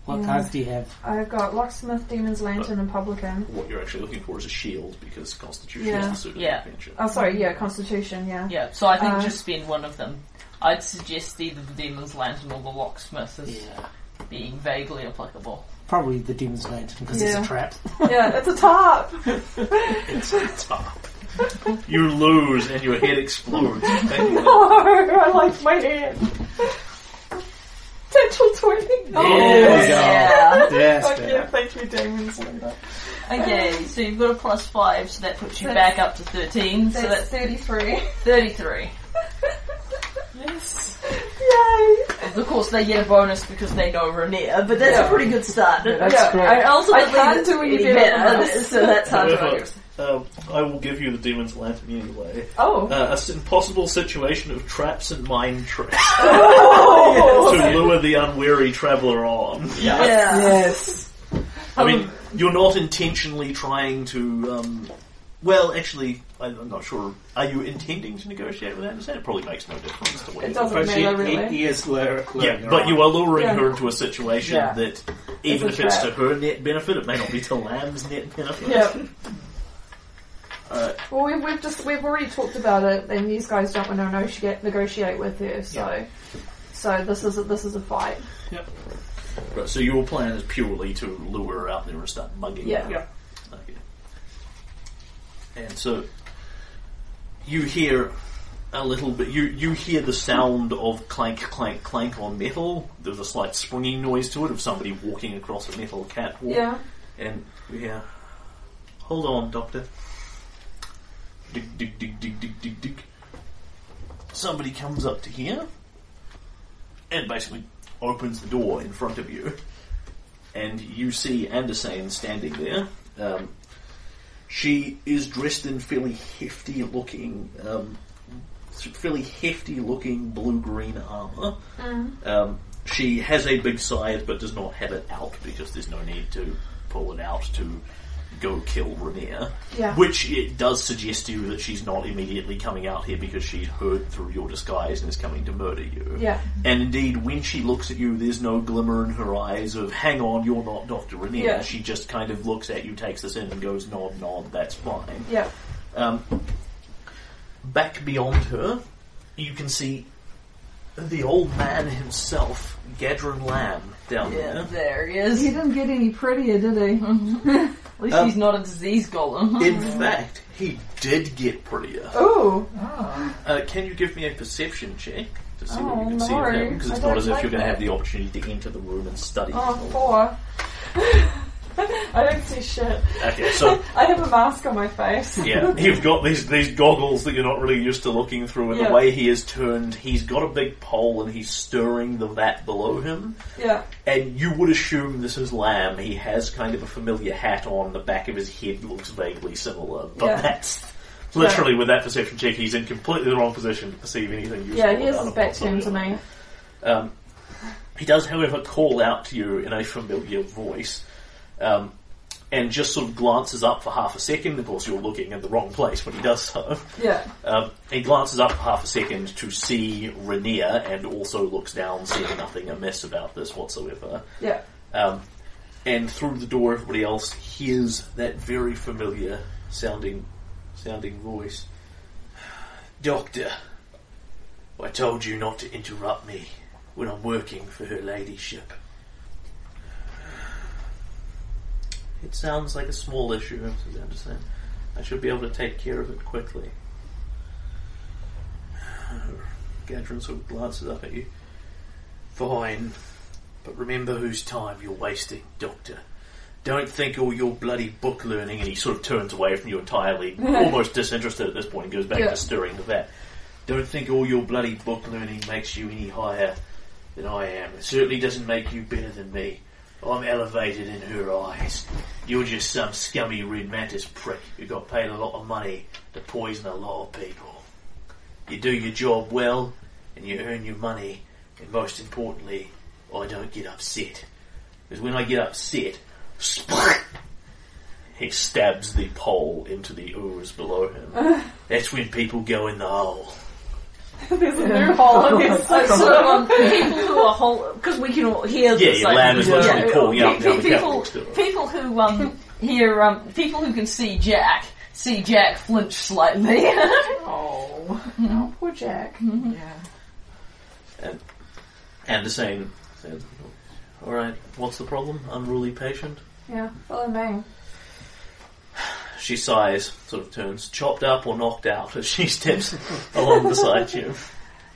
Speaker 6: What
Speaker 3: Yeah.
Speaker 6: cards do you have?
Speaker 3: I've got Locksmith, Demon's Lantern, and Publican.
Speaker 2: What you're actually looking for is a shield because Constitution
Speaker 3: Yeah.
Speaker 2: is the suit of
Speaker 4: Yeah.
Speaker 2: adventure.
Speaker 3: Oh, sorry, yeah, Constitution, yeah.
Speaker 4: Yeah. So I think
Speaker 3: Uh,
Speaker 4: just spend one of them. I'd suggest either the demon's lantern or the locksmith as
Speaker 6: Yeah.
Speaker 4: being vaguely applicable.
Speaker 6: Probably the Demon's Lantern because
Speaker 3: Yeah.
Speaker 6: it's a trap.
Speaker 3: Yeah, it's a top!
Speaker 2: It's a top. You lose and your head explodes.
Speaker 3: Oh, [LAUGHS] I like my hand. Potential Oh, 20.
Speaker 4: Yeah.
Speaker 6: Yes,
Speaker 3: Fuck yeah, thank you, Demon's Lantern.
Speaker 4: okay. So you've got a plus five, so that puts you back up to thirteen. So
Speaker 3: That's
Speaker 4: that's
Speaker 3: 33.
Speaker 4: thirty-three.
Speaker 3: Yay!
Speaker 4: Of course, they get a bonus because they know Rhaenyra, but that's a pretty good start.
Speaker 3: yeah,
Speaker 4: I ultimately
Speaker 3: I can't do any better than this.
Speaker 4: so that sounds right.
Speaker 2: Um, I will give you the demon's lantern anyway.
Speaker 3: Oh.
Speaker 2: Uh, a s- impossible situation of traps and mine tricks [LAUGHS] to lure the unwary traveller on.
Speaker 4: Yeah.
Speaker 6: Yes.
Speaker 2: I mean, you're not intentionally trying to. Um, well, actually, I, I'm not sure. Are you intending to negotiate with Anderson? It probably makes no difference to what
Speaker 3: It
Speaker 2: you
Speaker 3: doesn't
Speaker 10: But she,
Speaker 3: matter,
Speaker 10: he,
Speaker 3: really.
Speaker 10: he is lure- luring
Speaker 2: Yeah,
Speaker 10: her
Speaker 2: but
Speaker 10: on.
Speaker 2: you are luring
Speaker 3: Yeah.
Speaker 2: her into a situation
Speaker 6: Yeah.
Speaker 2: that, even
Speaker 3: It's
Speaker 2: if
Speaker 3: a
Speaker 2: it's to
Speaker 3: trap.
Speaker 2: her net benefit, it may not be to Lamb's net benefit.
Speaker 3: [LAUGHS] Yeah.
Speaker 2: Uh,
Speaker 3: Well, we've, we've just we've already talked about it, and these guys don't want to negotiate, negotiate with her, so so this is a, this is a fight.
Speaker 2: Right, so your plan is purely to lure her out there and start mugging
Speaker 3: Yeah.
Speaker 2: her.
Speaker 3: Yeah.
Speaker 2: Okay. And so you hear a little bit. You you hear the sound of clank clank clank on metal. There's a slight springing noise to it of somebody walking across a metal catwalk.
Speaker 3: Yeah.
Speaker 2: And we hear, hold on, Doctor. Dig, dig, dig, dig, dig, dig, dig. Somebody comes up to here and basically opens the door in front of you. And you see Anderson standing there. Um, she is dressed in fairly hefty looking, um, fairly hefty looking blue green armour.
Speaker 3: Uh-huh.
Speaker 2: Um, she has a big scythe, but does not have it out because there's no need to pull it out to go kill Ramir.
Speaker 3: Yeah.
Speaker 2: Which it does suggest to you that she's not immediately coming out here because she's heard through your disguise and is coming to murder you.
Speaker 3: Yeah.
Speaker 2: And indeed, when she looks at you, there's no glimmer in her eyes of, hang on, you're not Dr. Rainier.
Speaker 3: Yeah.
Speaker 2: She just kind of looks at you, takes this in, and goes, nod, nod, that's fine.
Speaker 3: Yeah.
Speaker 2: Um, back beyond her, you can see the old man himself, Gadron Lamb, down
Speaker 4: Yeah,
Speaker 2: there.
Speaker 4: there he is.
Speaker 7: He
Speaker 4: At
Speaker 7: didn't get any prettier, did he?
Speaker 4: least
Speaker 2: Um,
Speaker 4: he's not a disease golem.
Speaker 2: In fact, he did get prettier.
Speaker 3: Oh.
Speaker 7: Ooh.
Speaker 2: Uh, can you give me a perception check to see what
Speaker 3: Oh,
Speaker 2: you can see
Speaker 3: no.
Speaker 2: of him? Because
Speaker 3: I
Speaker 2: it's
Speaker 3: don't
Speaker 2: not as if
Speaker 3: like
Speaker 2: you're going to
Speaker 3: that.
Speaker 2: have the opportunity to enter the room and study.
Speaker 3: Oh, [LAUGHS] four. I don't see shit.
Speaker 2: Okay, so
Speaker 3: I have a mask on my face. [LAUGHS]
Speaker 2: yeah, you've got these these goggles that you're not really used to looking through, and
Speaker 3: Yeah.
Speaker 2: the way he is turned, he's got a big pole and he's stirring the vat below him.
Speaker 3: Yeah.
Speaker 2: And you would assume this is Lamb. He has kind of a familiar hat on. The back of his head looks vaguely similar, but
Speaker 3: Yeah.
Speaker 2: that's literally with that perception check, he's in completely the wrong position to perceive anything. Useful
Speaker 3: Yeah, he has
Speaker 2: about
Speaker 3: his
Speaker 2: him
Speaker 3: back turned to
Speaker 2: whatsoever.
Speaker 3: me.
Speaker 2: Um, he does, however, call out to you in a familiar voice, um, and just sort of glances up for half a second. Of course, you're looking in the wrong place when he does so.
Speaker 3: Yeah.
Speaker 2: Um, he glances up for half a second to see Rainier, and also looks down, seeing nothing amiss about this whatsoever.
Speaker 3: [LAUGHS] Yeah.
Speaker 2: Um, and through the door, everybody else hears that very familiar sounding, sounding voice. Doctor, I told you not to interrupt me when I'm working for her ladyship. It sounds like a small issue, Mrs. Anderson. I should be able to take care of it quickly. Gadron sort of glances up at you. Fine. But remember whose time you're wasting, Doctor. Don't think all your bloody book learning, and he sort of turns away from you entirely, almost disinterested at this point, and goes back
Speaker 3: Yeah.
Speaker 2: to stirring the vat. Don't think all your bloody book learning makes you any higher than I am. It certainly doesn't make you better than me. I'm elevated in her eyes. You're just some scummy red mantis prick who got paid a lot of money to poison a lot of people. You do your job well, and you earn your money, and most importantly, I don't get upset. Because when I get upset, he stabs the pole into the ooze below him. That's when people go in the hole.
Speaker 3: There's a new [LAUGHS] hole in
Speaker 4: [LAUGHS]
Speaker 3: his
Speaker 4: So, so um, people who are whole because we can all hear
Speaker 2: Yeah,
Speaker 4: this.
Speaker 2: your
Speaker 4: like,
Speaker 2: lamb is literally calling out
Speaker 4: pe-
Speaker 2: down the
Speaker 4: pe-
Speaker 2: catwalk
Speaker 4: people,
Speaker 2: still.
Speaker 4: people who um, hear um, people who can see Jack see Jack flinch slightly. [LAUGHS]
Speaker 7: Oh.
Speaker 3: Oh, poor Jack.
Speaker 7: Yeah.
Speaker 2: And Anderson said, Alright, what's the problem? Unruly patient?
Speaker 3: Yeah, follow me.
Speaker 2: She sighs, sort of turns, chopped up or knocked out as she steps along beside you.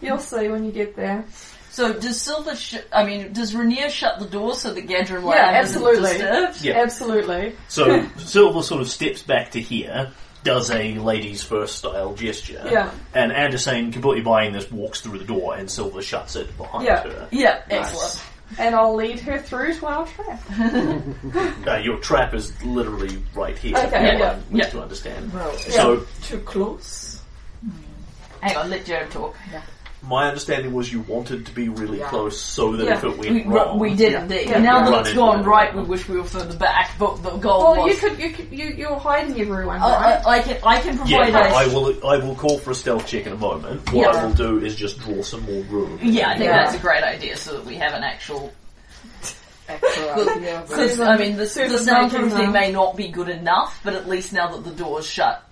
Speaker 3: You'll see when you get there.
Speaker 4: so does Silver? Sh- I mean, does Rainier shut the door so that Gadron
Speaker 3: Yeah, uh,
Speaker 4: Lamb
Speaker 3: absolutely.
Speaker 4: isn't disturbed?
Speaker 2: Yeah.
Speaker 3: Absolutely. [LAUGHS]
Speaker 2: So Silver sort of steps back to here, does a ladies first style gesture.
Speaker 3: Yeah.
Speaker 2: And Anderson, completely buying this, walks through the door and Silver shuts it behind
Speaker 3: Yeah.
Speaker 2: her.
Speaker 4: Yeah, excellent.
Speaker 3: And I'll lead her through to our trap.
Speaker 2: Uh, your trap is literally right here.
Speaker 3: Okay,
Speaker 2: Everyone
Speaker 3: yeah,
Speaker 2: needs
Speaker 4: yeah.
Speaker 2: to understand.
Speaker 7: Well,
Speaker 2: So
Speaker 7: too close.
Speaker 4: Hang on, let Jared talk.
Speaker 2: my understanding was you wanted to be really
Speaker 7: Yeah.
Speaker 2: close so that
Speaker 3: Yeah.
Speaker 2: if it went
Speaker 4: We,
Speaker 2: wrong,
Speaker 4: we did indeed.
Speaker 3: Yeah.
Speaker 4: Now
Speaker 2: Run
Speaker 4: that it's
Speaker 2: into
Speaker 4: gone
Speaker 2: it.
Speaker 4: right, we wish we were further back, but the goal
Speaker 3: Well, you
Speaker 4: was.
Speaker 3: could, uh, you could, you, you're hiding everyone,
Speaker 4: I,
Speaker 3: right?
Speaker 4: I, I can I can
Speaker 2: Yeah,
Speaker 4: provide
Speaker 2: no, I
Speaker 4: a
Speaker 2: will. I will call for a stealth check in a moment. What I
Speaker 4: Yeah.
Speaker 2: will do is just draw some more room.
Speaker 4: Yeah, I think
Speaker 3: Yeah.
Speaker 4: that's a great idea so that we have an actual.
Speaker 7: Extra idea, but-
Speaker 4: Because, I mean, the,
Speaker 3: Susan
Speaker 4: the soundproof
Speaker 3: making
Speaker 4: thing
Speaker 3: them.
Speaker 4: may not be good enough, but at least now that the door's shut,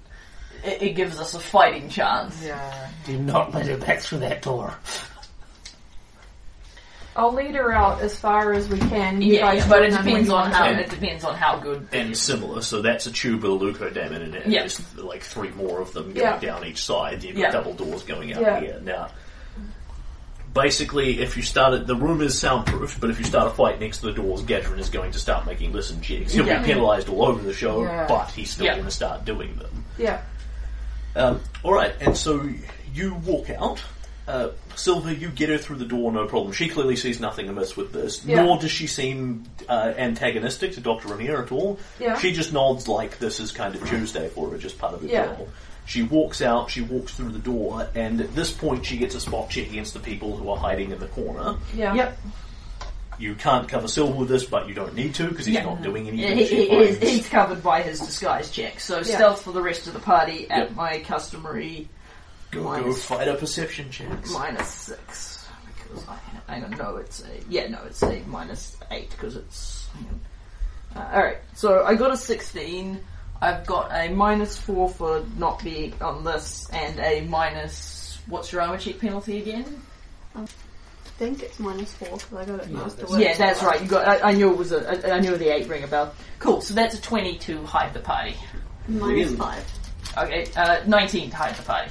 Speaker 4: it, it gives us a fighting chance.
Speaker 7: yeah.
Speaker 10: Do not let her back through that door.
Speaker 3: I'll lead her out as far as we can. You
Speaker 4: Yeah,
Speaker 3: guys
Speaker 4: but
Speaker 3: will
Speaker 4: it
Speaker 3: know
Speaker 4: depends
Speaker 3: when
Speaker 4: on
Speaker 3: you
Speaker 4: how
Speaker 3: want
Speaker 4: it depends on how good.
Speaker 2: And similar, so that's a tube with a leucodam in it, and
Speaker 4: Yeah.
Speaker 2: there's like three more of them going
Speaker 3: Yeah.
Speaker 2: down each side. You've got
Speaker 4: Yeah.
Speaker 2: double doors going out
Speaker 3: Yeah.
Speaker 2: here. Now, basically, if you started, the room is soundproofed, but if you start a fight next to the doors, Gadron is going to start making listen checks. He'll
Speaker 4: Yeah.
Speaker 2: be penalised all over the show,
Speaker 7: Yeah.
Speaker 2: but he's still
Speaker 4: Yeah.
Speaker 2: going to start doing them.
Speaker 3: to- Yeah.
Speaker 2: Um, all right, and so you walk out. Uh, Silver, you get her through the door, no problem. She clearly sees nothing amiss with this,
Speaker 3: Yeah.
Speaker 2: nor does she seem uh, antagonistic to Dr. Rainier at all.
Speaker 3: Yeah.
Speaker 2: She just nods like this is kind of Tuesday for her, just part of the
Speaker 3: Yeah.
Speaker 2: deal. She walks out, she walks through the door, and at this point she gets a spot check against the people who are hiding in the corner.
Speaker 3: Yeah.
Speaker 4: Yep.
Speaker 2: You can't cover Silver with this, but you don't need to because he's
Speaker 4: Yeah.
Speaker 2: not doing any
Speaker 4: Yeah,
Speaker 2: of
Speaker 4: he,
Speaker 2: the
Speaker 4: he
Speaker 2: shit
Speaker 4: is,
Speaker 2: lines.
Speaker 4: he's covered by his disguise check, so
Speaker 3: Yeah.
Speaker 4: stealth for the rest of the party at
Speaker 2: Yep.
Speaker 4: my customary
Speaker 2: Go, go
Speaker 4: minus-
Speaker 2: fight a perception checks.
Speaker 4: minus six. Because I, hang on, no, it's a, yeah, no, it's a minus eight because it's, hang on. Uh, alright, so I got a 16, I've got a minus four for not being on this, and a minus, what's your armor check penalty again?
Speaker 5: I think it's minus four because I got it masterworks.
Speaker 4: Yeah, that's right. You got. I, I knew it was a. I, I knew the eight ring a bell. Cool. So that's a twenty to hide the party.
Speaker 5: Minus five.
Speaker 4: Okay, uh, nineteen to hide the party.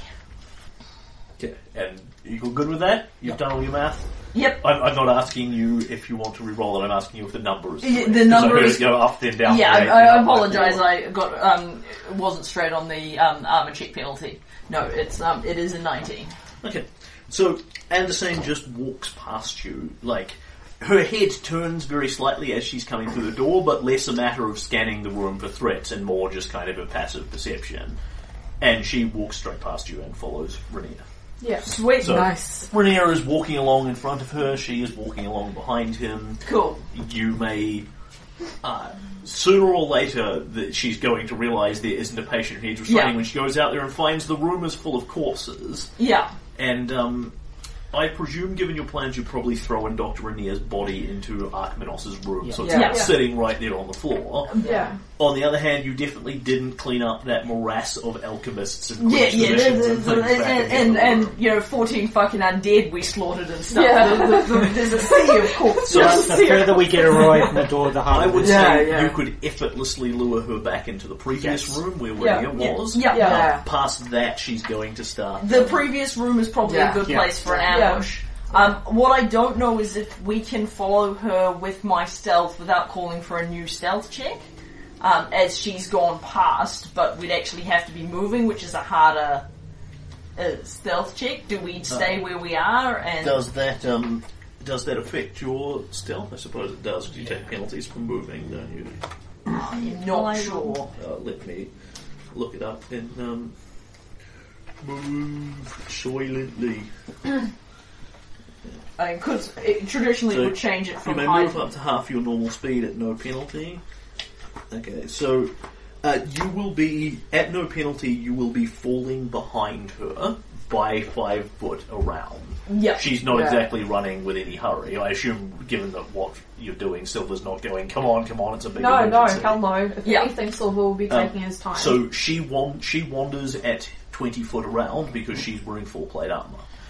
Speaker 2: Okay. And you go good with that? You've done all your math?
Speaker 4: Yep.
Speaker 2: I'm, I'm not asking you if you want to re-roll it. I'm asking you if the number is
Speaker 4: Yeah,
Speaker 2: correct,
Speaker 4: the
Speaker 2: 'cause I
Speaker 4: number
Speaker 2: heard
Speaker 4: is-
Speaker 2: it go up then down.
Speaker 4: yeah, I,
Speaker 2: then eight,
Speaker 4: I,
Speaker 2: then up,
Speaker 4: apologize.
Speaker 2: then four.
Speaker 4: I got um wasn't straight on the um, armor check penalty. No, it's um it is a nineteen.
Speaker 2: Okay. So Anderson just walks past you, like her head turns very slightly as she's coming through the door, but less a matter of scanning the room for threats and more just kind of a passive perception. And she walks straight past you and follows Renia.
Speaker 7: Yeah.
Speaker 4: Sweet.
Speaker 2: So
Speaker 7: Nice.
Speaker 2: Renia is walking along in front of her. She is walking along behind him.
Speaker 4: Cool.
Speaker 2: You may. Uh, Sooner or later, that she's going to realise there isn't a patient who needs restraining
Speaker 4: Yeah.
Speaker 2: when she goes out there and finds the room is full of corpses.
Speaker 4: Yeah.
Speaker 2: And um, I presume, given your plans, you probably throw in Dr. Rainier's body into Archimandros' room, so it's
Speaker 4: Yeah.
Speaker 2: not
Speaker 4: Yeah.
Speaker 2: sitting right there on the floor.
Speaker 7: Yeah.
Speaker 2: On the other hand, you definitely didn't clean up that morass of alchemists and
Speaker 4: Yeah,
Speaker 2: Queen's
Speaker 4: yeah,
Speaker 2: physicians
Speaker 4: there's,
Speaker 2: and
Speaker 4: there's,
Speaker 2: things
Speaker 4: and,
Speaker 2: back in the
Speaker 4: and,
Speaker 2: other
Speaker 4: and,
Speaker 2: room.
Speaker 4: you know, 14 fucking undead we slaughtered and stuff.
Speaker 7: Yeah.
Speaker 4: There's, a- there's a sea of corpses.
Speaker 2: So
Speaker 4: There's a
Speaker 6: the
Speaker 4: sea of-
Speaker 6: further we get away from the door, the harder
Speaker 2: I would
Speaker 6: it is.
Speaker 2: say
Speaker 7: yeah.
Speaker 2: you could effortlessly lure her back into the previous
Speaker 6: Yes.
Speaker 2: room where
Speaker 7: Yeah,
Speaker 2: Rania
Speaker 4: yeah,
Speaker 2: was.
Speaker 4: yeah.
Speaker 7: Yeah.
Speaker 2: Past that, she's going to start.
Speaker 4: The previous room is probably a
Speaker 7: Yeah.
Speaker 4: good
Speaker 6: Yeah.
Speaker 4: place for an
Speaker 7: Yeah.
Speaker 4: ambush. Um, what I don't know is if we can follow her with my stealth without calling for a new stealth check, um, as she's gone past, but we'd actually have to be moving, which is a harder uh, stealth check. Do we stay where we are? And
Speaker 2: Does that um, does that affect your stealth? I suppose it does. 'cause You take penalties for moving, don't you?
Speaker 4: I'm not sure.
Speaker 2: Uh, let me look it up and um, move silently.
Speaker 4: I mean, because traditionally
Speaker 2: So
Speaker 4: would change it
Speaker 2: You
Speaker 4: from
Speaker 2: may
Speaker 4: high.
Speaker 2: move up to half your normal speed at no penalty. Okay, so uh, you will be at no penalty. You will be falling behind her by five foot around.
Speaker 4: Yeah.
Speaker 2: She's not
Speaker 7: Yeah.
Speaker 2: exactly running with any hurry. I assume, given that what you're doing, Silver's not going. Come on, come on, it's a big
Speaker 3: No, no,
Speaker 2: emergency."
Speaker 3: hell no. If
Speaker 4: Yeah.
Speaker 3: anything, Silver will be
Speaker 2: Um,
Speaker 3: taking his time.
Speaker 2: So she wan- she wanders at twenty foot around because she's wearing full plate armor.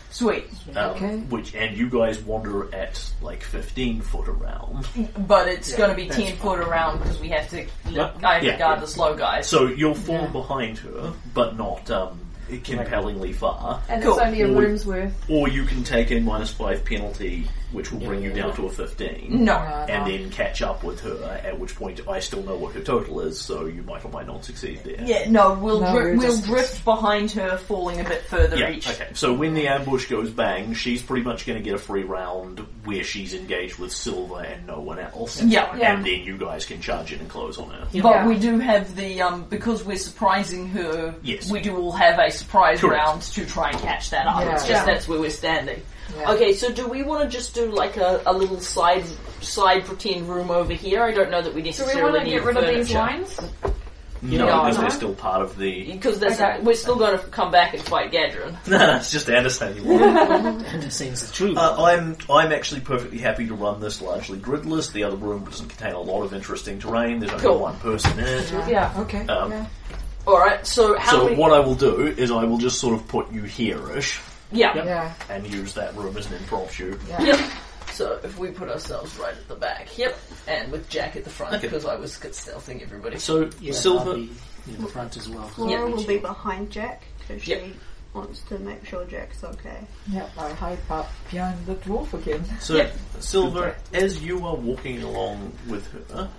Speaker 4: Sweet.
Speaker 2: Um,
Speaker 7: Okay.
Speaker 2: Which and you guys wander at like fifteen foot around.
Speaker 4: But it's going to be
Speaker 2: that's
Speaker 4: 10 foot around because we have to,
Speaker 2: Yeah.
Speaker 4: I have
Speaker 2: Yeah,
Speaker 4: to guard
Speaker 2: yeah.
Speaker 4: the slow guys.
Speaker 2: So you'll fall behind her, but not um, compellingly far.
Speaker 3: and
Speaker 4: cool.
Speaker 3: it's only a
Speaker 2: Or-
Speaker 3: room's worth.
Speaker 2: Or you can take a minus five penalty, which will bring you down to a fifteen.
Speaker 4: No.
Speaker 2: And then catch up with her, at which point I still know what her total is, so you might or might not succeed there.
Speaker 4: Yeah, no, we'll
Speaker 7: No,
Speaker 4: dri-
Speaker 7: we're
Speaker 4: we'll
Speaker 7: just-
Speaker 4: drift behind her, falling a bit further
Speaker 2: Yeah,
Speaker 4: each.
Speaker 2: okay. So when the ambush goes bang, she's pretty much going to get a free round where she's engaged with Silver and no one else.
Speaker 4: Yeah.
Speaker 2: And
Speaker 3: Yeah.
Speaker 2: then you guys can charge in and close on her.
Speaker 4: But
Speaker 3: Yeah.
Speaker 4: we do have the um because we're surprising her.
Speaker 2: Yes.
Speaker 4: we do all have a surprise
Speaker 2: Correct.
Speaker 4: round to try and catch that up.
Speaker 7: Yeah.
Speaker 4: It's just
Speaker 7: Yeah.
Speaker 4: that's where we're standing.
Speaker 7: Yeah.
Speaker 4: Okay, so do we want to just do like a, a little side side pretend room over here? I don't know that we
Speaker 3: Do we
Speaker 4: necessarily
Speaker 3: want to
Speaker 4: need
Speaker 3: get rid of these
Speaker 4: furniture.
Speaker 3: lines?
Speaker 2: No,
Speaker 4: No,
Speaker 2: because
Speaker 4: no.
Speaker 2: they're still part of the. [LAUGHS]
Speaker 4: because that's
Speaker 3: Okay.
Speaker 4: we're still going to come back and fight Gadron.
Speaker 2: No, it's just Anderson.
Speaker 6: And it seems the truth.
Speaker 2: uh, I'm I'm actually perfectly happy to run this largely gridless. The other room doesn't contain a lot of interesting terrain. There's only
Speaker 4: Cool.
Speaker 2: one person in it.
Speaker 3: Yeah.
Speaker 7: Okay.
Speaker 2: Um,
Speaker 7: yeah.
Speaker 4: All right, so how
Speaker 2: So
Speaker 4: many?
Speaker 2: what I will do is I will just sort of put you here-ish
Speaker 4: yeah.
Speaker 7: Yeah.
Speaker 2: and use that room as an impromptu.
Speaker 4: Yep. So if we put ourselves right at the back, yep, and with Jack at the front
Speaker 2: Okay.
Speaker 4: because I was stealthing everybody.
Speaker 2: So
Speaker 6: yeah,
Speaker 2: Silver,
Speaker 6: I'll be near the front as well.
Speaker 5: Laura
Speaker 4: Yeah.
Speaker 5: will be behind Jack because she
Speaker 4: Yeah.
Speaker 5: wants to make sure Jack's okay.
Speaker 7: Yeah. I hide back behind the dwarf again.
Speaker 2: So,
Speaker 4: Yep.
Speaker 2: Silver, as you are walking along with her,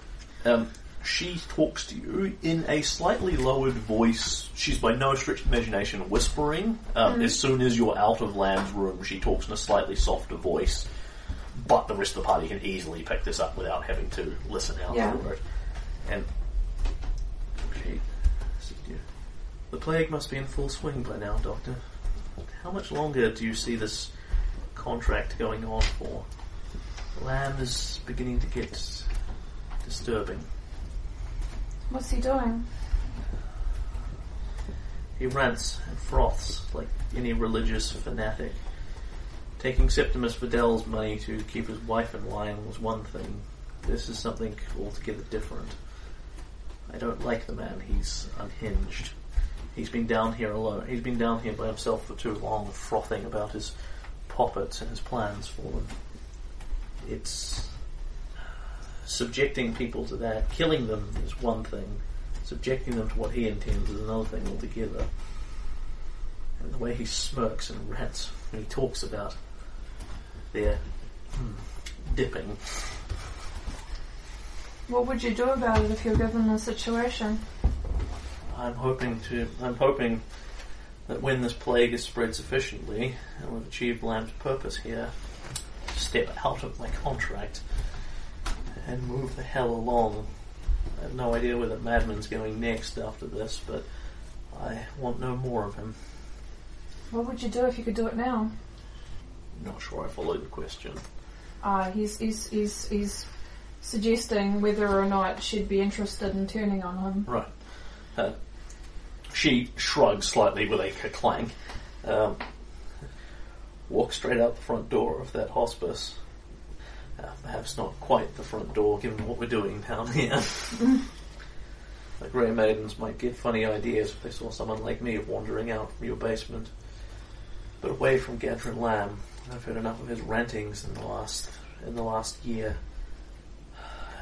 Speaker 2: um, she talks to you in a slightly lowered voice. She's by no stretch of imagination whispering. Um, As soon as you're out of Lamb's room, she talks in a slightly softer voice. But the rest of the party can easily pick this up without having to listen out
Speaker 7: Yeah.
Speaker 2: for it. And she, the plague must be in full swing by now, Doctor. How much longer do you see this contract going on for? Lamb is beginning to get disturbing.
Speaker 3: What's he doing?
Speaker 2: He rants and froths like any religious fanatic. Taking Septimus Fidel's money to keep his wife in line was one thing. This is something altogether different. I don't like the man. He's unhinged. He's been down here alone. He's been down here by himself for too long, frothing about his poppets and his plans for them. It's uh, subjecting people to that. Killing them is one thing. Subjecting them to what he intends is another thing altogether. And the way he smirks and rants when he talks about their hmm, dipping.
Speaker 3: What would you do about it if you're given the situation?
Speaker 2: I'm hoping to. I'm hoping that when this plague is spread sufficiently, and we've achieved Lamb's purpose here, step out of my contract and move the hell along. I have no idea where the madman's going next after this, but I want no more of him.
Speaker 3: What would you do if you could do it now?
Speaker 2: Not sure I follow the question.
Speaker 3: Uh, he's, he's, he's, he's suggesting whether or not she'd be interested in turning on him.
Speaker 2: Right. Uh, she shrugs slightly with a clang. Um, walks straight out the front door of that hospice. Uh, perhaps not quite the front door, given what we're doing down here. the Grey Maidens might get funny ideas if they saw someone like me wandering out from your basement. But away from Gadrin Lamb, I've heard enough of his rantings in the last in the last year.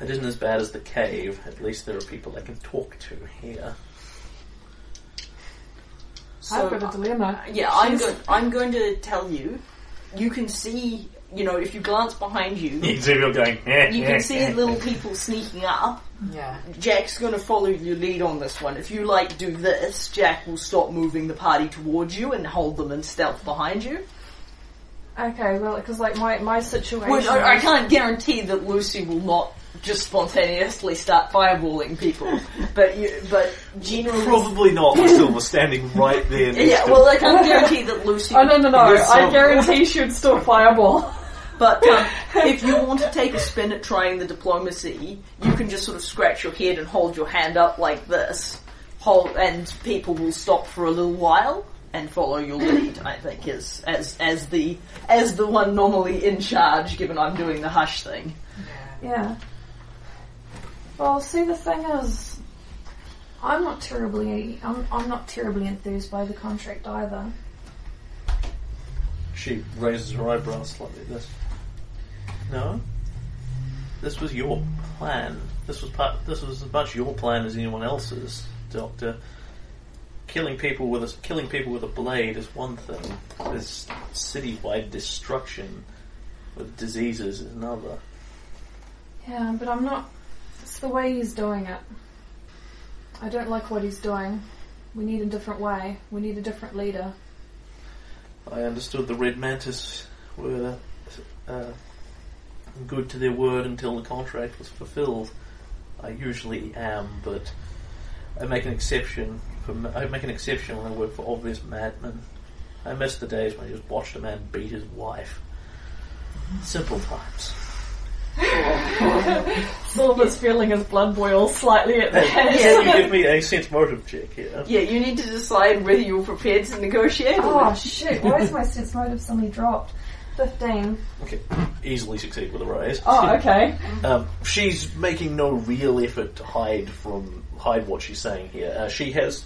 Speaker 2: It isn't as bad as the cave. At least there are people I can talk to here.
Speaker 4: So, uh,
Speaker 3: I've got a dilemma.
Speaker 4: Yeah, I'm
Speaker 3: She's-
Speaker 4: going. I'm going to tell you. You can see. You know, if you glance behind you, [LAUGHS]
Speaker 2: You can see people going, eh,
Speaker 4: you
Speaker 2: eh,
Speaker 4: can see
Speaker 2: eh.
Speaker 4: little people sneaking up.
Speaker 7: Yeah.
Speaker 4: Jack's going to follow your lead on this one. If you like do this, Jack will stop moving the party towards you and hold them in stealth behind you.
Speaker 3: Okay, well, because like my my situation.
Speaker 4: Which I, I can't guarantee that Lucy will not just spontaneously start fireballing people, but you, but generally.
Speaker 2: Probably not. Still, we're standing right
Speaker 4: [LAUGHS]
Speaker 2: there. next
Speaker 4: Yeah,
Speaker 2: to
Speaker 4: well, I can't guarantee that Lucy.
Speaker 3: Oh no no no!
Speaker 2: There's
Speaker 3: [LAUGHS] I
Speaker 2: some-
Speaker 3: guarantee she'd still fireball.
Speaker 4: But um, if you want to take a spin at trying the diplomacy, you can just sort of scratch your head and hold your hand up like this, hold, and people will stop for a little while and follow your lead. I think is as as the as the one normally in charge, given I'm doing the hush thing.
Speaker 3: [LAUGHS] Yeah. Well, see, the thing is, I'm not terribly I'm I'm not terribly enthused by the contract either.
Speaker 2: She raises her eyebrows slightly at this. No? This was your plan. This was part, this was as much your plan as anyone else's, Doctor. Killing people with a killing people with a blade is one thing. This citywide destruction with diseases is another.
Speaker 3: Yeah, but I'm not. It's the way he's doing it. I don't like what he's doing. We need a different way. We need a different leader.
Speaker 2: I understood the Red Mantis were uh, good to their word until the contract was fulfilled. I usually am, but I make an exception. For, ma- I make an exception when I work for obvious madmen. I miss the days when I just watched a man beat his wife. Simple times.
Speaker 3: Silver's feeling his blood boil
Speaker 2: [LAUGHS]
Speaker 3: slightly at that.
Speaker 2: Can you give me a sense motive check here?
Speaker 4: Yeah, you need to decide whether you're prepared to negotiate. Or
Speaker 3: oh [LAUGHS] shit! Why is my sense motive suddenly dropped? Fifteen.
Speaker 2: Okay, easily succeed with a raise.
Speaker 3: Oh, okay.
Speaker 2: Um, she's making no real effort to hide from hide what she's saying here. Uh, she has,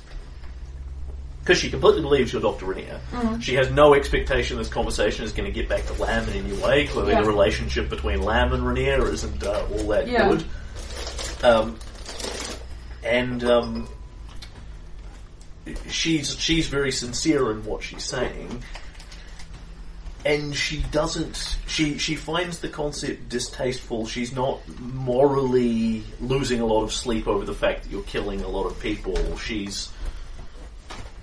Speaker 2: because she completely believes you're Doctor Renia.
Speaker 3: Mm-hmm.
Speaker 2: She has no expectation this conversation is going to get back to Lamb in any way. Clearly,
Speaker 3: Yeah.
Speaker 2: the relationship between Lamb and Renia isn't uh, all that
Speaker 3: Yeah.
Speaker 2: good. Um, and um, she's she's very sincere in what she's saying and she doesn't she she finds the concept distasteful she's not morally losing a lot of sleep over the fact that you're killing a lot of people she's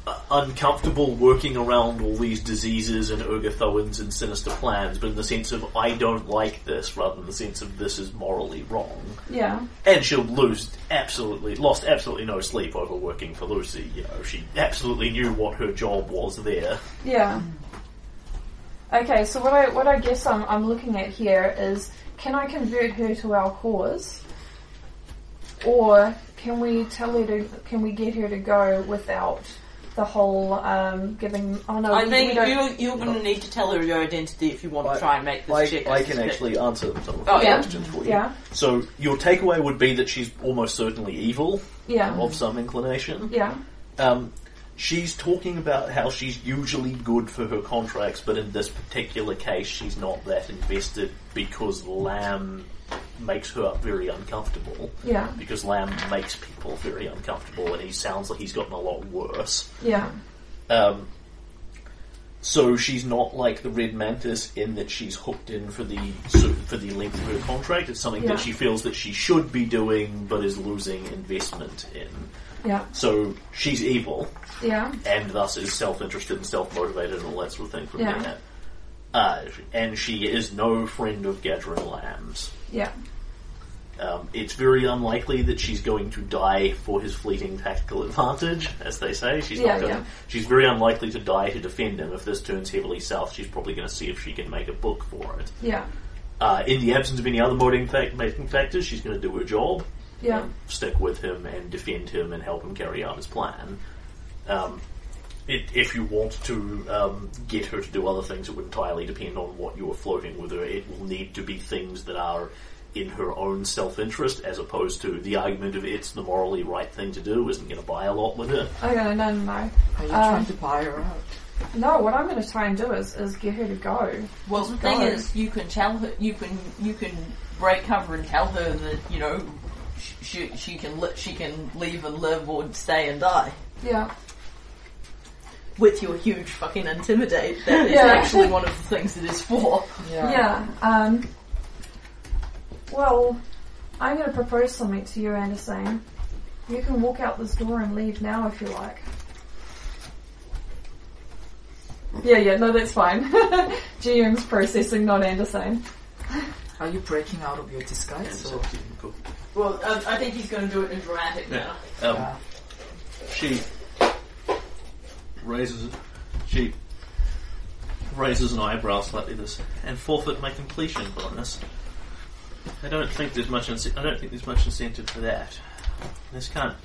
Speaker 2: uh, uncomfortable working around all these diseases and ergothoans and sinister plans but in the sense of i don't like this rather than the sense of this is morally wrong
Speaker 3: Yeah.
Speaker 2: and she'll lose absolutely lost absolutely no sleep over working for lucy you know she absolutely knew what her job was there
Speaker 3: Yeah. Okay, so what I what I guess I'm I'm looking at here is can I convert her to our cause, or can we tell her to can we get her to go without the whole um, giving? Oh no,
Speaker 4: I
Speaker 3: we-
Speaker 4: think
Speaker 3: we don't-
Speaker 4: you're, you're going to need to tell her your identity if you want
Speaker 2: I-
Speaker 4: to try and make this
Speaker 2: I,
Speaker 4: check.
Speaker 2: I can actually answer some of the
Speaker 4: Oh, yeah.
Speaker 2: questions for you.
Speaker 3: yeah
Speaker 2: So your takeaway would be that she's almost certainly evil,
Speaker 3: yeah
Speaker 2: of some inclination.
Speaker 3: yeah
Speaker 2: Um, she's talking about how she's usually good for her contracts, but in this particular case, she's not that invested because Lamb makes her very uncomfortable.
Speaker 3: yeah
Speaker 2: Because Lamb makes people very uncomfortable, and he sounds like he's gotten a lot worse.
Speaker 3: yeah
Speaker 2: Um, so she's not like the Red Mantis in that she's hooked in for the so for the length of her contract. It's something
Speaker 3: Yeah.
Speaker 2: that she feels that she should be doing, but is losing investment in.
Speaker 3: yeah
Speaker 2: So she's evil,
Speaker 3: yeah
Speaker 2: and thus is self-interested and self-motivated and all that sort of thing from
Speaker 3: Yeah.
Speaker 2: that. Uh, and she is no friend of Gadrin Lambs.
Speaker 3: yeah
Speaker 2: Um, it's very unlikely that she's going to die for his fleeting tactical advantage, as they say. She's
Speaker 3: Yeah,
Speaker 2: not going.
Speaker 3: yeah.
Speaker 2: She's very unlikely to die to defend him. If this turns heavily south, she's probably going to see if she can make a book for it.
Speaker 3: yeah
Speaker 2: Uh, in the absence of any other motivating fac- making factors, she's going to do her job,
Speaker 3: yeah
Speaker 2: stick with him, and defend him, and help him carry out his plan. Um, it, if you want to um, get her to do other things, it would entirely depend on what you are floating with her. It will need to be things that are in her own self-interest, as opposed to the argument of it's the morally right thing to do isn't going to buy a lot with her.
Speaker 3: okay no no no
Speaker 7: Are you
Speaker 3: Um,
Speaker 7: trying to buy her out?
Speaker 3: no what I'm going to try and do is is get her to go
Speaker 4: Well, the thing
Speaker 3: go.
Speaker 4: is, you can tell her, you can you can break cover and tell her that you know sh- she she can li- she can leave and live or stay and die
Speaker 3: yeah
Speaker 4: with your huge fucking intimidate. [LAUGHS] That is
Speaker 3: Yeah.
Speaker 4: actually one of the things it is for.
Speaker 3: Yeah. Um, well, I'm going to propose something to you, Anderson. You can walk out this door and leave now if you like. Yeah, yeah, no, that's fine. [LAUGHS] GM's processing, not Anderson.
Speaker 7: Are you breaking out of your disguise? Or?
Speaker 4: Well, I, I think he's going to do it in dramatic now.
Speaker 2: Um, she raises she raises an eyebrow slightly. This and forfeit my completion bonus. I don't think there's much. Ince- I don't think there's much incentive for that. This can't.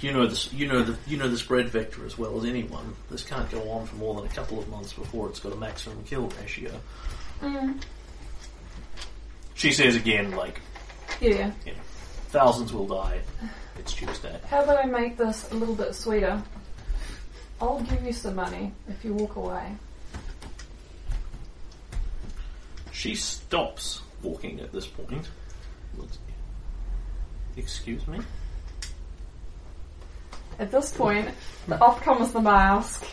Speaker 2: You know this. You know the. You know the spread vector as well as anyone. This can't go on for more than a couple of months before it's got a maximum kill ratio. She says again, like
Speaker 3: Yeah, yeah.
Speaker 2: thousands will die. It's Tuesday.
Speaker 3: How about I make this a little bit sweeter? I'll give you some money if you walk away.
Speaker 2: She stops walking at this point. Looks- Excuse me?
Speaker 3: At this point, the off comes the mask.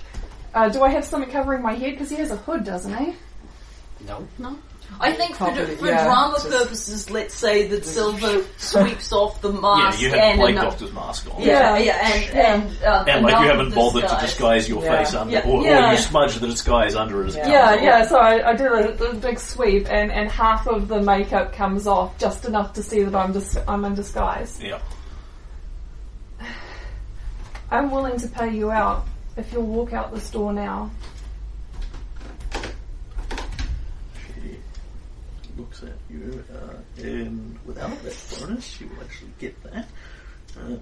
Speaker 3: Uh, do I have something covering my head? Because he has a hood, doesn't he?
Speaker 6: No.
Speaker 4: I think for,
Speaker 7: Probably,
Speaker 4: for
Speaker 7: yeah,
Speaker 4: drama
Speaker 7: just-
Speaker 4: purposes, let's say that [LAUGHS] Silver sweeps off the mask
Speaker 2: yeah, you
Speaker 4: and
Speaker 2: have Plague
Speaker 4: ano-
Speaker 2: Doctor's mask on.
Speaker 4: Yeah, yeah, and and, uh,
Speaker 2: And like you
Speaker 4: enough
Speaker 2: haven't bothered to
Speaker 4: disguise.
Speaker 2: disguise your
Speaker 7: Yeah.
Speaker 2: face under,
Speaker 4: Yeah.
Speaker 2: or, or
Speaker 3: Yeah.
Speaker 2: you smudge the disguise under as
Speaker 3: Yeah, yeah. So I, I did a, a big sweep, and, and half of the makeup comes off, just enough to see that I'm dis- I'm in disguise.
Speaker 2: yeah.
Speaker 3: I'm willing to pay you out if you'll walk out this door now.
Speaker 2: She looks at you, uh, and without that bonus, you will actually get that. Uh,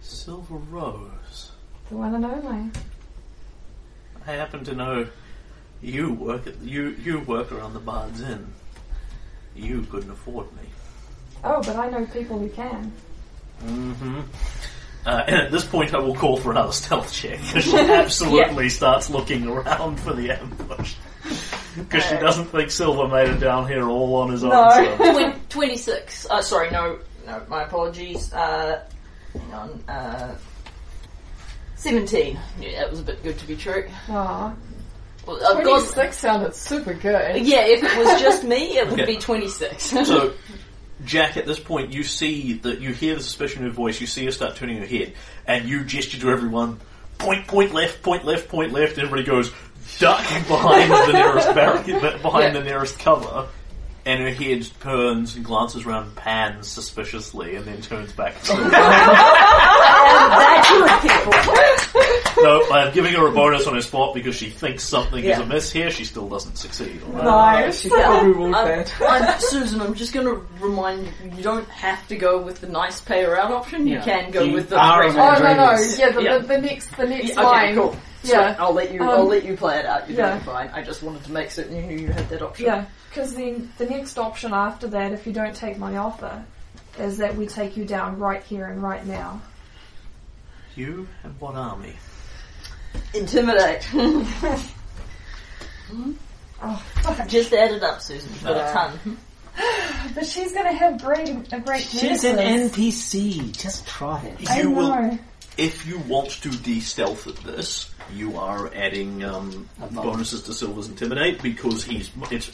Speaker 2: Silver Rose.
Speaker 3: The one and only.
Speaker 2: I happen to know you work at you you work around the Bard's Inn. You couldn't afford me.
Speaker 3: Oh, but I know people who can.
Speaker 2: Mm-hmm. Uh, and at this point, I will call for another stealth check because she absolutely starts looking around for the ambush because she doesn't think Silver made it down here all on his
Speaker 3: No.
Speaker 2: own. So.
Speaker 4: Twen- 26. Uh, sorry, no, no, my apologies. Uh, hang on. Uh, 17. Yeah, that was a bit good to be true.
Speaker 3: Aw.
Speaker 4: Well, of course-
Speaker 3: sounded super good.
Speaker 4: yeah, if it was just me, it would
Speaker 2: Okay.
Speaker 4: be 26. [LAUGHS]
Speaker 2: So, Jack, at this point, you see that you hear the suspicion in her voice. You see her start turning her head, and you gesture to everyone: point, point left, point left, point left. Everybody goes duck behind the nearest barricade, [LAUGHS] behind
Speaker 3: Yeah.
Speaker 2: the nearest cover. And her head turns and glances around Pan suspiciously, and then turns back. To
Speaker 4: That you people.
Speaker 2: no, I am giving her a bonus on her spot because she thinks something is
Speaker 4: Yeah.
Speaker 2: amiss here. She still doesn't succeed. All right.
Speaker 7: Nice.
Speaker 4: She
Speaker 7: Uh, probably
Speaker 4: I'm,
Speaker 7: won't bet.
Speaker 4: I'm- Susan, I'm just going to remind you, you don't have to go with the nice payer out option. You
Speaker 6: Yeah.
Speaker 4: can go
Speaker 6: You
Speaker 4: with the.
Speaker 6: are
Speaker 4: great-
Speaker 6: a-
Speaker 3: Oh no no,
Speaker 6: Dragons.
Speaker 3: yeah, the,
Speaker 4: Yeah.
Speaker 3: The, the next the next
Speaker 4: Yeah, okay,
Speaker 3: line.
Speaker 4: cool. Sweet,
Speaker 3: Yeah.
Speaker 4: I'll let you. I'll
Speaker 3: Um,
Speaker 4: let you play it out. You're
Speaker 3: yeah.
Speaker 4: doing fine. I just wanted to make certain you knew you had that option.
Speaker 3: Yeah, because then the next option after that, if you don't take my offer, is that we take you down right here and right now.
Speaker 2: You and what army?
Speaker 4: [LAUGHS] Intimidate.
Speaker 3: Oh,
Speaker 4: just added up, Susan. You've got a ton.
Speaker 3: but she's gonna have great a great.
Speaker 6: She's an NPC. Just try it.
Speaker 3: I
Speaker 2: You
Speaker 3: know.
Speaker 2: will, if you want to de-stealth at this, you are adding um, bonuses to Silver's intimidate because he's it's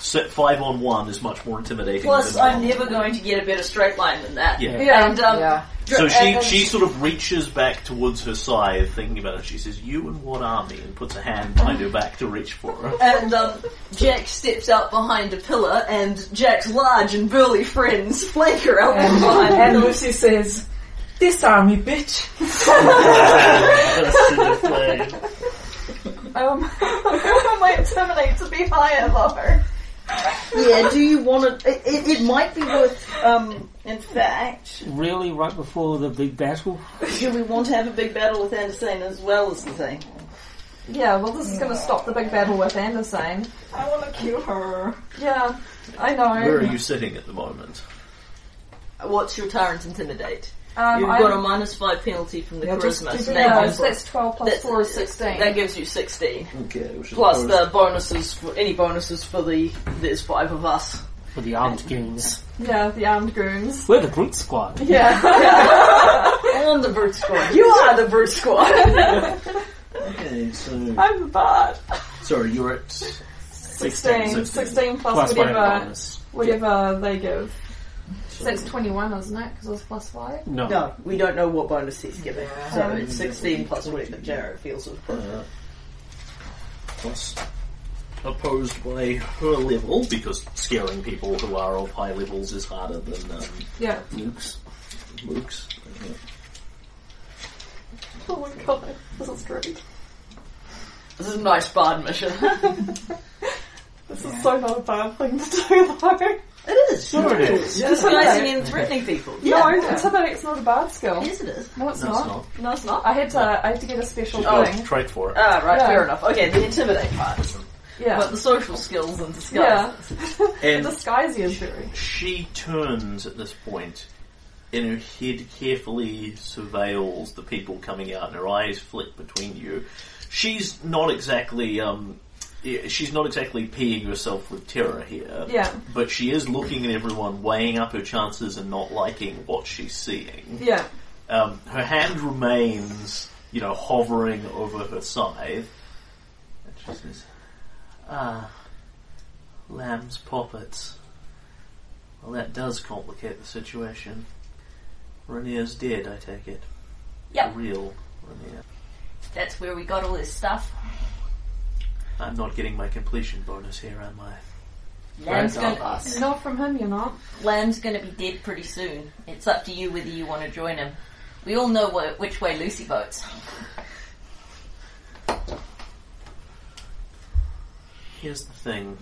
Speaker 2: set five on one is much more intimidating.
Speaker 4: Plus,
Speaker 2: than
Speaker 4: I'm
Speaker 2: one.
Speaker 4: never going to get a better straight line than that.
Speaker 2: Yeah.
Speaker 3: Yeah.
Speaker 4: And um,
Speaker 7: Yeah.
Speaker 2: So she
Speaker 4: and-
Speaker 2: she sort of reaches back towards her scythe, thinking about it. She says, "You and what army?" and puts a hand behind her back to reach for
Speaker 4: [LAUGHS]
Speaker 2: her.
Speaker 4: And um, Jack steps out behind a pillar, and Jack's large and burly friends flank her out from behind.
Speaker 7: and Lucy says, "Disarm me, bitch."
Speaker 3: Um, [LAUGHS] my intimidate to be higher, lover.
Speaker 4: yeah, do you want to? It, it, it might be worth. Um, in fact,
Speaker 6: Really, right before the big battle?
Speaker 4: do we want to have a big battle with Anderson as well as the thing?
Speaker 3: Yeah, well, this is gonna stop the big battle with Anderson.
Speaker 7: I want to kill her.
Speaker 3: Yeah, I know.
Speaker 2: Where are you sitting at the moment?
Speaker 4: What's your Tyrant Intimidate?
Speaker 3: Um,
Speaker 4: You've
Speaker 3: I,
Speaker 4: got a minus five penalty from the
Speaker 7: Yeah, just
Speaker 4: charisma.
Speaker 7: keep
Speaker 4: so
Speaker 7: it
Speaker 4: that
Speaker 7: up.
Speaker 3: yeah,
Speaker 4: gives-
Speaker 3: so that's twelve plus
Speaker 4: that-
Speaker 3: four is sixteen.
Speaker 4: That gives you sixteen.
Speaker 2: Okay, which is
Speaker 4: Plus the bonuses, for, any bonuses for the there's five of us.
Speaker 6: For the armed goons.
Speaker 3: yeah, the armed goons.
Speaker 6: [LAUGHS] We're the brute
Speaker 3: [LAUGHS]
Speaker 6: squad.
Speaker 3: Yeah,
Speaker 4: [LAUGHS] And the brute squad. You are the brute squad.
Speaker 2: Okay, so
Speaker 3: I'm bad.
Speaker 2: sorry, you're at
Speaker 3: 16,
Speaker 2: 16.
Speaker 3: 16, plus,
Speaker 6: Plus whatever
Speaker 3: whatever,
Speaker 6: bonus.
Speaker 3: whatever they give. So that's 21, isn't it? Because it was plus 5?
Speaker 4: [LAUGHS]
Speaker 6: No.
Speaker 4: no, we don't know what bonus he's giving. So it's sixteen plus whatever Jared feels is appropriate.
Speaker 2: uh, plus opposed by her level because scaring people who are of high levels is harder than um,
Speaker 3: Yeah.
Speaker 2: nukes. Nukes. Yeah.
Speaker 3: Oh my god, this is great.
Speaker 4: This is a nice bard [LAUGHS] mission.
Speaker 3: This is so not a bad thing to do, though.
Speaker 4: it is.
Speaker 6: Sure it is.
Speaker 4: Disguising and threatening people.
Speaker 3: no, intimidate's not a bad skill.
Speaker 4: Yes, it is.
Speaker 3: No, it's
Speaker 2: No, it's
Speaker 3: not.
Speaker 2: not.
Speaker 4: No, it's not.
Speaker 3: I had to. I had to get a special
Speaker 2: Oh,
Speaker 3: thing.
Speaker 2: trade for it.
Speaker 4: Ah, right,
Speaker 3: Yeah.
Speaker 4: fair enough. Okay, the intimidate part.
Speaker 3: Yeah,
Speaker 4: But the social skills and disguise.
Speaker 3: yeah.
Speaker 2: and
Speaker 3: Disguise is very.
Speaker 2: She turns at this point, and her head carefully surveils the people coming out, and her eyes flick between you. She's not exactly, um, eh, she's not exactly peeing herself with terror here.
Speaker 3: Yeah.
Speaker 2: But she is looking at everyone, weighing up her chances, and not liking what she's seeing.
Speaker 3: Yeah,
Speaker 2: Um, her hand remains, you know, hovering over her scythe. And she says, Ah, lamb's poppets. Well, that does complicate the situation. Rainier's dead, I take it.
Speaker 4: Yep.
Speaker 2: Real Rainier.
Speaker 4: That's where we got all this stuff.
Speaker 2: I'm not getting my completion bonus here, am I?
Speaker 4: Lamb's
Speaker 6: Right on
Speaker 4: gonna,
Speaker 3: not from him, you know.
Speaker 4: Lamb's gonna be dead pretty soon. It's up to you whether you want to join him. We all know wh- which way Lucy votes.
Speaker 2: Here's the thing.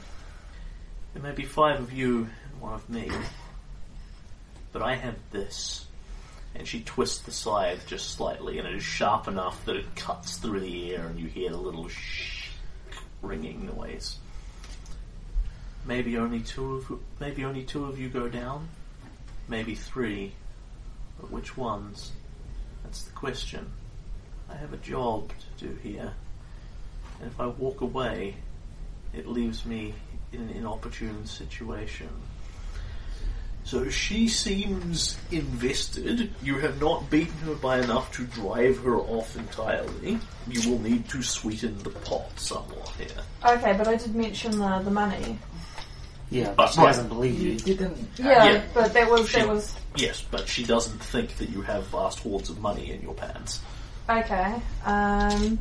Speaker 2: There may be five of you and one of me, but I have this. And she twists the scythe just slightly, and it is sharp enough that it cuts through the air, and you hear the little shh ringing noise. Maybe only two of maybe only two of you go down, maybe three, but which ones? That's the question. I have a job to do here, and if I walk away, it leaves me in an inopportune situation. So she seems invested. You have not beaten her by enough to drive her off entirely. You will need to sweeten the pot somewhat here.
Speaker 3: Okay, but I did mention the the money.
Speaker 6: Yeah,
Speaker 2: But
Speaker 6: but she
Speaker 2: right.
Speaker 6: doesn't believe
Speaker 7: You
Speaker 6: you.
Speaker 7: didn't.
Speaker 3: Yeah,
Speaker 2: Yeah.
Speaker 3: but that was
Speaker 2: She-
Speaker 3: that was
Speaker 2: Yes, but she doesn't think that you have vast hordes of money in your pants.
Speaker 3: okay. Um,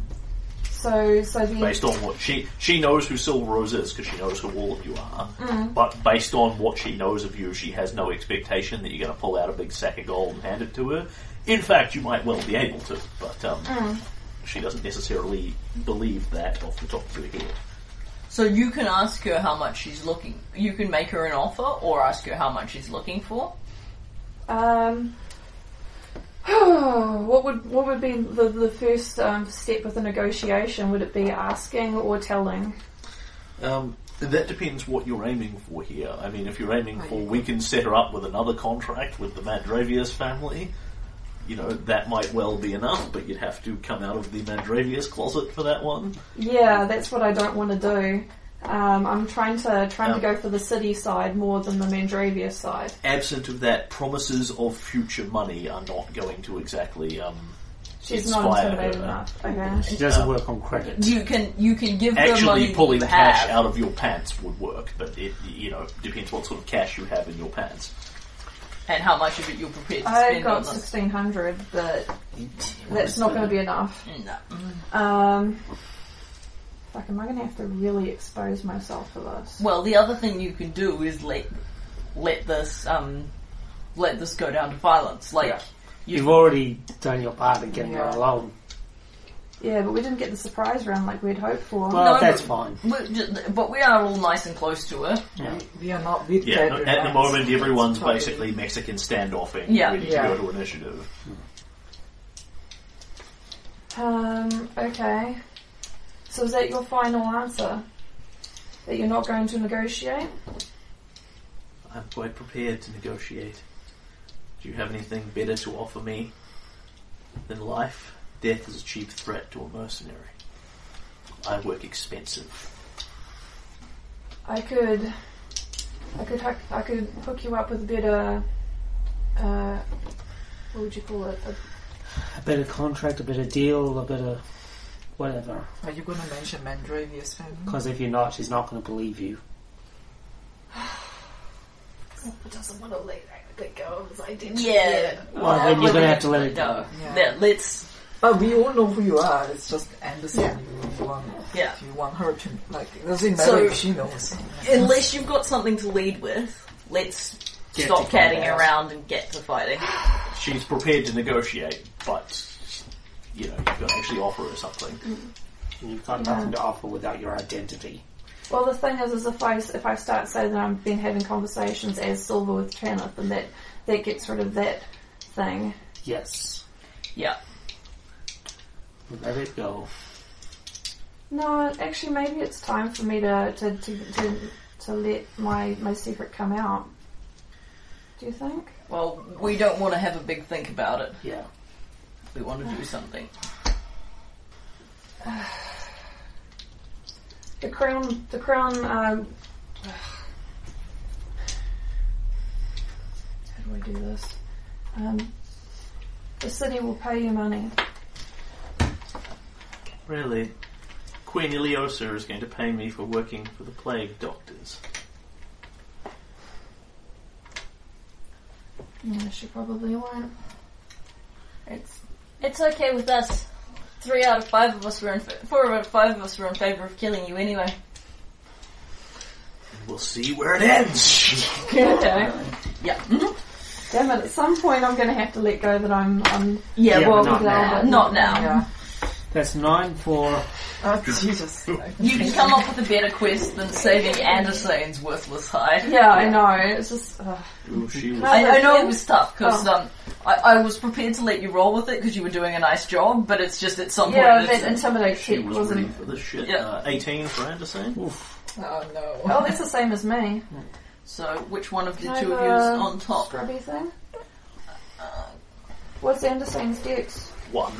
Speaker 3: so so the
Speaker 2: Based on what she she knows who Silver Rose is because she knows who all of you are. But based on what she knows of you, she has no expectation that you're going to pull out a big sack of gold and hand it to her. In fact, you might well be able to, but um, she doesn't necessarily believe that off the top of her head.
Speaker 4: So you can ask her how much she's looking. You can make her an offer or ask her how much she's looking for.
Speaker 3: Um, [SIGHS] what would what would be the, the first um, step with a negotiation? Would it be asking or telling?
Speaker 2: Um, that depends what you're aiming for here. I mean, if you're aiming for we can set her up with another contract with the Mandravius family, you know, that might well be enough, but you'd have to come out of the Mandravius closet for that one.
Speaker 3: Yeah, that's what I don't want to do. Um, I'm trying to trying to go for the city side more than the Mandravia side.
Speaker 2: Absent of that, promises of future money are not going to exactly. Um,
Speaker 3: She's not
Speaker 2: inspire
Speaker 3: intimidated
Speaker 2: her.
Speaker 3: enough. Okay.
Speaker 6: She doesn't work on credit.
Speaker 4: You can you can give her money
Speaker 2: Actually,
Speaker 4: that
Speaker 2: pulling
Speaker 4: you
Speaker 2: cash
Speaker 4: have.
Speaker 2: out of your pants would work, but it you know depends what sort of cash you have in your pants.
Speaker 4: and how much of it you're prepared to
Speaker 3: I
Speaker 4: spend
Speaker 3: got
Speaker 4: on this.
Speaker 3: sixteen hundred, but that's not going to be enough.
Speaker 4: No.
Speaker 3: Um, fuck, am I going to have to really expose myself for this?
Speaker 4: Well, the other thing you can do is let let this um let this go down to violence. Like
Speaker 6: Yeah. You've already done your part in getting her alone.
Speaker 3: Yeah, but we didn't get the surprise round like we'd hoped for.
Speaker 6: Well,
Speaker 4: No,
Speaker 6: that's
Speaker 4: but-
Speaker 6: fine.
Speaker 4: we're just, but we are all nice and close to her.
Speaker 7: We are not with
Speaker 2: Yeah,
Speaker 7: that
Speaker 2: at the
Speaker 7: relaxed.
Speaker 2: moment everyone's
Speaker 7: Totally.
Speaker 2: basically Mexican standoffing,
Speaker 4: Yeah.
Speaker 2: ready
Speaker 7: Yeah.
Speaker 2: to go to initiative.
Speaker 3: Um, okay. So is that your final answer? That you're not going to negotiate?
Speaker 2: I'm quite prepared to negotiate. Do you have anything better to offer me than life? Death is a cheap threat to a mercenary. I work expensive.
Speaker 3: I could, I could, hook, I could hook you up with a better, uh, what would you call it? A-
Speaker 6: A better contract, a better deal, a better whatever.
Speaker 7: Are you going to mention Mandravius family?
Speaker 6: Because if you're not, she's not going to believe you.
Speaker 3: It doesn't want to let, let go of his identity.
Speaker 4: Yeah.
Speaker 6: Well, then you're going to have to let it go.
Speaker 7: Yeah.
Speaker 4: Let- let's
Speaker 7: But we all know who you are. It's just Anderson.
Speaker 5: Yeah.
Speaker 7: You want,
Speaker 4: Yeah.
Speaker 7: if you want her to like. It doesn't matter
Speaker 4: So-
Speaker 7: if she knows.
Speaker 4: unless you've got something to lead with. Let's
Speaker 7: Get
Speaker 4: stop
Speaker 7: to fight
Speaker 4: catting
Speaker 7: out.
Speaker 4: around and get to fighting.
Speaker 2: She's prepared to negotiate, but you know, you've got to actually offer her something.
Speaker 6: You've got nothing to offer without your identity.
Speaker 3: Well, the thing is, is if I s- if I start saying that I've been having conversations as Silver with Tranith, then that that gets rid of that thing.
Speaker 6: Yes.
Speaker 4: Yeah.
Speaker 6: Let it go.
Speaker 3: No, actually, maybe it's time for me to to to, to, to let my my secret come out. Do you think?
Speaker 4: Well, we don't want to have a big think about it.
Speaker 6: Yeah.
Speaker 4: We want to do something.
Speaker 3: The crown, the crown. Um, how do I do this? Um, the city will pay you money.
Speaker 2: Really? Queen Iliosa is going to pay me for working for the plague doctors.
Speaker 3: Yeah, she [LAUGHS] probably won't.
Speaker 9: It's it's okay with us. Three out of five of us were in fa- four out of five of us were in favor of killing you anyway.
Speaker 2: We'll see where it ends.
Speaker 3: Okay.
Speaker 4: Yeah. Mm-hmm.
Speaker 3: Damn it! At some point, I'm going to have to let go that I'm. I'm
Speaker 4: Yeah,
Speaker 6: Yeah,
Speaker 4: well,
Speaker 6: not now.
Speaker 4: not now.
Speaker 7: Yeah.
Speaker 6: That's nine for.
Speaker 7: Oh Jesus.
Speaker 4: You can come up with a better quest than saving Anderson's worthless hide.
Speaker 3: yeah, I know. It's just. Uh,
Speaker 2: Ooh, she was
Speaker 4: I, I know it was tough because
Speaker 3: Oh.
Speaker 4: um, I, I was prepared to let you roll with it because you were doing a nice job, but it's just at some point.
Speaker 3: yeah,
Speaker 4: it's-
Speaker 3: that intimidate
Speaker 2: she
Speaker 3: check
Speaker 2: was ready
Speaker 3: wasn't.
Speaker 2: for this shit.
Speaker 4: Yeah.
Speaker 2: Uh, 18 for Anderson.
Speaker 7: Oh no.
Speaker 3: Oh, that's the same as me.
Speaker 4: so, which one of the
Speaker 3: Can I
Speaker 4: two of
Speaker 3: have
Speaker 4: you
Speaker 3: a
Speaker 4: is on top?
Speaker 3: Scrubby thing. What's Anderson's dex?
Speaker 2: One.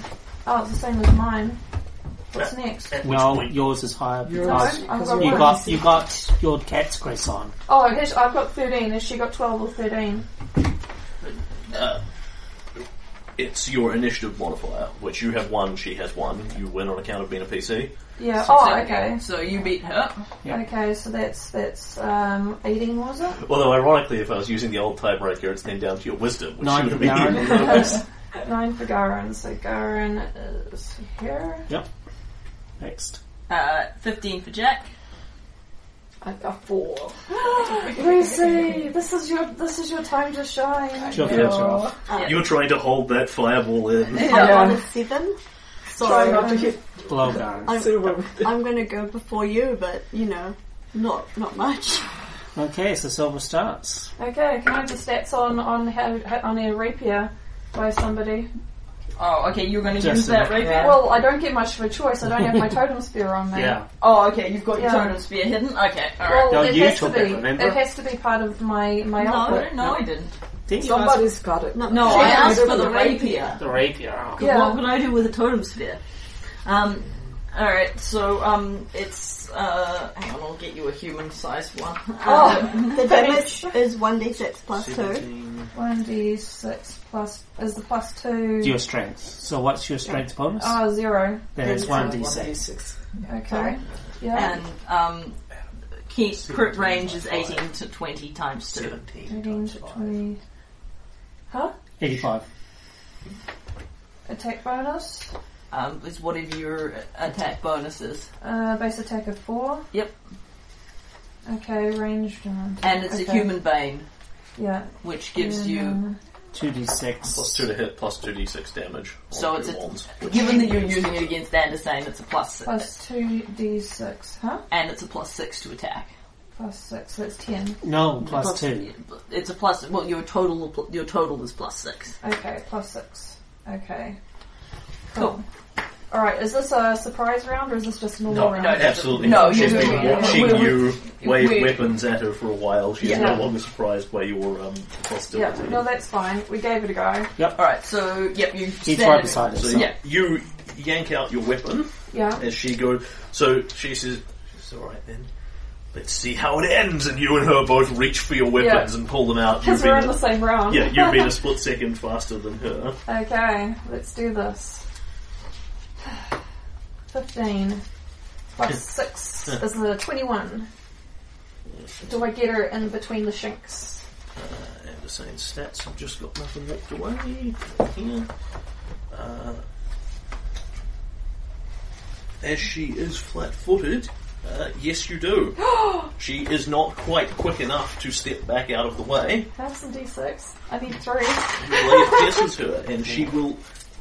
Speaker 3: Oh, it's the same as mine. What's next?
Speaker 2: At which
Speaker 6: No,
Speaker 2: point
Speaker 6: yours is higher
Speaker 7: Yours-
Speaker 6: because
Speaker 3: No, I've
Speaker 7: because
Speaker 3: got
Speaker 6: you
Speaker 7: you're-
Speaker 3: one.
Speaker 6: got you got your cat's grace on.
Speaker 3: Oh, has- I've got 13. Has she got 12 or 13?
Speaker 2: Uh, it's your initiative modifier, which you have one, she has one. You win on account of being a PC.
Speaker 3: Yeah. Oh,
Speaker 4: So-
Speaker 3: okay.
Speaker 4: So you beat her.
Speaker 6: Yeah.
Speaker 3: Okay, so that's that's um, 18, was it?
Speaker 2: Although, ironically, if I was using the old tiebreaker, it's then down to your wisdom, which
Speaker 6: Nine
Speaker 2: you would
Speaker 6: for Garen. [LAUGHS]
Speaker 2: have
Speaker 3: 9 for Garen. So Garen is here.
Speaker 6: Next.
Speaker 4: Uh, 15 for Jack.
Speaker 7: I got four.
Speaker 3: Lucy, this is your this is your time to shine.
Speaker 6: She'll
Speaker 2: [LAUGHS] Yeah.
Speaker 6: finish her off.
Speaker 2: You're trying to hold that fireball in.
Speaker 5: I
Speaker 4: Yeah.
Speaker 5: got a seven.
Speaker 7: Try not to hit.
Speaker 6: Blow down.
Speaker 5: I'm,
Speaker 7: Silver.
Speaker 5: I'm going to go before you, but you know, not
Speaker 4: [LAUGHS]
Speaker 5: not much.
Speaker 6: Okay, so silver starts.
Speaker 3: Okay, can I have the stats on on how, how- on a rapier by somebody?
Speaker 4: Oh, okay, you're going to
Speaker 6: Just
Speaker 4: use that
Speaker 6: enough.
Speaker 4: rapier?
Speaker 3: Well, I don't get much of a choice. I don't have my totem spear on
Speaker 6: [LAUGHS]
Speaker 3: me.
Speaker 6: Yeah.
Speaker 4: Oh, okay, you've got your
Speaker 3: Yeah.
Speaker 4: totem spear hidden? Okay, alright.
Speaker 3: Um, Well,
Speaker 6: No,
Speaker 3: it
Speaker 6: you
Speaker 3: has to
Speaker 6: took
Speaker 3: be.
Speaker 6: it, remember?
Speaker 3: It has to be part of my my
Speaker 4: no,
Speaker 3: outfit.
Speaker 4: no, I didn't.
Speaker 6: Didn't you ask
Speaker 7: Somebody's got it.
Speaker 5: Not
Speaker 4: No,
Speaker 5: much.
Speaker 4: I
Speaker 7: Yeah,
Speaker 4: asked
Speaker 7: I
Speaker 4: for the
Speaker 7: don't know.
Speaker 4: rapier.
Speaker 6: the rapier? Oh.
Speaker 3: Yeah.
Speaker 4: What would I do with a totem sphere? Um, alright, so, um, it's, uh, hang on, I'll get you a human-sized
Speaker 3: [LAUGHS]
Speaker 4: one.
Speaker 3: Oh.
Speaker 4: Um,
Speaker 5: The damage is one d six plus two.
Speaker 2: 17.
Speaker 3: One d six plus is the plus two.
Speaker 6: Your strength. So what's your strength bonus?
Speaker 3: Oh, zero.
Speaker 6: then it's
Speaker 5: it's
Speaker 6: one
Speaker 5: a
Speaker 6: d six.
Speaker 7: Six.
Speaker 3: Okay. Yeah.
Speaker 4: and, um, key crit range is 18 to 20 times 2.
Speaker 2: 17.
Speaker 3: Eighteen to twenty.
Speaker 6: Eighty five.
Speaker 3: Attack bonus.
Speaker 4: Um, is whatever your attack bonus is.
Speaker 3: Uh, base attack of four.
Speaker 4: Yep.
Speaker 3: Okay, ranged. And,
Speaker 4: And it's a
Speaker 3: Okay.
Speaker 4: human bane,
Speaker 3: Yeah.
Speaker 4: which gives you
Speaker 3: Yeah.
Speaker 6: Two d six.
Speaker 2: Plus 2 to hit, plus 2d6 damage.
Speaker 4: So
Speaker 2: Or
Speaker 4: it's
Speaker 2: two
Speaker 4: a-
Speaker 2: wands.
Speaker 4: Given that you're using it against Anderson, it's a plus six,
Speaker 3: plus two d six, huh?
Speaker 4: and it's a plus six to attack.
Speaker 3: Plus six. That's ten.
Speaker 6: No, plus, two.
Speaker 4: It's a plus. Well, your total your total is plus six.
Speaker 3: Okay, plus six. Okay.
Speaker 4: Cool.
Speaker 3: All right. Is this a surprise round or is this just a normal
Speaker 2: No,
Speaker 3: round?
Speaker 2: no, absolutely
Speaker 4: No,
Speaker 2: not. She's
Speaker 4: you-
Speaker 2: been
Speaker 4: yeah.
Speaker 2: watching
Speaker 4: We-
Speaker 2: you wave
Speaker 4: we-
Speaker 2: weapons at her for a while. She's
Speaker 3: Yeah.
Speaker 2: no longer surprised by your um,
Speaker 3: Yeah.
Speaker 2: hostility.
Speaker 3: No, that's fine. We gave it a go.
Speaker 4: All right. So yep, you
Speaker 6: He's
Speaker 4: stand
Speaker 6: right beside us.
Speaker 2: so
Speaker 6: so-
Speaker 2: yeah, you yank out your weapon
Speaker 3: Yeah.
Speaker 2: as she goes. So she says, she says, all right then. Let's see how it ends. And you and her both reach for your weapons and pull them out.
Speaker 3: Because
Speaker 2: You've
Speaker 3: [LAUGHS] we're
Speaker 2: been
Speaker 3: in
Speaker 2: a-
Speaker 3: the same round.
Speaker 2: yeah, you've been a split second faster than her.
Speaker 3: Okay. Let's do this. Fifteen plus six is the twenty-one. Do I get her in between the shinks?
Speaker 2: And the same stats. I've just got nothing walked away here. Uh, as she is flat-footed, uh, yes, you do. she is not quite quick enough to step back out of the way.
Speaker 3: Have some d6. I need three.
Speaker 2: The blade pierces her, and she will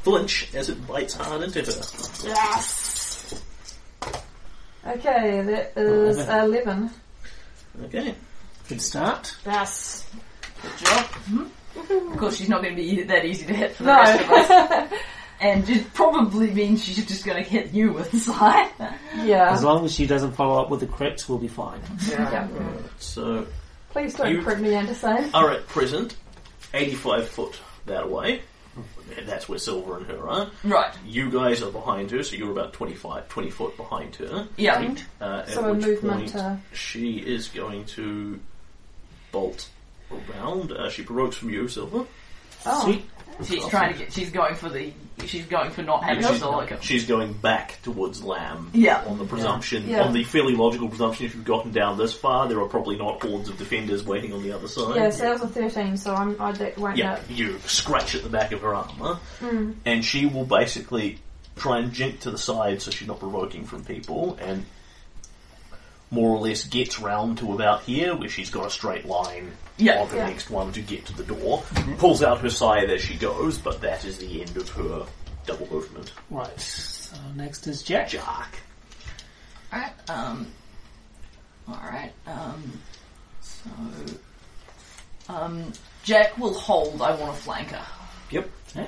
Speaker 2: flinch as it bites hard into her.
Speaker 3: Yes. Okay, that is eleven.
Speaker 2: Okay.
Speaker 6: Good start.
Speaker 3: Yes.
Speaker 4: Good job. Of course, she's not going to be e-, that easy to hit for the
Speaker 3: No.
Speaker 4: rest of us. [LAUGHS] And it probably means she's just going to hit you with the side.
Speaker 6: As
Speaker 3: Yeah.
Speaker 6: long as she doesn't follow up with the crit, we'll be fine.
Speaker 3: yeah.
Speaker 2: So,
Speaker 3: Please don't
Speaker 2: You-
Speaker 3: print me, Anderson.
Speaker 2: are at present 85 foot that way. And that's where Silver and her are.
Speaker 4: Right.
Speaker 2: You guys are behind her, so you're about 25, 20 foot behind her.
Speaker 4: Yeah.
Speaker 2: Uh, at
Speaker 3: So a
Speaker 2: which
Speaker 3: movement.
Speaker 2: point
Speaker 3: Uh,
Speaker 2: she is going to bolt around. Uh, she provokes from you, Silver.
Speaker 3: oh.
Speaker 6: Sweet.
Speaker 4: She's trying to get. She's going for the. She's going for not having
Speaker 2: Yeah,
Speaker 4: a solo kill.
Speaker 2: She's going back towards Lamb.
Speaker 4: Yeah.
Speaker 2: On the presumption,
Speaker 3: Yeah.
Speaker 2: on the fairly logical presumption, if you've gotten down this far, there are probably not hordes of defenders waiting on the other side.
Speaker 3: Yeah, so that was a 13, so I'm, I that won't
Speaker 2: Yeah,
Speaker 3: hit.
Speaker 2: you scratch at the back of her armor, and she will basically try and jink to the side so she's not provoking from people, and more or less gets round to about here where she's got a straight line
Speaker 4: Yeah.
Speaker 2: on the
Speaker 3: Yeah.
Speaker 2: next one to get to the door. Pulls out her scythe as she goes, but that is the end of her double movement.
Speaker 6: Right. So next is Jack.
Speaker 2: Jack.
Speaker 4: Alright, um. Alright, um. So. Um. Jack will hold, I want to flank her.
Speaker 2: Yep.
Speaker 6: Okay.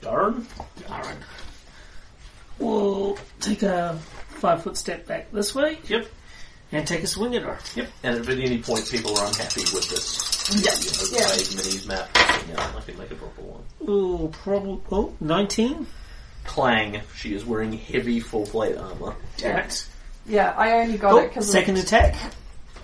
Speaker 2: Darn.
Speaker 6: Aaron. We'll take a five foot step back this way
Speaker 2: Yep.
Speaker 6: and take a swing at her.
Speaker 2: Yep. And if at any point people are unhappy with this,
Speaker 4: Yeah.
Speaker 2: you know,
Speaker 3: Yeah.
Speaker 2: played minis map, you know, I can make a proper one.
Speaker 6: Ooh, probably. Oh, 19?
Speaker 2: Clang. She is wearing heavy full plate armor.
Speaker 6: Damn
Speaker 3: Yeah, I only got it
Speaker 6: Oh,
Speaker 3: because
Speaker 6: second attack.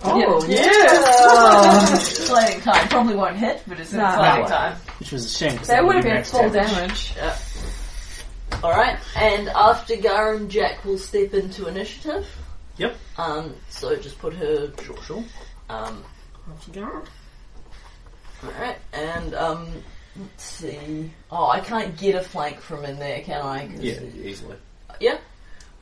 Speaker 4: Oh, yeah. [LAUGHS] Flanking time. Probably won't hit, but it's
Speaker 3: No.
Speaker 4: not flanking
Speaker 6: No.
Speaker 4: time.
Speaker 6: Which was a shame. 'cause
Speaker 3: That would have
Speaker 6: would've
Speaker 3: been
Speaker 6: maxed
Speaker 3: full
Speaker 6: damage.
Speaker 3: damage.
Speaker 4: Alright, and after Garen, Jack will step into initiative.
Speaker 2: Yep.
Speaker 4: Um, so just put her,
Speaker 2: Sure, sure.
Speaker 4: um. Alright, and, um. Let's see. Oh, I can't get a flank from in there, can I? 'Cause
Speaker 2: Yeah, easily.
Speaker 4: Yeah.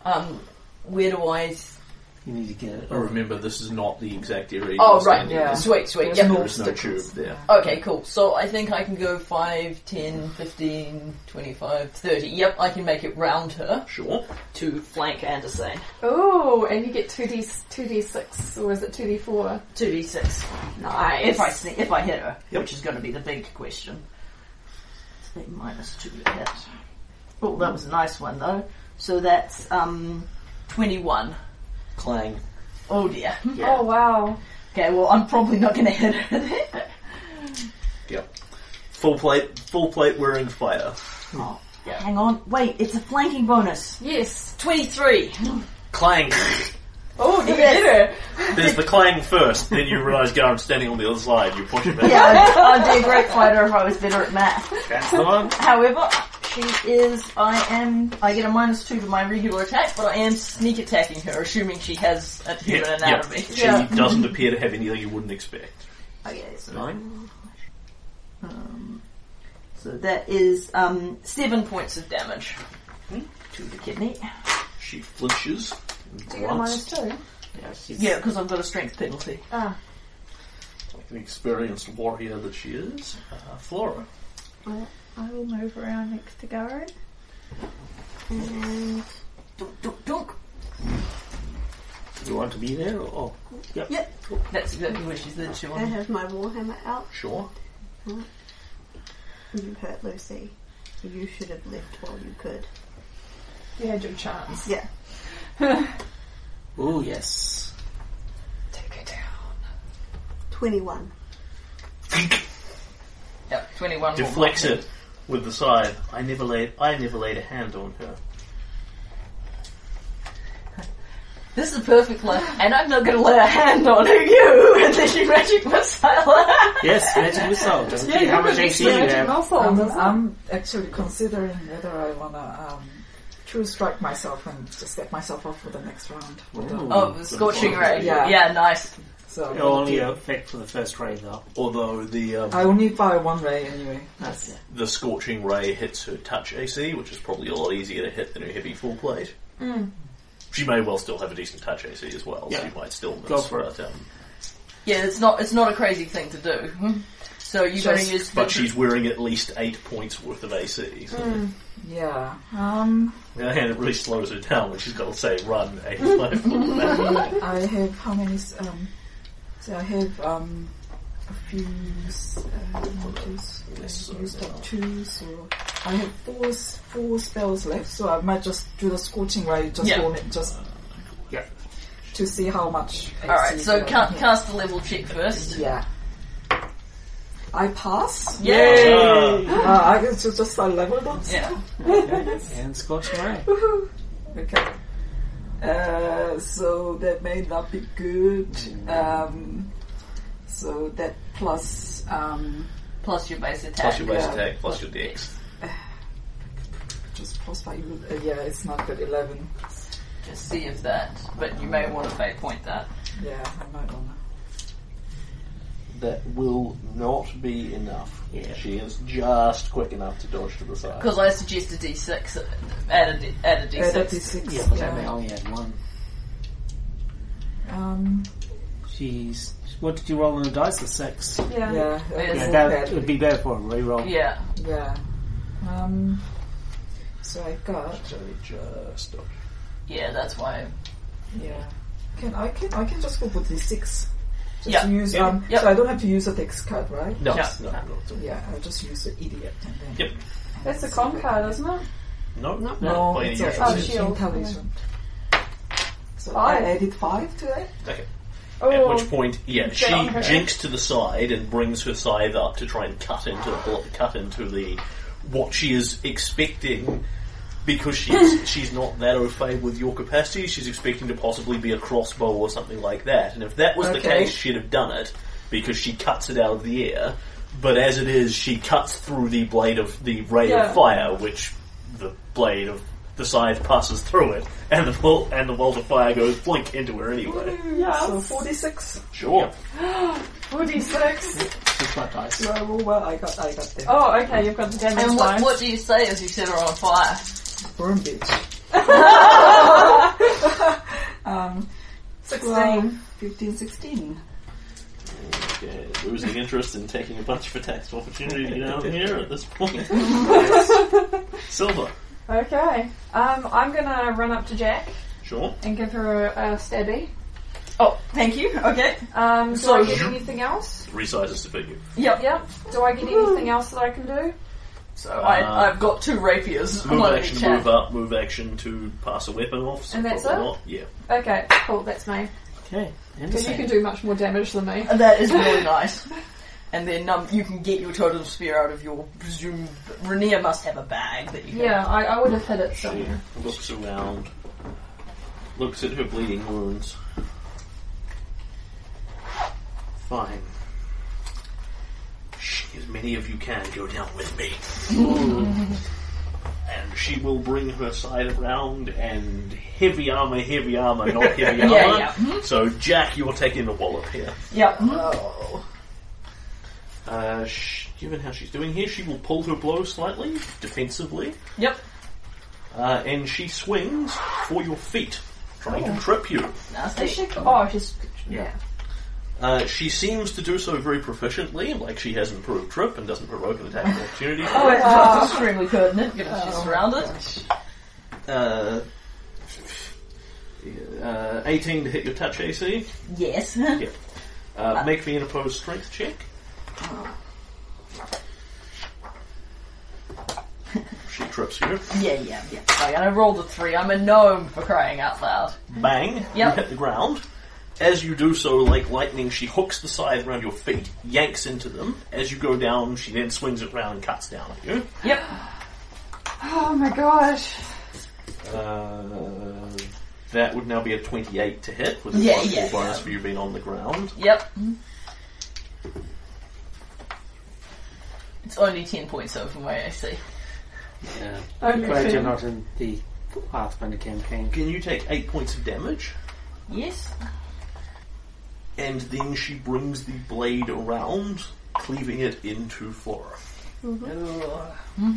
Speaker 4: Um, where do I? s-
Speaker 6: You need to get it.
Speaker 2: But Oh, remember, this is not the exact area.
Speaker 4: Oh,
Speaker 2: you're
Speaker 4: right,
Speaker 2: standing
Speaker 4: yeah.
Speaker 2: in.
Speaker 4: Sweet, sweet, yeah.
Speaker 2: There is no tube there.
Speaker 4: Okay, cool. So I think I can go 5, 10, 15, 25, 30. Yep, I can make it round her.
Speaker 2: Sure.
Speaker 4: To flank Anderson.
Speaker 3: Oh, and you get two d two d six, or is it two d four?
Speaker 4: Two d six. Nice. If I sneak, if I hit her, which is going to be the big question. It's a minus two to hit. Oh, that was a nice one though. So that's um, twenty-one.
Speaker 2: Clang.
Speaker 4: Oh dear.
Speaker 2: Yeah.
Speaker 3: Oh wow.
Speaker 4: Okay, well I'm probably not going to hit her. [LAUGHS] there.
Speaker 2: Yep. Full plate, full plate wearing fire.
Speaker 4: Oh, Hang on. Wait, it's a flanking bonus.
Speaker 3: Yes.
Speaker 4: Twenty-three. [LAUGHS]
Speaker 2: Clang.
Speaker 4: Oh, you
Speaker 3: Yes.
Speaker 4: hit her.
Speaker 2: There's the clang first, then you realise Garen's standing on the other side. You push him back.
Speaker 4: Yeah, I'd be a great fighter if I was better at math.
Speaker 2: That's the one.
Speaker 4: However, she is. I am. I get a minus two to my regular attack, but I am sneak attacking her, assuming she has a human
Speaker 2: Yeah, yeah.
Speaker 4: anatomy.
Speaker 2: She doesn't appear to have anything you wouldn't expect.
Speaker 4: Okay, so,
Speaker 2: Nine.
Speaker 4: um, so that is um, seven points of damage to the kidney.
Speaker 2: She flinches and
Speaker 3: Do you get a minus
Speaker 2: grunts
Speaker 3: two?
Speaker 4: Yeah, because I've got a strength penalty.
Speaker 3: Ah.
Speaker 2: like an experienced warrior that she is. Uh, Flora.
Speaker 5: Well, I will move around next to Garen. And
Speaker 4: Dunk, dunk, dunk.
Speaker 6: You want to be there? Or, oh, yep.
Speaker 4: Yep, that's exactly where she's the two
Speaker 5: I
Speaker 4: on.
Speaker 5: have my warhammer out.
Speaker 2: Sure.
Speaker 5: You hurt Lucy. You should have left while you could.
Speaker 3: You had your chance.
Speaker 5: Yeah.
Speaker 6: Ooh, yes.
Speaker 3: Take it down.
Speaker 5: 21.
Speaker 4: Yep, twenty-one. will
Speaker 2: Deflects
Speaker 4: not
Speaker 2: it with the side. I never laid. I never laid a hand on her.
Speaker 4: hit. This is a perfect one, and I'm not going to lay a hand on you. [LAUGHS] And then she magic missile.
Speaker 6: Yes, magic missile. Doesn't
Speaker 4: Yeah,
Speaker 6: care how
Speaker 4: you
Speaker 6: much
Speaker 4: can
Speaker 6: AC you have.
Speaker 3: Also,
Speaker 7: I'm,
Speaker 3: doesn't-
Speaker 7: I'm actually considering whether I want to um, true strike myself and just set myself up for the next round. With the-
Speaker 4: Oh, the scorching ray.
Speaker 7: Yeah.
Speaker 4: yeah, nice.
Speaker 7: so I'm
Speaker 6: It'll
Speaker 7: gonna
Speaker 6: only
Speaker 7: do-
Speaker 6: affect for the first ray, though.
Speaker 2: Although the um,
Speaker 7: I only fire one ray anyway. That's
Speaker 2: the scorching ray hits her touch AC, which is probably a lot easier to hit than her heavy full plate. She may well still have a decent touch AC as well.
Speaker 6: Mm. Yeah.
Speaker 2: So you might still miss.
Speaker 6: Go for
Speaker 2: but, Um,
Speaker 4: Yeah, it's not it's not a crazy thing to do. So you got to use. the-
Speaker 2: but she's wearing at least eight points worth of AC. So
Speaker 6: Mm.
Speaker 7: yeah. Um,
Speaker 2: And it really slows her down when she's got to say run eight left.
Speaker 6: [LAUGHS]
Speaker 2: Well,
Speaker 7: I have how many? s- Um, so I have um, a few. s- Um, just,
Speaker 2: Yes,
Speaker 7: uh,
Speaker 2: so
Speaker 7: used
Speaker 2: now.
Speaker 7: up two, so I have four s- four spells left. So I might just do the scorching ray just
Speaker 4: Yeah.
Speaker 7: for me, just
Speaker 6: Yeah.
Speaker 7: to see how much. E
Speaker 4: All right,
Speaker 7: AC
Speaker 4: so
Speaker 7: that I
Speaker 4: ca-
Speaker 7: have.
Speaker 4: cast the level check first.
Speaker 7: Yeah. I pass.
Speaker 4: Yay!
Speaker 2: Uh,
Speaker 7: Uh, I guess it's just I leveled up. [LAUGHS]
Speaker 4: Yeah.
Speaker 6: And scorching ray.
Speaker 7: Okay. Uh, so that may not be good. Um, so that plus um,
Speaker 4: Plus your base attack.
Speaker 2: plus your base
Speaker 7: Yeah.
Speaker 2: attack, plus your dex.
Speaker 7: just plus five. Uh, yeah, it's not good. Eleven.
Speaker 4: Just see if that. But you may want to fate point that.
Speaker 7: Yeah, I might wanna.
Speaker 2: That will not be enough.
Speaker 6: Yeah.
Speaker 2: She is just quick enough to dodge to the side.
Speaker 4: Because I suggest a d6. uh, Add a, d- add a d6.
Speaker 7: Uh, that is six.
Speaker 6: Yeah, but I only had one.
Speaker 7: Um,
Speaker 6: She's. What did you roll on the dice? A six.
Speaker 7: yeah,
Speaker 3: Yeah.
Speaker 7: that was
Speaker 6: Yeah,
Speaker 7: all
Speaker 6: that
Speaker 7: bad.
Speaker 6: would be better for a reroll.
Speaker 4: yeah.
Speaker 7: Yeah. Um, so I got.
Speaker 2: So just dodge.
Speaker 4: Yeah, that's why.
Speaker 7: Yeah. Can I can I can just go with the six. Just
Speaker 4: Yeah.
Speaker 7: use
Speaker 2: Yeah.
Speaker 7: um.
Speaker 4: Yeah.
Speaker 7: So I don't have to use a dex card, right?
Speaker 2: No,
Speaker 4: Yeah.
Speaker 2: no, no, no.
Speaker 7: Yeah, I'll just use the idiot and then.
Speaker 2: Yep.
Speaker 3: That's a con card, isn't it?
Speaker 2: No, no,
Speaker 7: No,
Speaker 2: By any
Speaker 7: it's a
Speaker 2: usual
Speaker 3: oh,
Speaker 2: means.
Speaker 3: she- shield,
Speaker 7: intelligent. So
Speaker 3: Five.
Speaker 7: I added five to it.
Speaker 2: Okay.
Speaker 3: Oh,
Speaker 2: At which point, yeah,
Speaker 3: Get
Speaker 2: she
Speaker 3: on her.
Speaker 2: jinks to the side and brings her scythe up to try and cut into the blo- cut into the what she is expecting. Because
Speaker 3: [LAUGHS]
Speaker 2: she's she's not that au fait with your capacity, she's expecting to possibly be a crossbow or something like that. And if that was the
Speaker 7: Okay.
Speaker 2: case, she'd have done it because she cuts it out of the air. But as it is, she cuts through the blade of the ray
Speaker 3: Yeah.
Speaker 2: of fire, which the blade of the scythe passes through it, and the bolt and the bolt of fire goes blink into her anyway.
Speaker 7: So
Speaker 3: Yes.
Speaker 7: forty-six.
Speaker 2: Sure.
Speaker 3: 46.
Speaker 6: Just like dice.
Speaker 7: So I roll well. I got. I got them.
Speaker 3: Oh, okay, you've got the damage
Speaker 4: And what,
Speaker 3: line.
Speaker 4: what do you say if you set her on
Speaker 3: [LAUGHS]
Speaker 4: fire?
Speaker 7: Burn bitch. um, 12, 15, 16.
Speaker 2: Okay, losing interest in taking a bunch of attacks of opportunity to get out of here at this
Speaker 3: [LAUGHS]
Speaker 2: point. Silver,
Speaker 3: Okay. Um, I'm gonna run up to Jack
Speaker 2: sure.
Speaker 3: and give her a, a stabby.
Speaker 4: Oh, thank you. Okay.
Speaker 3: Um, do I
Speaker 4: So-
Speaker 3: get anything else?
Speaker 2: Three sizes to figure.
Speaker 4: Yep.
Speaker 3: Yep. Do I get anything else that I can do?
Speaker 4: So I, I've got two rapiers.
Speaker 2: Uh, Move
Speaker 4: on
Speaker 2: action,
Speaker 4: each
Speaker 2: to
Speaker 4: hand.
Speaker 2: move up, move action to pass a weapon off. so
Speaker 3: And that's
Speaker 2: probably
Speaker 3: it?
Speaker 2: Not. Yeah.
Speaker 3: Okay, cool. That's me.
Speaker 6: Okay.
Speaker 3: Because you
Speaker 6: Anderson.
Speaker 3: can do much more damage than me.
Speaker 4: And That is really nice. And then um, you can get your totem spear out of your presumed. Renia must have a bag that you. Can,
Speaker 3: Yeah, I, I would have hit it
Speaker 2: She
Speaker 3: somewhere.
Speaker 2: looks around, looks at her bleeding wounds. Fine. Shh, As many of you can go down with me. and she will bring her side around and heavy armor, heavy armor, not heavy
Speaker 4: [LAUGHS]
Speaker 2: armor.
Speaker 4: Yeah, yeah.
Speaker 2: So, Jack, you're taking the wallop here. Oh.
Speaker 4: Yep.
Speaker 2: Uh, sh- given how she's doing here, she will pull her blow slightly, defensively.
Speaker 4: Yep.
Speaker 2: Uh, and she swings for your feet, trying
Speaker 4: Oh.
Speaker 2: to trip you.
Speaker 4: Nasty.
Speaker 3: Is she? Oh, she's. Yeah.
Speaker 2: Uh, she seems to do so very proficiently, like she has improved trip and doesn't provoke an attack of opportunity.
Speaker 4: Oh, it's that's [LAUGHS] extremely pertinent given she's surrounded.
Speaker 2: Uh, uh, 18 to hit your touch AC.
Speaker 4: Yes. [LAUGHS]
Speaker 2: Yeah. Uh, make me an opposed strength check. She trips you.
Speaker 4: yeah, yeah, yeah. Sorry, and I rolled a three. I'm a gnome for crying out loud.
Speaker 2: Bang! You
Speaker 4: Yep.
Speaker 2: hit the ground. As you do so, like lightning, she hooks the scythe around your feet, yanks into them. As you go down, she then swings it round and cuts down at you.
Speaker 4: Yep.
Speaker 3: Oh my gosh.
Speaker 2: Uh, that would now be a 28 to hit with a
Speaker 4: Yeah,
Speaker 2: plus four
Speaker 4: yeah,
Speaker 2: bonus
Speaker 4: yeah.
Speaker 2: for you being on the ground.
Speaker 4: Yep. It's only ten points over my AC.
Speaker 10: Yeah.
Speaker 3: Okay.
Speaker 10: Glad you're not in the Pathfinder campaign.
Speaker 2: Can you take 8 points of damage?
Speaker 4: Yes.
Speaker 2: And then she brings the blade around, cleaving it into Flora.
Speaker 4: Ugh.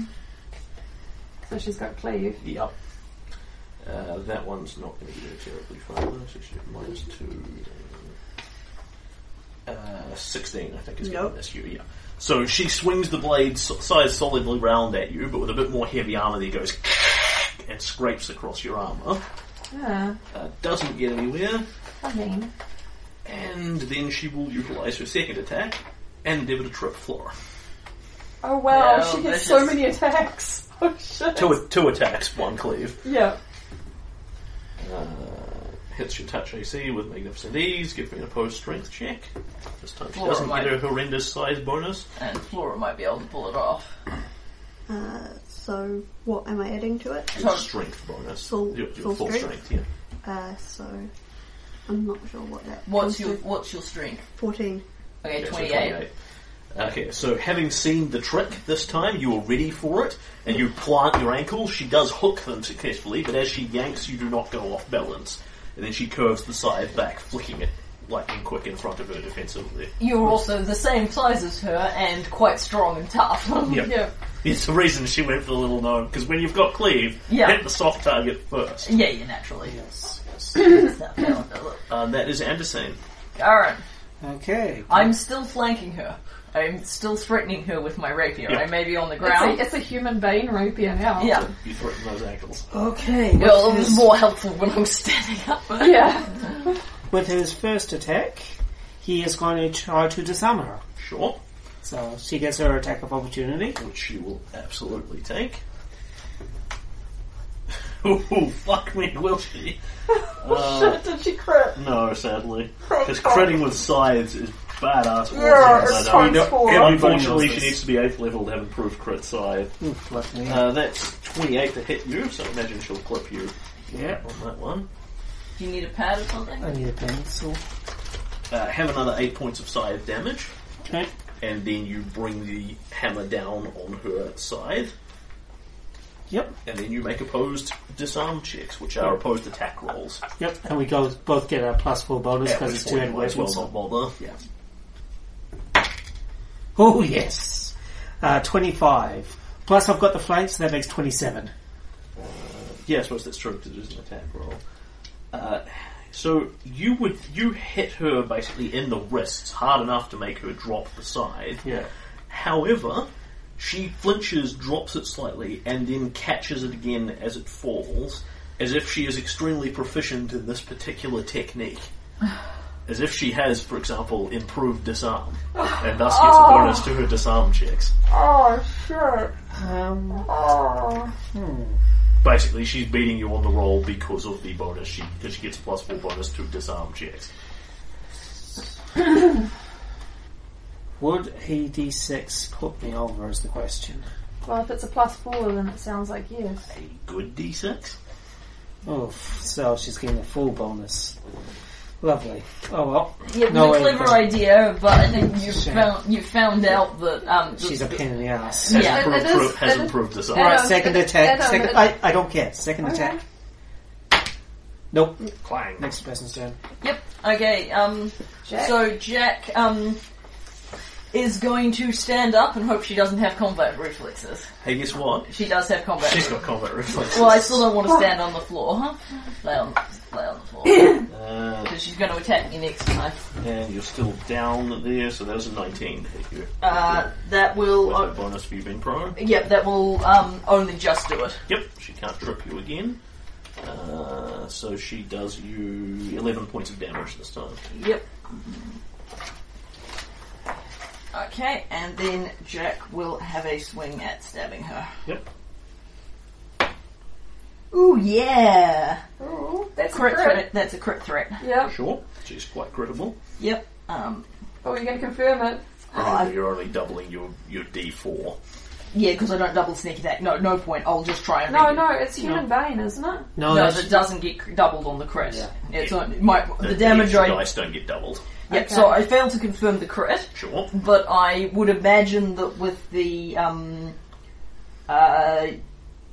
Speaker 3: So she's got cleave.
Speaker 2: Yep. Uh, that one's not going to do terribly far. though, So she minus two. Uh, 16, I think, is going
Speaker 5: Nope.
Speaker 2: to miss you, yeah. So she swings the blade s- size solidly round at you, but with a bit more heavy armour that goes and scrapes across your armour.
Speaker 3: Yeah.
Speaker 2: Uh, doesn't get anywhere,
Speaker 3: I mean.
Speaker 2: and then she will utilise her second attack and endeavour to trip Flora.
Speaker 3: Oh wow,
Speaker 4: No,
Speaker 3: she gets
Speaker 4: vicious.
Speaker 3: so many attacks. [LAUGHS] Oh shit.
Speaker 2: Two, two attacks, one cleave.
Speaker 3: Yeah.
Speaker 2: Uh, hits your touch AC with magnificent ease. Give me an opposed strength check. This time she
Speaker 4: Flora
Speaker 2: doesn't
Speaker 4: might-
Speaker 2: get her horrendous size bonus.
Speaker 4: And Flora might be able to pull it off.
Speaker 5: Uh, so what am I adding to it?
Speaker 2: Your strength bonus.
Speaker 5: Full-
Speaker 2: your, your
Speaker 5: full
Speaker 2: full
Speaker 5: strength?
Speaker 2: strength. Yeah.
Speaker 5: Uh, so I'm not sure what that.
Speaker 4: What's
Speaker 5: comes
Speaker 4: your
Speaker 5: to.
Speaker 4: What's your strength?
Speaker 5: fourteen?
Speaker 4: Okay,
Speaker 2: Yeah, so
Speaker 4: 28.
Speaker 2: Okay, so having seen the trick this time, you are ready for it, and you plant your ankles. She does hook them successfully, but as she yanks, you do not go off balance. And then she curves the scythe back, flicking it lightning quick in front of her defensively.
Speaker 4: You're also the same size as her and quite strong and tough. [LAUGHS]
Speaker 2: Yep.
Speaker 3: Yeah.
Speaker 2: It's the reason she went for the little gnome, because when you've got cleave,
Speaker 4: Yeah.
Speaker 2: hit the soft target first.
Speaker 4: yeah, you naturally. Yes. [CLEARS THROAT] It's that fellow, does it?
Speaker 2: Uh, that is Anderson.
Speaker 4: Garen,
Speaker 10: Okay.
Speaker 4: I'm still flanking her. I'm still threatening her with my rapier.
Speaker 2: Yeah.
Speaker 4: I may be on the
Speaker 3: It's
Speaker 4: ground.
Speaker 3: a, it's a human bane rapier now.
Speaker 4: yeah.
Speaker 2: You threaten those ankles.
Speaker 10: Okay.
Speaker 4: Well, it
Speaker 10: with,
Speaker 4: was
Speaker 10: his,
Speaker 4: more helpful when I'm standing up.
Speaker 3: Yeah.
Speaker 10: with his first attack, he is going to try to disarm her.
Speaker 2: Sure.
Speaker 10: So she gets her attack of opportunity.
Speaker 2: Which she will absolutely take. [LAUGHS] Ooh, fuck me, will
Speaker 3: [LAUGHS]
Speaker 2: she? Uh,
Speaker 3: Shit, did she crit?
Speaker 2: no, sadly. Because critting with scythes is badass.
Speaker 3: Yeah, it's
Speaker 2: I know.
Speaker 3: times four.
Speaker 10: Everybody
Speaker 2: Unfortunately,
Speaker 10: knows
Speaker 2: she
Speaker 10: this.
Speaker 2: needs to be 8th level to have improved crit scythe.
Speaker 10: Oof, left me.
Speaker 2: Uh, that's 28 to hit you, so I imagine she'll clip you
Speaker 10: yeah.
Speaker 2: on that one.
Speaker 4: Do you need a pad or something?
Speaker 10: I need a pencil.
Speaker 2: Uh, have another 8 points of scythe damage.
Speaker 10: Okay.
Speaker 2: and then you bring the hammer down on her side,
Speaker 10: Yep.
Speaker 2: and then you make opposed disarm checks, which are opposed attack rolls.
Speaker 10: Yep. And we go, both get a plus four bonus
Speaker 2: At
Speaker 10: because
Speaker 2: which
Speaker 10: it's two
Speaker 2: point you
Speaker 10: handed
Speaker 2: might as
Speaker 10: weapons.
Speaker 2: well not bother.
Speaker 10: Yeah. Oh yes, uh, twenty-five. Plus, I've got the flank, so that makes twenty-seven.
Speaker 2: Yeah, I suppose that's true because it is an attack roll. Uh, So you would you hit her basically in the wrists hard enough to make her drop the side.
Speaker 10: Yeah.
Speaker 2: However, she flinches, drops it slightly, and then catches it again as it falls, as if she is extremely proficient in this particular
Speaker 3: [SIGHS]
Speaker 2: technique. As if she has, for example, improved
Speaker 3: [SIGHS]
Speaker 2: disarm, and thus gets
Speaker 3: Ah.
Speaker 2: a bonus to her disarm checks.
Speaker 3: Oh, shit.
Speaker 10: Um,
Speaker 3: Oh.
Speaker 2: Basically, she's beating you on the roll because of the bonus. She because she gets plus four bonus to disarm checks.
Speaker 6: Would a d6 put me over is the question.
Speaker 3: Well, if it's a plus four, then it sounds like yes.
Speaker 2: A good d6.
Speaker 6: Oh, so she's getting a full bonus. Lovely. Oh well.
Speaker 4: Yeah, it was
Speaker 6: No,
Speaker 4: a
Speaker 6: wait,
Speaker 4: clever
Speaker 6: but-
Speaker 4: idea, but I think you
Speaker 6: Shit.
Speaker 4: found you found out that um,
Speaker 6: She's a
Speaker 4: that-
Speaker 6: pain in the ass.
Speaker 2: Has
Speaker 4: Yeah.
Speaker 2: improved,
Speaker 3: It is-
Speaker 2: pro- has
Speaker 3: it is-
Speaker 2: improved disarm.
Speaker 6: Alright,
Speaker 3: Adam,
Speaker 6: second
Speaker 3: it-
Speaker 6: attack.
Speaker 3: Adam,
Speaker 6: second,
Speaker 3: it-
Speaker 6: I, I don't care. Second
Speaker 3: Okay.
Speaker 6: attack. Nope.
Speaker 2: Clang.
Speaker 6: Next person's turn.
Speaker 4: Yep. Okay. Um.
Speaker 3: Jack?
Speaker 4: So Jack um is going to stand up and hope she doesn't have combat reflexes.
Speaker 2: Hey, guess what?
Speaker 4: She does have combat.
Speaker 2: She's
Speaker 4: reflexes.
Speaker 2: got combat reflexes.
Speaker 4: Well, I still don't want to stand on the floor. Huh? Lay on, lay on the floor.
Speaker 2: Uh,
Speaker 4: Because she's going to attack me next time.
Speaker 2: and you're still down there, so that was a 19 to hit you.
Speaker 4: Uh, that will.
Speaker 2: With no
Speaker 4: Oh,
Speaker 2: bonus for you being prone.
Speaker 4: yep, that will um, only just do it.
Speaker 2: Yep, she can't trip you again. Uh, so she does you 11 points of damage this time.
Speaker 4: Yep. Okay, and then Jack will have a swing at stabbing her.
Speaker 2: Yep.
Speaker 4: Ooh, yeah!
Speaker 3: Ooh, that's a
Speaker 4: Crit
Speaker 3: crit.
Speaker 4: threat. That's a crit threat.
Speaker 3: Yep.
Speaker 2: Sure. She's quite critical.
Speaker 4: Yep. Um,
Speaker 3: Oh, you're going to confirm it.
Speaker 4: Uh, I-
Speaker 2: You're only doubling your, your d4.
Speaker 4: yeah, because I don't double sneak attack. No, no point. I'll just try and.
Speaker 3: No,
Speaker 4: make
Speaker 3: no, it's human bane, isn't it?
Speaker 6: No,
Speaker 4: It. No,
Speaker 6: Oh, that's
Speaker 4: it doesn't get cr- doubled on the crit.
Speaker 6: Yeah.
Speaker 4: It's on my the, damage
Speaker 2: extra
Speaker 4: I.
Speaker 2: dice don't get doubled.
Speaker 4: Yep.
Speaker 3: Okay.
Speaker 4: So I failed to confirm the crit.
Speaker 2: Sure.
Speaker 4: but I would imagine that with the um, uh,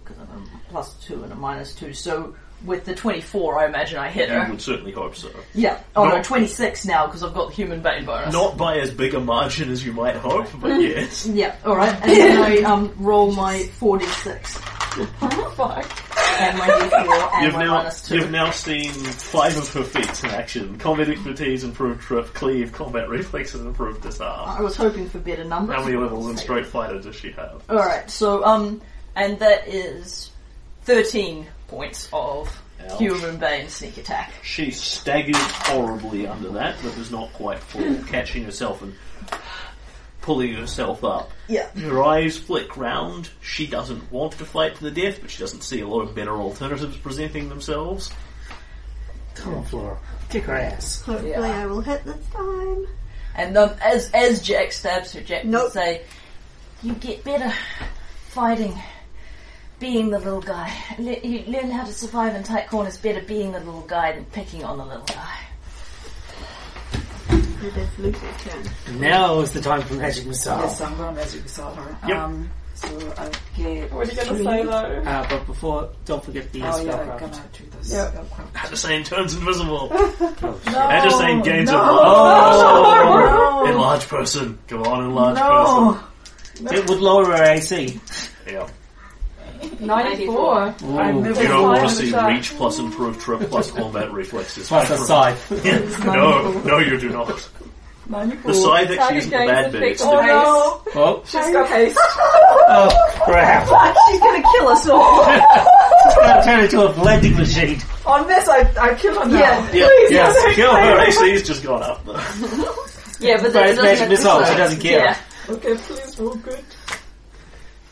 Speaker 4: 'cause I'm a plus two and a minus two, so with the twenty-four, I imagine I hit
Speaker 2: You
Speaker 4: her.
Speaker 2: would certainly hope so.
Speaker 4: Yeah. Oh no,
Speaker 2: Not-
Speaker 4: twenty-six now because I've got the human bane bonus.
Speaker 2: Not by as big a margin as you might hope,
Speaker 4: [LAUGHS]
Speaker 2: but yes.
Speaker 4: Yeah. All right, and then I um, roll my forty-six
Speaker 3: Fuck.
Speaker 4: and my d4 and
Speaker 2: You've
Speaker 4: my
Speaker 2: now,
Speaker 4: minus two.
Speaker 2: you've now seen five of her feats in action. Combat expertise, improved trip, cleave, combat reflexes, improved disarm.
Speaker 4: I was hoping for better numbers.
Speaker 2: How many levels in straight fighter does she have?
Speaker 4: All right. So um, and that is thirteen points of
Speaker 2: Ouch.
Speaker 4: human bane sneak attack.
Speaker 2: She staggers horribly under that, but does not quite fall, catching herself and pulling herself up.
Speaker 4: Yeah.
Speaker 2: Her eyes flick round. She doesn't want to fight to the death, but she doesn't see a lot of better alternatives presenting themselves.
Speaker 6: come on, Flora. Kick her ass.
Speaker 5: Hopefully
Speaker 4: Yeah.
Speaker 5: I will hit this time.
Speaker 4: And um, as as Jack stabs her, Jack
Speaker 5: Nope.
Speaker 4: will say, "You get better fighting, being the little guy. Le- you learn how to survive in tight corners better being the little guy than picking on the little guy."
Speaker 5: It is Lucy's turn.
Speaker 6: Now is the time for magic missile.
Speaker 7: Yes, I'm going to magic missile her.
Speaker 2: Yep.
Speaker 7: Um, so I get.
Speaker 3: What are you going
Speaker 7: three-
Speaker 3: to say, though?
Speaker 6: Uh, but before, don't forget the
Speaker 7: Oh yeah, I'm
Speaker 6: spellcraft.
Speaker 7: gonna do this.
Speaker 3: Yep.
Speaker 7: Spellcraft.
Speaker 2: Adesane turns invisible.
Speaker 7: No,
Speaker 2: Adesane gains
Speaker 7: no,
Speaker 2: a oh, enlarge person. Come on, enlarge
Speaker 7: No.
Speaker 6: It would lower her AC.
Speaker 2: person. Yeah.
Speaker 3: 94.
Speaker 7: I've never
Speaker 2: You don't want
Speaker 3: Fly
Speaker 2: to
Speaker 3: on the
Speaker 2: see
Speaker 3: shot.
Speaker 2: reach plus improved trip plus combat reflexes.
Speaker 6: Plus a side.
Speaker 2: [LAUGHS] No, no, you do not. The side that she
Speaker 3: Target
Speaker 2: isn't the
Speaker 3: gains
Speaker 2: bad
Speaker 3: effect
Speaker 2: bit. It's [LAUGHS]
Speaker 3: on
Speaker 7: Oh,
Speaker 2: the,
Speaker 3: haste.
Speaker 6: Oh,
Speaker 3: She's got haste.
Speaker 6: oh crap.
Speaker 7: [LAUGHS] She's gonna kill us
Speaker 6: [LAUGHS]
Speaker 7: all.
Speaker 6: Now turn into a blending machine.
Speaker 7: On this, I, I kill her now.
Speaker 3: Yeah.
Speaker 2: yeah,
Speaker 6: Yes, kill
Speaker 2: her
Speaker 6: her.
Speaker 2: AC's just gone up. [LAUGHS]
Speaker 4: Yeah, but
Speaker 6: Right, magic missile. She doesn't care.
Speaker 4: Yeah.
Speaker 7: Okay, please roll good.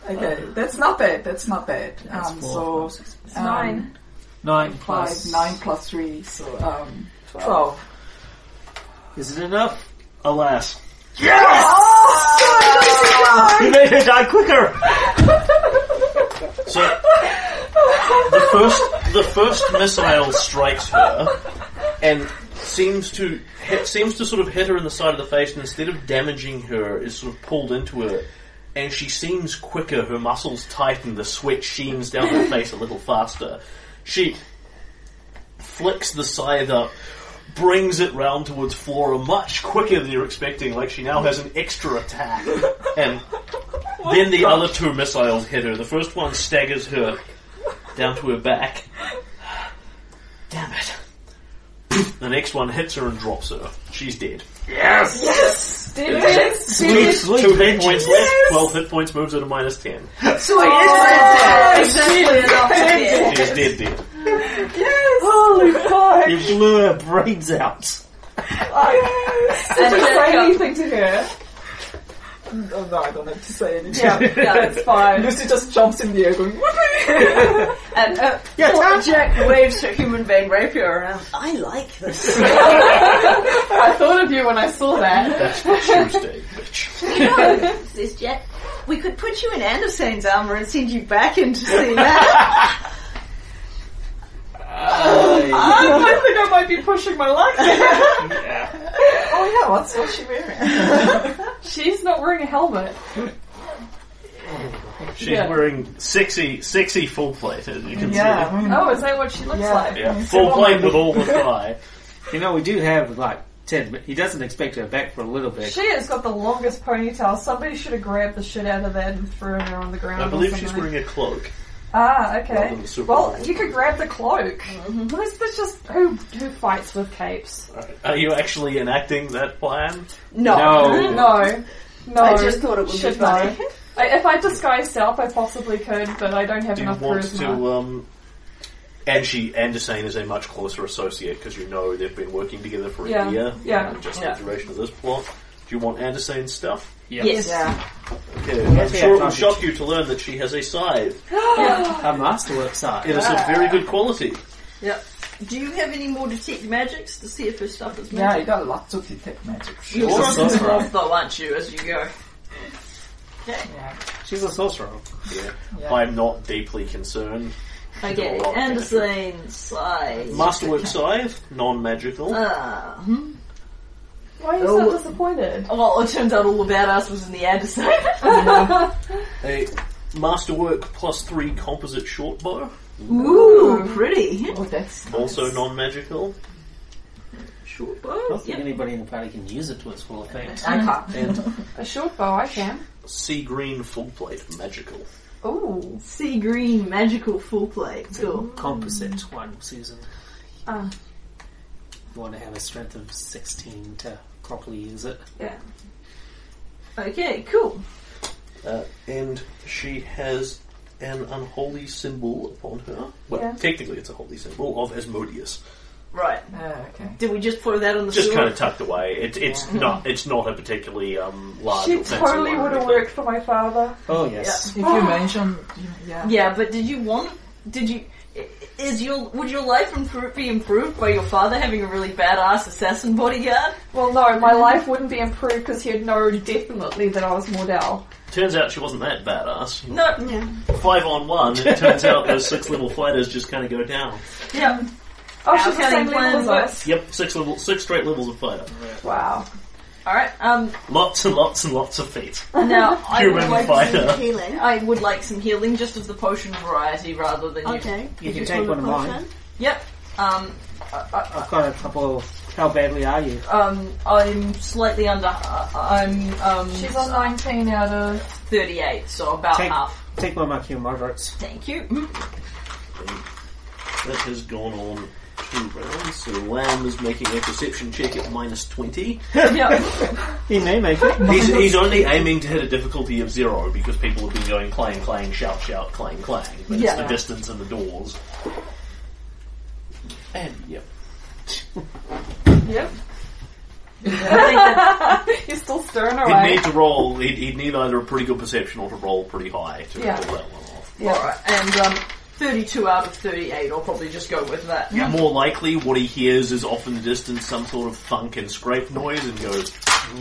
Speaker 7: Okay, that's not bad. That's not bad. um,
Speaker 6: four,
Speaker 7: so um,
Speaker 3: Nine.
Speaker 6: Nine
Speaker 7: five,
Speaker 6: plus.
Speaker 7: nine plus three, so um, twelve.
Speaker 6: Is it enough? [LAUGHS]
Speaker 2: Alas.
Speaker 6: You made her die quicker.
Speaker 2: So the first the first missile strikes her and seems to hit, seems to sort of hit her in the side of the face, and instead of damaging her, is sort of pulled into her. And she seems quicker. Her muscles tighten. The sweat sheens down her face a little faster. She flicks the scythe up, brings it round towards Flora much quicker than you're expecting. Like she now has an extra attack, and then the other two missiles hit her. The first one staggers her down to her back. Damn it. The next one hits her and drops her. She's dead.
Speaker 10: Yes!
Speaker 3: Yes! Did
Speaker 2: Yes.
Speaker 3: it? Did it?
Speaker 2: Two hit points left. Twelve hit points moves her to minus ten.
Speaker 3: So I did say that.
Speaker 2: She's dead dead.
Speaker 3: Yes!
Speaker 10: Holy fuck! You blew her brains out.
Speaker 3: Yes!
Speaker 7: Did you
Speaker 3: Did
Speaker 7: say
Speaker 3: I
Speaker 7: anything to her? Oh, no, I don't have to say anything.
Speaker 3: Yeah, yeah, it's fine.
Speaker 7: Lucy just jumps in the air going,
Speaker 4: And uh,
Speaker 10: Yes,
Speaker 4: poor
Speaker 10: ah.
Speaker 4: Jack waves her human vein rapier around. I like this.
Speaker 3: I thought of you when I saw that. [LAUGHS]
Speaker 2: That's for Tuesday, bitch.
Speaker 4: [LAUGHS] Says Jack, we could put you in Anderson's armor and send you back in to see that.
Speaker 3: I think I might be pushing my luck.
Speaker 7: oh yeah, what's, what's she wearing?
Speaker 3: She's not wearing a helmet.
Speaker 2: She's
Speaker 3: Yeah.
Speaker 2: wearing sexy, sexy full plate, as you can
Speaker 7: Yeah, mm,
Speaker 3: Oh, is that what she looks
Speaker 7: Yeah.
Speaker 3: like?
Speaker 2: see. Yeah, full plate with all the thigh.
Speaker 6: You know, we do have like ten. But he doesn't expect her back for a little bit.
Speaker 3: She has got the longest ponytail. Somebody should have grabbed the shit out of that and thrown her on the ground.
Speaker 2: I
Speaker 3: or
Speaker 2: believe she's
Speaker 3: something.
Speaker 2: wearing a cloak.
Speaker 3: Ah,
Speaker 2: rather
Speaker 3: okay.
Speaker 2: than a super
Speaker 3: Well,
Speaker 2: cloak.
Speaker 3: you could grab the cloak.
Speaker 4: Mm-hmm.
Speaker 3: That's, that's just who who fights with capes.
Speaker 2: Are you actually enacting that plan?
Speaker 4: No.
Speaker 6: No.
Speaker 3: No, no.
Speaker 4: I just thought it would
Speaker 3: should
Speaker 4: be funny.
Speaker 3: not. I, if I disguise self, I possibly could, but I don't have
Speaker 2: Do you
Speaker 3: enough
Speaker 2: want
Speaker 3: charisma.
Speaker 2: to? Um, and she Anderson is a much closer associate because you know they've been working together for
Speaker 3: Yeah,
Speaker 2: a year.
Speaker 3: yeah.
Speaker 2: and just
Speaker 4: Yeah.
Speaker 2: the duration of this plot. Do you want Anderson's stuff?
Speaker 4: Yes.
Speaker 7: yeah.
Speaker 2: Okay.
Speaker 6: Yes,
Speaker 2: I'm sure
Speaker 6: we have
Speaker 2: it will
Speaker 6: target.
Speaker 2: shock you to learn that she has a scythe.
Speaker 6: A masterwork
Speaker 2: It
Speaker 6: side.
Speaker 2: is of very good quality.
Speaker 4: Yep. Do you have any more detect magics to see if her stuff is
Speaker 7: Yeah, you
Speaker 4: magic?
Speaker 7: got lots of detect magic.
Speaker 4: You're
Speaker 2: Sure.
Speaker 4: sure. some off though, aren't you, as you go?
Speaker 7: Yeah,
Speaker 6: She's a sorcerer.
Speaker 2: Yeah.
Speaker 7: Yeah.
Speaker 2: I'm not deeply concerned.
Speaker 4: Okay,
Speaker 2: Well,
Speaker 4: Anderson size.
Speaker 2: Masterwork scythe, non-magical.
Speaker 3: Uh.
Speaker 4: Ah, hmm.
Speaker 3: Why are you
Speaker 4: Oh.
Speaker 3: so disappointed?
Speaker 4: Well, it turns out all the badass was in the Anderson.
Speaker 2: a masterwork plus three composite short bow,
Speaker 4: [LAUGHS] Ooh, pretty.
Speaker 7: oh, that's
Speaker 2: also non-magical.
Speaker 4: Short
Speaker 6: I
Speaker 4: bow.
Speaker 6: don't think
Speaker 4: Yep.
Speaker 6: anybody in the party can use it to its full effect.
Speaker 4: I can't.
Speaker 2: And
Speaker 3: A short bow, I can.
Speaker 2: sea green full plate, magical.
Speaker 3: Ooh,
Speaker 4: Sea green magical full plate. Cool.
Speaker 6: Composite one, Susan.
Speaker 4: Ah.
Speaker 3: Uh.
Speaker 6: You want to have a strength of 16 to properly use it.
Speaker 4: Okay, cool.
Speaker 2: Uh, and she has an unholy symbol upon her. Well,
Speaker 3: Yeah.
Speaker 2: technically it's a holy symbol of Asmodeus.
Speaker 4: Right.
Speaker 7: Oh, okay.
Speaker 4: Did we just throw that on the
Speaker 2: Just
Speaker 4: floor?
Speaker 2: kind of tucked away. It, it's not. It's not a particularly um, large.
Speaker 3: she
Speaker 2: offensive
Speaker 3: totally
Speaker 2: line or
Speaker 3: would have
Speaker 2: anything.
Speaker 3: worked for my father.
Speaker 6: Oh, yes.
Speaker 7: If you mention, yeah.
Speaker 4: Yeah, but did you want? Did you? i- Is your would your life improve, be improved by your father having a really badass assassin bodyguard?
Speaker 3: Well, no, my life wouldn't be improved because he'd know definitely that I was Mordell.
Speaker 2: Turns out she wasn't that badass.
Speaker 4: No.
Speaker 5: Yeah.
Speaker 2: Five on one. It turns out those six level fighters just kind of go down.
Speaker 4: Yeah.
Speaker 3: Oh,
Speaker 4: How
Speaker 3: she's the
Speaker 4: can
Speaker 3: same
Speaker 4: he
Speaker 3: level as
Speaker 4: plan
Speaker 3: us.
Speaker 2: Yep, six level, six straight levels of fighter.
Speaker 3: Wow.
Speaker 4: All right. Um.
Speaker 2: Lots and lots and lots of feet.
Speaker 4: Now I would
Speaker 2: [LAUGHS] Human
Speaker 4: like
Speaker 2: fighter.
Speaker 5: Healing.
Speaker 4: I would like some healing, just of the potion variety, rather than you.
Speaker 5: Okay.
Speaker 6: You can
Speaker 5: Just
Speaker 6: take
Speaker 5: want
Speaker 6: one of
Speaker 5: a
Speaker 6: mine.
Speaker 5: potion.
Speaker 4: Yep. Um.
Speaker 6: I've got a couple. How badly are you?
Speaker 4: Um. I'm slightly under. uh, I'm um.
Speaker 3: She's on 19 out [LAUGHS] of.
Speaker 4: thirty-eight, so about
Speaker 6: Take,
Speaker 4: half.
Speaker 6: take one of my moderates.
Speaker 4: Thank you. [LAUGHS]
Speaker 2: That has gone on two rounds. So Lamb is making a perception check at minus twenty.
Speaker 3: [LAUGHS]
Speaker 4: yeah.
Speaker 6: He may make it.
Speaker 2: He's, he's only aiming to hit a difficulty of zero because people have been going clang, clang, shout, shout, clang, clang. But
Speaker 4: Yeah.
Speaker 2: it's the distance and the doors. And, yep.
Speaker 3: Yep.
Speaker 4: I think that
Speaker 3: You're still stirring
Speaker 2: He'd
Speaker 3: away.
Speaker 2: need to roll, he'd, he'd need either a pretty good perception or to roll pretty high to
Speaker 3: Yeah.
Speaker 2: pull that one off.
Speaker 3: Yeah.
Speaker 4: Alright, and um, 32 out of 38, I'll probably just go with that.
Speaker 2: More likely, what he hears is off in the distance some sort of thunk and scrape noise and goes,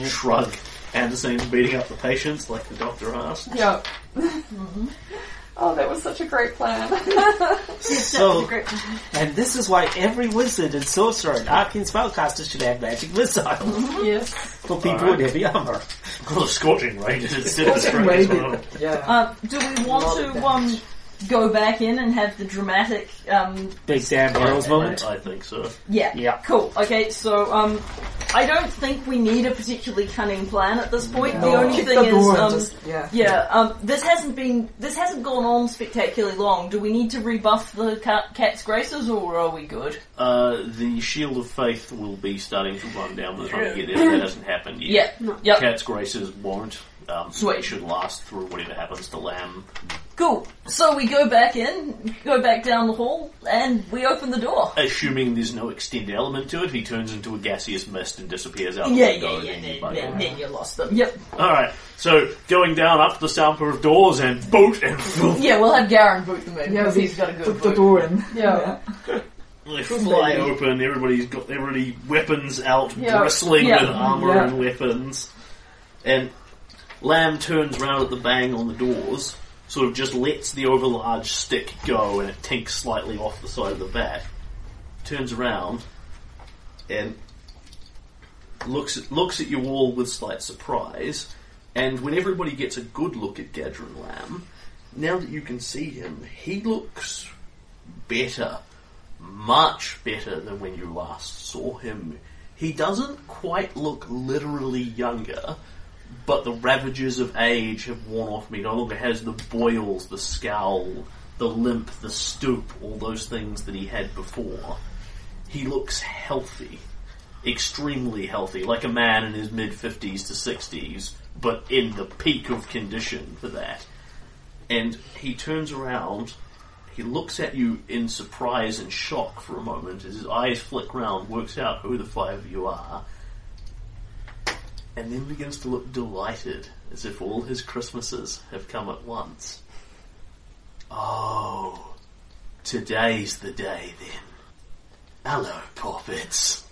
Speaker 2: shrug. Anderson's beating up the patients like the doctor asked. [LAUGHS]
Speaker 3: [LAUGHS] Yep. Oh, that was such a great plan. [LAUGHS]
Speaker 6: So, and this is why every wizard and sorcerer and arcane spellcaster should have magic missiles [LAUGHS]
Speaker 3: yes.
Speaker 6: for people
Speaker 2: Alright.
Speaker 6: in heavy armor.
Speaker 2: Got a scorching ray. Did it sit in
Speaker 7: Scorching
Speaker 2: straight
Speaker 7: Ray
Speaker 2: as
Speaker 7: did
Speaker 2: well?
Speaker 7: that, Yeah.
Speaker 4: Uh, do we want
Speaker 7: Lot of
Speaker 4: to um, go back in and have the dramatic um,
Speaker 10: Big damn
Speaker 2: uh,
Speaker 10: barrels moment.
Speaker 2: I think so.
Speaker 4: Yeah.
Speaker 10: Yeah.
Speaker 4: Cool. Okay, so um, I don't think we need a particularly cunning plan at this point.
Speaker 7: No.
Speaker 4: The only
Speaker 7: Kick
Speaker 4: thing
Speaker 7: the
Speaker 4: is,
Speaker 7: door and
Speaker 4: um,
Speaker 7: just- yeah.
Speaker 4: Um, this hasn't been this hasn't gone on spectacularly long. Do we need to rebuff the ca- cat's graces, or are we good?
Speaker 2: Uh, the Shield of Faith will be starting to run down by the time you get there. That hasn't happened yet.
Speaker 4: Yeah. No. Yep.
Speaker 2: Cat's graces won't. Um, so
Speaker 4: Sweet.
Speaker 2: it should last through whatever happens to Lamb.
Speaker 4: Cool. So we go back in, go back down the hall, and we open the door.
Speaker 2: Assuming there's no extended element to it, he turns into a gaseous mist and disappears out
Speaker 4: yeah,
Speaker 2: the window. and
Speaker 4: yeah, yeah.
Speaker 2: then you
Speaker 4: Then,
Speaker 2: bug
Speaker 4: then,
Speaker 2: him.
Speaker 4: then you lost them. Yep.
Speaker 2: All right. So going down up the sample of doors and boot and [LAUGHS]
Speaker 4: Yeah, we'll have Garen boot them in
Speaker 7: Yeah,
Speaker 4: because
Speaker 7: we
Speaker 4: he's got a good
Speaker 7: Put the
Speaker 4: boot.
Speaker 7: door in.
Speaker 3: Yeah.
Speaker 2: They fly open. Everybody's got everybody weapons out,
Speaker 3: Yeah.
Speaker 2: bristling
Speaker 4: Yeah.
Speaker 2: with armor
Speaker 7: Yeah.
Speaker 2: and weapons. And Lamb turns round at the bang on the doors, sort of just lets the overlarge stick go, and it tinks slightly off the side of the bat. Turns around and looks at, looks at you all with slight surprise. And when everybody gets a good look at Gadron Lamb, now that you can see him, he looks better much better than when you last saw him. He doesn't quite look literally younger, but the ravages of age have worn off me. No longer has the boils, the scowl, the limp, the stoop, all those things that he had before. He looks healthy. Extremely healthy, like a man in his mid 50s to 60s, but in the peak of condition for that. And he turns around he looks at you in surprise and shock for a moment as his eyes flick round, works out who the five of you are, and then begins to look delighted as if all his Christmases have come at once. Oh, today's the day then. Hello, Poppets.